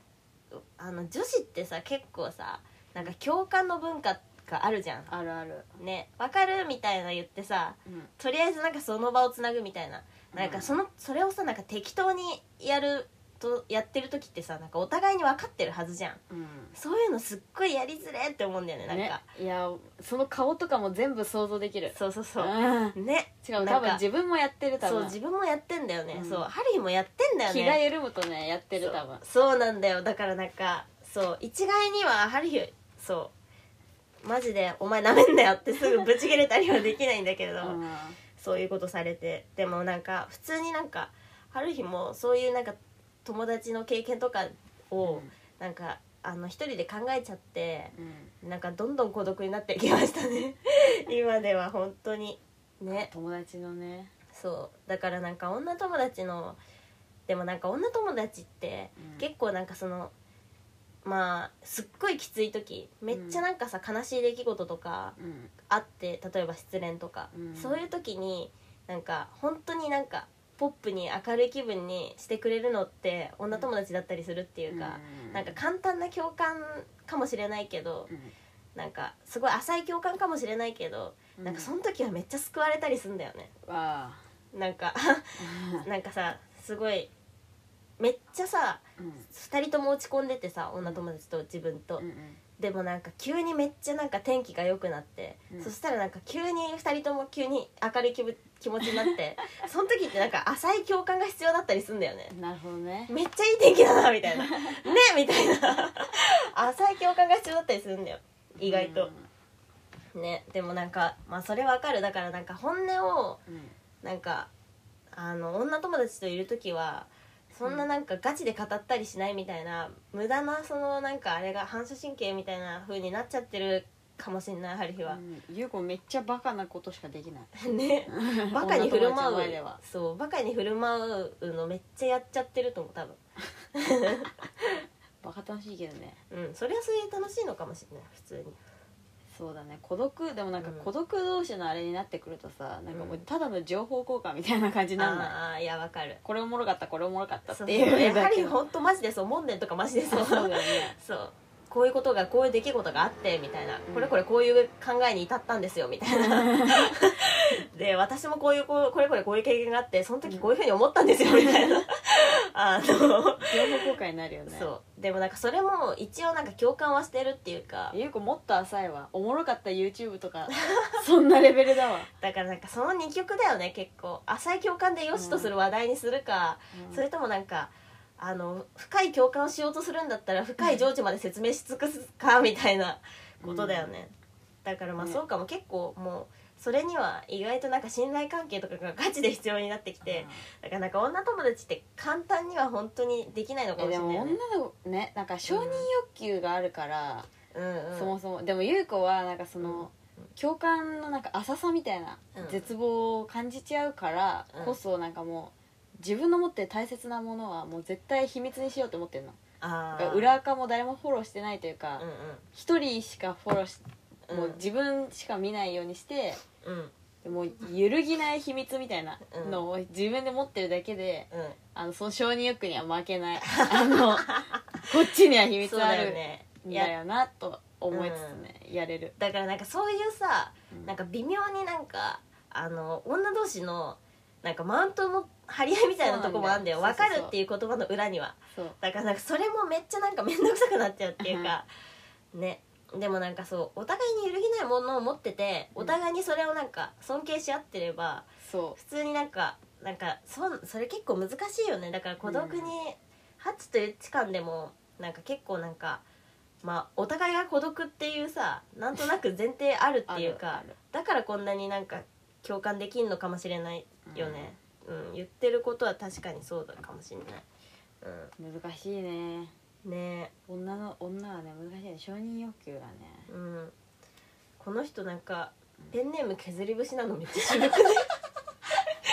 [SPEAKER 3] うあの女子ってさ結構さなんか共感の文化があるじゃん
[SPEAKER 2] あるある
[SPEAKER 3] ねわかるみたいな言ってさ
[SPEAKER 2] うん
[SPEAKER 3] とりあえずなんかその場をつなぐみたいななんかそのそれをさなんか適当にやるとやってる時ってさなんかお互いに分かってるはずじゃん
[SPEAKER 2] うん
[SPEAKER 3] そういうのすっごいやりづれって思うんだよねなんか、
[SPEAKER 2] ね、いやその顔とかも全部想像できる
[SPEAKER 3] そうそうそううんね
[SPEAKER 2] しかも
[SPEAKER 3] な
[SPEAKER 2] 多
[SPEAKER 3] んか
[SPEAKER 2] 分自分もやってる多
[SPEAKER 3] そう
[SPEAKER 2] 分
[SPEAKER 3] 自分もやってんだよね、
[SPEAKER 2] うん
[SPEAKER 3] そうハリーもやってんだよね
[SPEAKER 2] 気が緩むとねやってる多分
[SPEAKER 3] そうそうなんだよだからなんかそう一概にはハリーそうマジで「お前なめんなよ」ってすぐぶち切れたりはできないんだけれど、
[SPEAKER 2] うん
[SPEAKER 3] そういうことされてでもなんか普通になんかハリーもそういうなんか友達の経験とかを、なんかあの一人で考えちゃって、
[SPEAKER 2] うん
[SPEAKER 3] なんかどんどん孤独になってきましたね <laughs> 今では本当にね
[SPEAKER 2] 友達のね
[SPEAKER 3] そうだからなんか女友達のでもなんか女友達って
[SPEAKER 2] うん
[SPEAKER 3] 結構なんかそのまあすっごいきつい時めっちゃなんかさ悲しい出来事とか
[SPEAKER 2] うん
[SPEAKER 3] あって例えば失恋とか、
[SPEAKER 2] うん
[SPEAKER 3] そういう時になんか本当になんかポップに明るい気分にしてくれるのって女友達だったりするっていうか、なんか簡単な共感かもしれないけど、
[SPEAKER 2] うん
[SPEAKER 3] なんかすごい浅い共感かもしれないけど、
[SPEAKER 2] う
[SPEAKER 3] なんかその時はめっちゃ救われたりすんだよね
[SPEAKER 2] わあ
[SPEAKER 3] なんか <laughs> なんかさすごいめっちゃさ <laughs>
[SPEAKER 2] うん
[SPEAKER 3] 2人とも落ち込んでてさ女友達と自分と、
[SPEAKER 2] うんうん
[SPEAKER 3] でもなんか急にめっちゃなんか天気が良くなって、
[SPEAKER 2] うん
[SPEAKER 3] そしたらなんか急に2人とも急に明るい気分気持ちになって
[SPEAKER 2] <laughs>
[SPEAKER 3] その時ってなんか浅い共感が必要だったりすんだよね
[SPEAKER 2] なるほどね
[SPEAKER 3] めっちゃいい天気だなみ
[SPEAKER 2] <laughs>
[SPEAKER 3] たいなねみたいな浅い共感が必要だったりするんだよ意外と。ねでもなんかまあそれわかるだからなんか本音を
[SPEAKER 2] うんうん
[SPEAKER 3] なんかあの女友達といる時はそんななんかガチで語ったりしないみたいな、無駄なそのなんかあれが反射神経みたいな風になっちゃってるかもしんないハルヒは、
[SPEAKER 2] うん優子めっちゃバカなことしかできない
[SPEAKER 3] <laughs>
[SPEAKER 2] <laughs>
[SPEAKER 3] ねバカに振る
[SPEAKER 2] 女友達
[SPEAKER 3] 舞
[SPEAKER 2] の
[SPEAKER 3] う
[SPEAKER 2] 前では
[SPEAKER 3] そうバカに振る舞うのめっちゃやっちゃってると思う多分
[SPEAKER 2] バカ楽しいけどね
[SPEAKER 3] うんそれはそれで楽しいのかもしれない普通に
[SPEAKER 2] そうだね孤独でもなんか
[SPEAKER 3] うん
[SPEAKER 2] 孤独同士のあれになってくるとさ、なんかもうただの情報交換みたいな感じになんない
[SPEAKER 3] ああーいやわかる
[SPEAKER 2] これおもろかったこれおもろかったっ
[SPEAKER 3] そう
[SPEAKER 2] ていう
[SPEAKER 3] やは
[SPEAKER 2] だけ
[SPEAKER 3] り
[SPEAKER 2] の
[SPEAKER 3] 本当マジでそう門年とかマジでそう
[SPEAKER 2] そうだよね
[SPEAKER 3] そうこういうことがこういう出来事があってみたいなこれこれこういう考えに至ったんですよみたいな <laughs> で私もこういうこうこれこれこういう経験があってその時こういうふうに思ったんですよみたいなあの
[SPEAKER 2] 情報公開になるよね
[SPEAKER 3] そうでもなんかそれも一応なんか共感はしてるっていうか
[SPEAKER 2] ゆうこもっと浅いわおもろかった YouTube と
[SPEAKER 3] <laughs>
[SPEAKER 2] かそんなレベルだわ、
[SPEAKER 3] だからなんかその2極だよね結構浅い共感でよしとする話題にするか、それともなんかあの深い共感をしようとするんだったら深い情緒まで説明し尽くすかみたいなことだよね、だからまあ
[SPEAKER 2] ね
[SPEAKER 3] そうかも、結構もうそれには意外となんか信頼関係とかがガチで必要になってきて、だからなんか女友達って簡単には本当にできないのか
[SPEAKER 2] え
[SPEAKER 3] も
[SPEAKER 2] で
[SPEAKER 3] しれ
[SPEAKER 2] も
[SPEAKER 3] ないよ
[SPEAKER 2] 女
[SPEAKER 3] ね、
[SPEAKER 2] の子ねなんか承認欲求があるから、
[SPEAKER 3] うんうん、
[SPEAKER 2] そもそもでも優子はなんかその共感のなんか浅さみたいな
[SPEAKER 3] うん
[SPEAKER 2] 絶望を感じちゃうからこそなんかもう自分の持ってる大切なものはもう絶対秘密にしようと思ってるの
[SPEAKER 3] あ
[SPEAKER 2] だから
[SPEAKER 3] ー
[SPEAKER 2] 裏垢も誰もフォローしてないというか
[SPEAKER 3] うん
[SPEAKER 2] 一、人しかフォローし
[SPEAKER 3] うん
[SPEAKER 2] もう自分しか見ないようにして
[SPEAKER 3] うん
[SPEAKER 2] もう揺るぎない秘密みたいなのを自分で持ってるだけで
[SPEAKER 3] うん
[SPEAKER 2] あのその承認欲には負けないあ
[SPEAKER 3] <laughs>
[SPEAKER 2] のこっちには秘
[SPEAKER 3] そう
[SPEAKER 2] 密あ
[SPEAKER 3] だよ
[SPEAKER 2] る
[SPEAKER 3] ね
[SPEAKER 2] ん
[SPEAKER 3] い
[SPEAKER 2] だ
[SPEAKER 3] や
[SPEAKER 2] よなと思いつつねやれる
[SPEAKER 3] だからなんかそういうさ
[SPEAKER 2] うん
[SPEAKER 3] なんか微妙になんかあの女同士のなんかマウントの張り合いみたいなとこもあんだよ
[SPEAKER 2] そうな
[SPEAKER 3] 分
[SPEAKER 2] んだよ
[SPEAKER 3] かるっていう言葉の裏には
[SPEAKER 2] そう
[SPEAKER 3] だからなんかそれもめっちゃなんか面倒くさくなっちゃうっていうかねでもなんかそうお互いに揺るぎないものを持ってて
[SPEAKER 2] うん
[SPEAKER 3] お互いにそれをなんか尊敬し合ってれば
[SPEAKER 2] そ
[SPEAKER 3] 普通になんかなんかそんそれ結構難しいよねだから孤独に8と1間でもなんか結構なんかまあお互いが孤独っていうさなんとなく前提ある
[SPEAKER 2] う
[SPEAKER 3] っていうか
[SPEAKER 2] ある
[SPEAKER 3] だからこんなになんか共感できんのかもしれない
[SPEAKER 2] ある
[SPEAKER 3] よね、うん言ってることは確かにそうだかもしれない、
[SPEAKER 2] うん難しいね
[SPEAKER 3] うん、ね
[SPEAKER 2] 女の女はね難しいね承認欲求がね
[SPEAKER 3] え、うん、この人なんかペンネーム削り節なのめっちゃ渋くな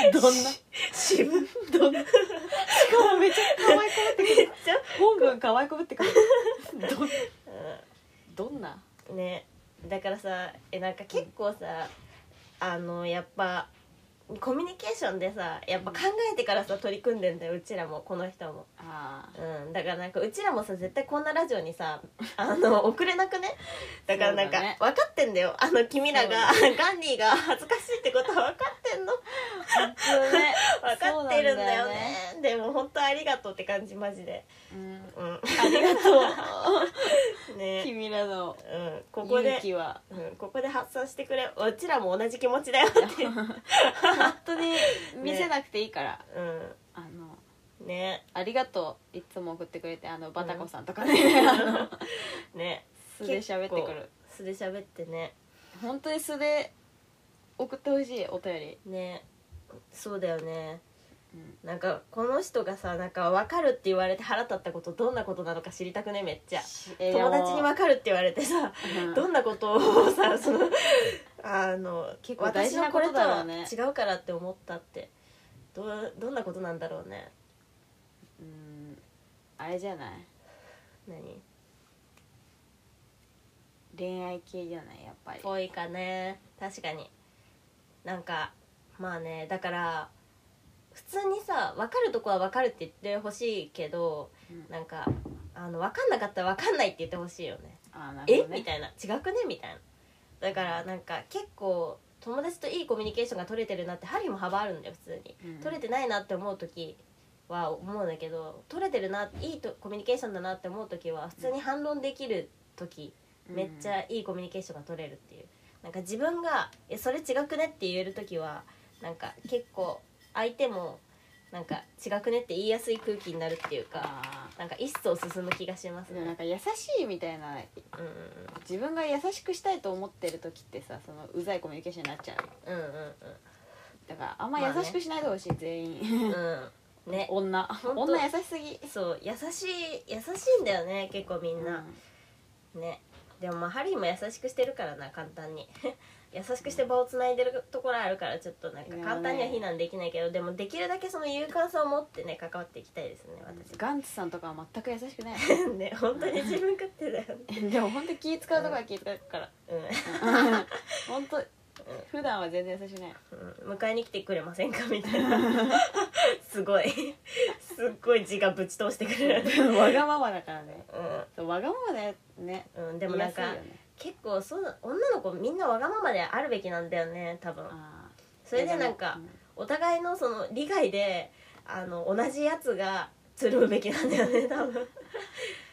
[SPEAKER 3] い
[SPEAKER 2] どんな
[SPEAKER 3] <laughs> 渋めっ
[SPEAKER 2] どんなしかもめっちゃ可愛いこぶ <laughs> ってくる
[SPEAKER 3] ちゃ、
[SPEAKER 2] 本文可愛いこぶってくる
[SPEAKER 3] うん
[SPEAKER 2] どんどんな
[SPEAKER 3] ねだからさえなんか結構さあのやっぱコミュニケーションでさやっぱ考えてからさ取り組んでんだようちらもこの人も、
[SPEAKER 2] ああ
[SPEAKER 3] うん、だからなんかうちらもさ絶対こんなラジオにさ
[SPEAKER 2] <laughs>
[SPEAKER 3] あの遅れなくねだからなん
[SPEAKER 2] そ
[SPEAKER 3] か、
[SPEAKER 2] うだね
[SPEAKER 3] 分かってんだよあの君らがガンディーが恥ずかしいってことは分かってんの
[SPEAKER 2] 本当ね
[SPEAKER 3] 分かってるんだよねでも本当ありがとうって感じマジで
[SPEAKER 2] そうなんだよねうん
[SPEAKER 3] うん
[SPEAKER 2] ありがとう <laughs>
[SPEAKER 3] ね
[SPEAKER 2] 君らの
[SPEAKER 3] うんここ
[SPEAKER 2] 勇
[SPEAKER 3] で
[SPEAKER 2] 気は
[SPEAKER 3] うん、ここで発散してくれうちらも同じ気持ちだ
[SPEAKER 2] <laughs>
[SPEAKER 3] よって、
[SPEAKER 2] 本当に見せなくていいから、
[SPEAKER 3] う
[SPEAKER 2] あの
[SPEAKER 3] ん、ね
[SPEAKER 2] ありがとういつも送ってくれてあのバタコさんとかね、あの
[SPEAKER 3] ね
[SPEAKER 2] 素で喋ってくる
[SPEAKER 3] 素で喋ってね
[SPEAKER 2] 本当に素で送ってほしいお便り、
[SPEAKER 3] ねそうだよね
[SPEAKER 2] うん
[SPEAKER 3] なんかこの人がさなんか分かるって言われて腹立ったことどんなことなのか知りたくねめっちゃ
[SPEAKER 2] えー
[SPEAKER 3] 友達に
[SPEAKER 2] でも
[SPEAKER 3] 分かるって言われてさ
[SPEAKER 2] うん
[SPEAKER 3] どんなことを
[SPEAKER 2] <laughs>
[SPEAKER 3] さそのあの
[SPEAKER 2] 結構大事
[SPEAKER 3] 私の
[SPEAKER 2] な
[SPEAKER 3] こ
[SPEAKER 2] こ
[SPEAKER 3] れ
[SPEAKER 2] と
[SPEAKER 3] と
[SPEAKER 2] だろ
[SPEAKER 3] は
[SPEAKER 2] うね
[SPEAKER 3] 違うからって思ったってどうどんなことなんだろうね
[SPEAKER 2] うんあれじゃない
[SPEAKER 3] 何
[SPEAKER 2] 恋愛系じゃないやっぱり
[SPEAKER 3] ぽいかね確かになんかまあねだから普通にさ分かるとこは分かるって言ってほしいけど
[SPEAKER 2] うん
[SPEAKER 3] なんかあの分かんなかったら分かんないって言ってほしいよね
[SPEAKER 2] あーなる
[SPEAKER 3] え
[SPEAKER 2] ほどね
[SPEAKER 3] みたいな違くねみたいなだからなんか結構友達といいコミュニケーションが取れてるなって針も幅あるんだよ普通に
[SPEAKER 2] うん
[SPEAKER 3] 取れてないなって思う時は思うんだけど取れてるないいとコミュニケーションだなって思う時は普通に反論できる時めっちゃいいコミュニケーションが取れるっていうなんか自分が「えそれ違くね」って言える時はなんか結構相手もなんか違くねって言いやすい空気になるっていうか
[SPEAKER 2] あ
[SPEAKER 3] なんか一層進む気がします
[SPEAKER 2] ーでもなん
[SPEAKER 3] ね
[SPEAKER 2] か優しいみたいな
[SPEAKER 3] うん
[SPEAKER 2] 自分が優しくしたいと思ってる時ってさそのうざいコミュニケーションになっちゃう
[SPEAKER 3] うんうんうん
[SPEAKER 2] だからあんま
[SPEAKER 3] まあね
[SPEAKER 2] 優しくしないでほしい、全員
[SPEAKER 3] <laughs> うんうんね
[SPEAKER 2] 女
[SPEAKER 3] 当
[SPEAKER 2] 女優しすぎ
[SPEAKER 3] そう優しい優しいんだよね結構みんなねでもまあハリーも優しくしてるからな簡単に <laughs> 優しくして場をつないでるところあるからちょっとなんか
[SPEAKER 2] いやーね
[SPEAKER 3] 簡単には非難できないけどでもできるだけその勇敢さを持ってね関わっていきたいですね私
[SPEAKER 2] ガンツさんとかは全く優しくない
[SPEAKER 3] <laughs> ね本当に自分勝
[SPEAKER 2] <laughs>
[SPEAKER 3] <laughs> 手だよね
[SPEAKER 2] でも本当気使うとこは気使うから
[SPEAKER 3] うん
[SPEAKER 2] 本当普段は全然優しいね
[SPEAKER 3] うん迎えに来てくれませんかみたいな
[SPEAKER 2] <laughs>
[SPEAKER 3] すごいすっごい字がぶち通してく
[SPEAKER 2] <laughs>
[SPEAKER 3] れる、 <laughs>
[SPEAKER 2] わがままだからね
[SPEAKER 3] う
[SPEAKER 2] そうわがままねね
[SPEAKER 3] んうん、でもなんか、
[SPEAKER 2] 言いやすいよね
[SPEAKER 3] 結構そう女の子みんなわがままであるべきなんだよね多分
[SPEAKER 2] あー
[SPEAKER 3] それでなんかお互いのその利害であの同じやつがつるむべきなんだよね多分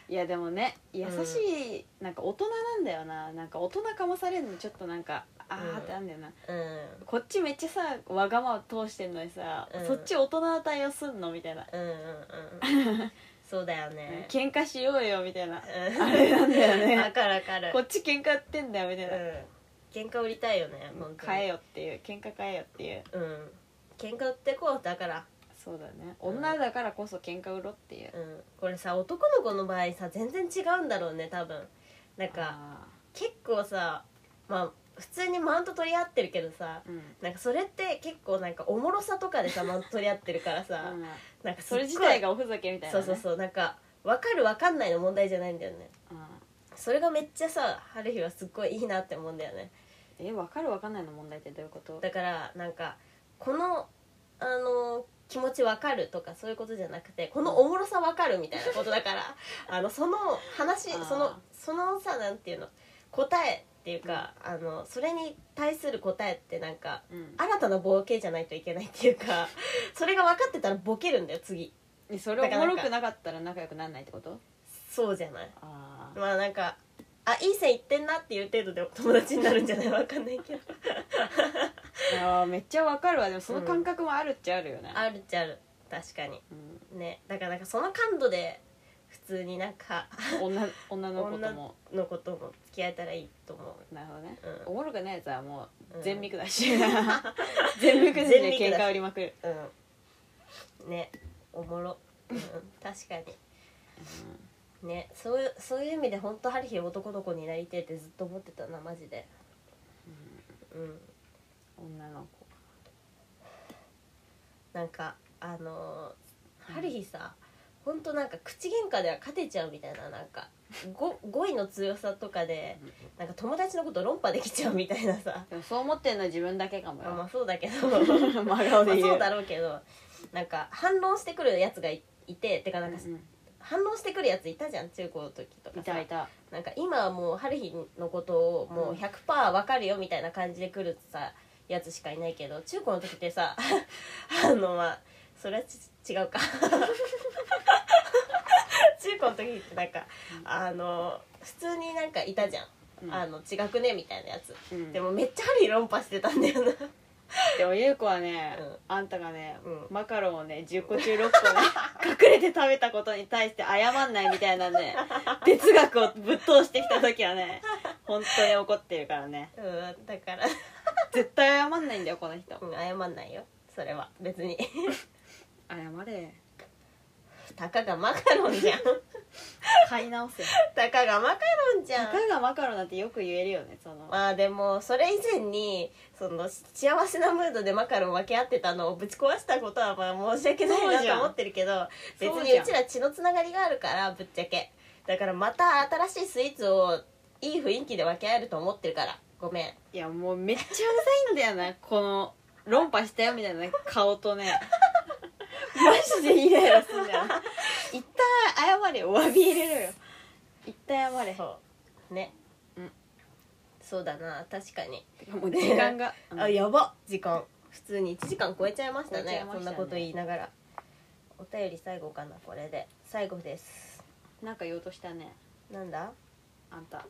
[SPEAKER 2] いやでもね優しい、なんか大人なんだよななんか大人かまされるのちょっとなんかあーってなんだよな、
[SPEAKER 3] う
[SPEAKER 2] こっちめっちゃさわがまま通してんのにさ、
[SPEAKER 3] うん
[SPEAKER 2] そっち大人の対応すんのみたいな、
[SPEAKER 3] んうんうんうんそうだよね
[SPEAKER 2] 喧嘩しようよみたいな
[SPEAKER 3] うん
[SPEAKER 2] あれなんだよね
[SPEAKER 3] わかるわかる
[SPEAKER 2] こっち喧嘩売ってんだよみたいな、
[SPEAKER 3] うん喧嘩売りたいよね
[SPEAKER 2] もう
[SPEAKER 3] 本当に
[SPEAKER 2] 買えよっていう喧嘩買えよっていう
[SPEAKER 3] うん喧嘩売ってこうだから
[SPEAKER 2] そうだね
[SPEAKER 3] うん
[SPEAKER 2] 女だからこそ喧嘩売ろっていう
[SPEAKER 3] うんこれさ男の子の場合さ全然違うんだろうね多分なんか
[SPEAKER 2] あ
[SPEAKER 3] 結構さまあ普通にマウント取り合ってるけどさ
[SPEAKER 2] ーうん
[SPEAKER 3] なんかそれって結構なんかおもろさとかで
[SPEAKER 2] <laughs>
[SPEAKER 3] さマウント取り合ってるからさ、
[SPEAKER 2] うん
[SPEAKER 3] なんかすっ
[SPEAKER 2] そ
[SPEAKER 3] ごい
[SPEAKER 2] れ自体がおふざけみたいな、
[SPEAKER 3] そ
[SPEAKER 2] ね、
[SPEAKER 3] うそうそうなんか分かる分かんないの問題じゃないんだよね
[SPEAKER 2] うん
[SPEAKER 3] それがめっちゃさ春日はすっごいいいなって思うんだよね
[SPEAKER 2] え分かる分かんないの問題ってどういうこと
[SPEAKER 3] だからなんかこのあの気持ちわかるとかそういうことじゃなくてこのおもろさわかるみたいなことだから <laughs> あのその話
[SPEAKER 2] あー
[SPEAKER 3] そのそのさなんていうの答えっていうか、あのそれに対する答えってなんか
[SPEAKER 2] うん
[SPEAKER 3] 新たなボケじゃないといけないっていう <laughs> かそれが分かってたらボケるんだよ次
[SPEAKER 2] えそれおもろくなかったら仲良くなんないってこと
[SPEAKER 3] そうじゃない
[SPEAKER 2] あ
[SPEAKER 3] まあなんかあいい線いってんなっていう程度で友達になるんじゃないわかんないけど
[SPEAKER 2] ーあーめっちゃ分かるわでもその感覚もあるっちゃあるよね、
[SPEAKER 3] <laughs> あるっちゃある確かに
[SPEAKER 2] うん
[SPEAKER 3] ねだからなんかその感度で普通になんか
[SPEAKER 2] 女女のことも
[SPEAKER 3] のことも付き合えたらいいと思
[SPEAKER 2] なるほどね
[SPEAKER 3] う、うん
[SPEAKER 2] おもろくないやつはも
[SPEAKER 3] うん
[SPEAKER 2] う全ミクだ
[SPEAKER 3] <laughs>
[SPEAKER 2] し、全ミクで
[SPEAKER 3] 全
[SPEAKER 2] ね
[SPEAKER 3] ミク
[SPEAKER 2] 喧
[SPEAKER 3] だし
[SPEAKER 2] 嘩売りまくる、
[SPEAKER 3] うんねおもろ、うん、確かにねそういうそういう意味で本当ハルヒ男の子になりてえってずっと思ってたなマジでうん
[SPEAKER 2] 女の子
[SPEAKER 3] なんかあ
[SPEAKER 2] う
[SPEAKER 3] のー、
[SPEAKER 2] ん
[SPEAKER 3] ハルヒさ本当なんか口喧嘩では勝てちゃうみたいななんかご語彙の強さとかでなんか友達のこと論破できちゃうみたいなさ
[SPEAKER 2] でもそう思ってんのは自分だけかも
[SPEAKER 3] まあまあ
[SPEAKER 2] よ
[SPEAKER 3] そうだけど
[SPEAKER 2] <laughs> 真顔
[SPEAKER 3] まあ
[SPEAKER 2] で言う
[SPEAKER 3] そうだろうけどなんか反論してくるやつがいいててかなんか
[SPEAKER 2] うんうん
[SPEAKER 3] 反論してくるやついたじゃん中高の時とか
[SPEAKER 2] いたいた
[SPEAKER 3] なんか今はもう春日のことをもう100%分かるよみたいな感じで来るさやつしかいないけど中高の時ってさ <laughs> あのまあそれはち違うか <laughs> 中高の時ってなんかあの普通になんかいたじゃん、
[SPEAKER 2] うん
[SPEAKER 3] あの違くねみたいなやつ、
[SPEAKER 2] うん
[SPEAKER 3] でもめっちゃ春日論破してたんだよな
[SPEAKER 2] でも優子はね、
[SPEAKER 3] うん
[SPEAKER 2] あんたがね、
[SPEAKER 3] うん
[SPEAKER 2] マカロンをね10個中6個ね
[SPEAKER 3] <laughs>
[SPEAKER 2] 隠れて食べたことに対して謝んないみたいなね哲学をぶっ通してきた時はね本当に怒ってるからね
[SPEAKER 3] うんだから
[SPEAKER 2] 絶対謝んないんだよこの人
[SPEAKER 3] うん謝んないよそれは別に <laughs>
[SPEAKER 2] 謝れ
[SPEAKER 3] たかがマカロンじゃん <laughs>
[SPEAKER 2] 買い直せ
[SPEAKER 3] たかがマカロンじ
[SPEAKER 2] た
[SPEAKER 3] ゃん
[SPEAKER 2] かがマカロンなんてよく言えるよねその
[SPEAKER 3] まあでもそれ以前にその幸せなムードでマカロン分け合ってたのをぶち壊したことはまあ申し訳な
[SPEAKER 2] そう
[SPEAKER 3] い
[SPEAKER 2] じ
[SPEAKER 3] な
[SPEAKER 2] ゃん
[SPEAKER 3] と思ってるけど別
[SPEAKER 2] そう
[SPEAKER 3] に
[SPEAKER 2] じゃ
[SPEAKER 3] うんちら血のつながりがあるからぶっちゃけだからまた新しいスイーツをいい雰囲気で分け合えると思ってるからごめん
[SPEAKER 2] いやもうめっちゃうざいんだよなこの論破したよみたいな顔とねマジでイライラすんだよな一旦謝れお詫び入れろよ一旦謝れ
[SPEAKER 3] <laughs> そうね
[SPEAKER 2] うん
[SPEAKER 3] そうだな確かに
[SPEAKER 2] てかもう時間が
[SPEAKER 3] あやば時間普通に1時間超えちゃいましたね
[SPEAKER 2] 超えちゃいま
[SPEAKER 3] こ
[SPEAKER 2] し
[SPEAKER 3] ん
[SPEAKER 2] たね
[SPEAKER 3] なこと言いながらお便り最後かなこれで最後です
[SPEAKER 2] なんか言おうとしたね
[SPEAKER 3] なんだ
[SPEAKER 2] あんたあ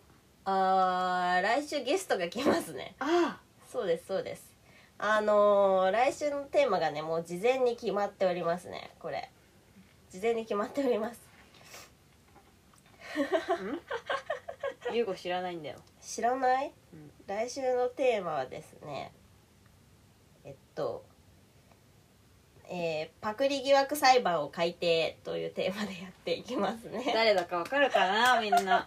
[SPEAKER 3] あー来週ゲストが来ますね
[SPEAKER 2] あ
[SPEAKER 3] そうですそうですあのー来週のテーマがねもう事前に決まっておりますねこれ事前に決まっております
[SPEAKER 2] 優子知らないんだよ
[SPEAKER 3] 知らない、
[SPEAKER 2] うん
[SPEAKER 3] 来週のテーマはですねえっとえーパクリ疑惑裁判を改定というテーマでやっていきます
[SPEAKER 2] <laughs>
[SPEAKER 3] ね
[SPEAKER 2] 誰だかわかるかなみんな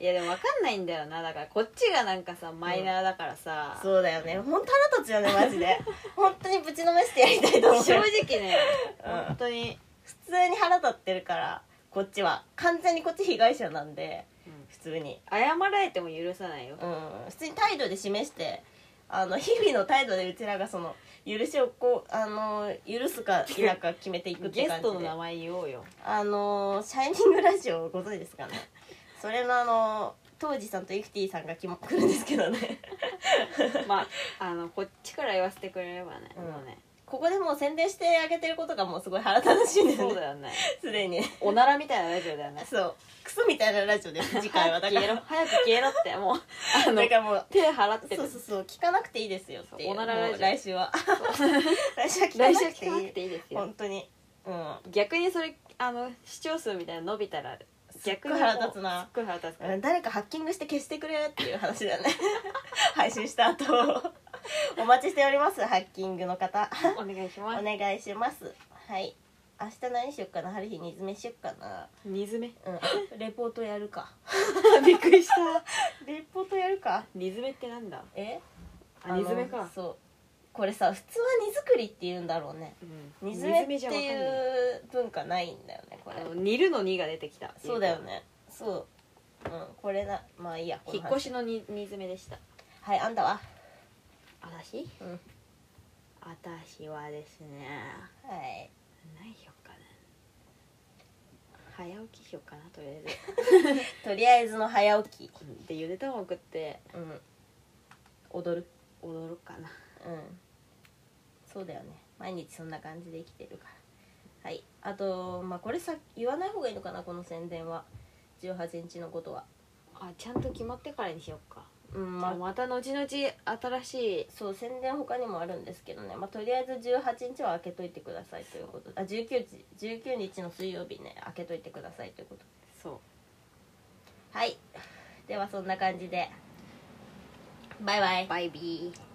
[SPEAKER 2] いやでもわかんないんだよなだからこっちがなんかさマイナーだからさ、
[SPEAKER 3] そうだよね本当腹立つよねマ
[SPEAKER 2] <laughs>
[SPEAKER 3] ジで本当にぶちのめしてやりたいと思う
[SPEAKER 2] 正直ね
[SPEAKER 3] うん
[SPEAKER 2] 本当に、
[SPEAKER 3] 普通に腹立ってるからこっちは完全にこっち被害者なんで
[SPEAKER 2] うん
[SPEAKER 3] 普通に
[SPEAKER 2] 謝られても許さないよ
[SPEAKER 3] うん普通に態度で示してあの日々の態度でうちらがその許しをこうあの許すか否か決めていくって
[SPEAKER 2] ゲ
[SPEAKER 3] 感
[SPEAKER 2] ス
[SPEAKER 3] じ
[SPEAKER 2] ト
[SPEAKER 3] で
[SPEAKER 2] の名前言おうよ
[SPEAKER 3] あのー「シャイニングラジオ」ご存知ですかね
[SPEAKER 2] <laughs>
[SPEAKER 3] それのあのー当時さんとイフティさんが来ま来るんですけどね
[SPEAKER 2] まああのこっちから言わせてくれればね、
[SPEAKER 3] うん
[SPEAKER 2] もうね
[SPEAKER 3] ここでもう宣伝してあげてることがもうすごい腹立たしいん
[SPEAKER 2] そ
[SPEAKER 3] だよ
[SPEAKER 2] う
[SPEAKER 3] ね
[SPEAKER 2] だよね
[SPEAKER 3] すでに
[SPEAKER 2] おならみたいなラジオだよね
[SPEAKER 3] そうクソみたいなラジ
[SPEAKER 2] <laughs>
[SPEAKER 3] オです次回はだか
[SPEAKER 2] 消えろ
[SPEAKER 3] ら
[SPEAKER 2] 早く消えろってもうあ
[SPEAKER 3] <laughs>
[SPEAKER 2] の
[SPEAKER 3] だからもう
[SPEAKER 2] 手払ってる
[SPEAKER 3] そうそうそう聞かなくていいですよっていう
[SPEAKER 2] おならラジオ
[SPEAKER 3] もう来週は
[SPEAKER 2] <laughs>
[SPEAKER 3] 来週は聞か
[SPEAKER 2] 来
[SPEAKER 3] な
[SPEAKER 2] 週
[SPEAKER 3] く
[SPEAKER 2] 聞
[SPEAKER 3] て
[SPEAKER 2] かなく
[SPEAKER 3] い
[SPEAKER 2] ていいです
[SPEAKER 3] い
[SPEAKER 2] よ
[SPEAKER 3] 本当にうん
[SPEAKER 2] 逆にそれあの視聴数みたいなの伸びたら逆に
[SPEAKER 3] すっごい腹立つ
[SPEAKER 2] もう
[SPEAKER 3] な
[SPEAKER 2] すっごい腹立つから、
[SPEAKER 3] うん誰かハッキングして消してくれっていう話だね <laughs> 配信した後お待ちしておりますハッキングの方
[SPEAKER 2] お願いし
[SPEAKER 3] お
[SPEAKER 2] ます
[SPEAKER 3] 願いしますはい明日何しよっかな春日煮詰めしよっかな
[SPEAKER 2] 煮詰
[SPEAKER 3] <laughs> うんレポートやるか
[SPEAKER 2] めびっくりした
[SPEAKER 3] レポートやるか
[SPEAKER 2] 煮詰めってなんだ
[SPEAKER 3] え
[SPEAKER 2] あ煮詰め
[SPEAKER 3] あ
[SPEAKER 2] か
[SPEAKER 3] の、そうこれさ普通は煮作りって言うんだろうね
[SPEAKER 2] うん
[SPEAKER 3] 煮詰めっ
[SPEAKER 2] 煮
[SPEAKER 3] て
[SPEAKER 2] じゃわかんない
[SPEAKER 3] いう文化ないんだよねこれ
[SPEAKER 2] あの煮るの煮が出てきた
[SPEAKER 3] そうだよねそううんこれなまあいいやこの
[SPEAKER 2] 引っ
[SPEAKER 3] 話
[SPEAKER 2] 越しの煮煮詰めでした
[SPEAKER 3] はいあんたは
[SPEAKER 2] 私
[SPEAKER 3] うん
[SPEAKER 2] 私はですね
[SPEAKER 3] はい
[SPEAKER 2] 何しよっかな早起きしよっかなとりあえず
[SPEAKER 3] とりあえずの早起き <laughs>
[SPEAKER 2] でゆで卵食って
[SPEAKER 3] うん踊る
[SPEAKER 2] 踊ろうかな
[SPEAKER 3] うんそうだよね毎日そんな感じで生きてるからはいあとまあこれさ言わない方がいいのかなこの宣伝は18日のことは
[SPEAKER 2] あちゃんと決まってからにしよっか、
[SPEAKER 3] う
[SPEAKER 2] ま
[SPEAKER 3] んま
[SPEAKER 2] あ、
[SPEAKER 3] あ
[SPEAKER 2] また後々新しい
[SPEAKER 3] そう宣伝他にもあるんですけどね、まあ、とりあえず18日は開けといてくださいということあ19日19日の水曜日ね開けといてくださいということ
[SPEAKER 2] そう
[SPEAKER 3] はいではそんな感じでバイバイ
[SPEAKER 2] バイビー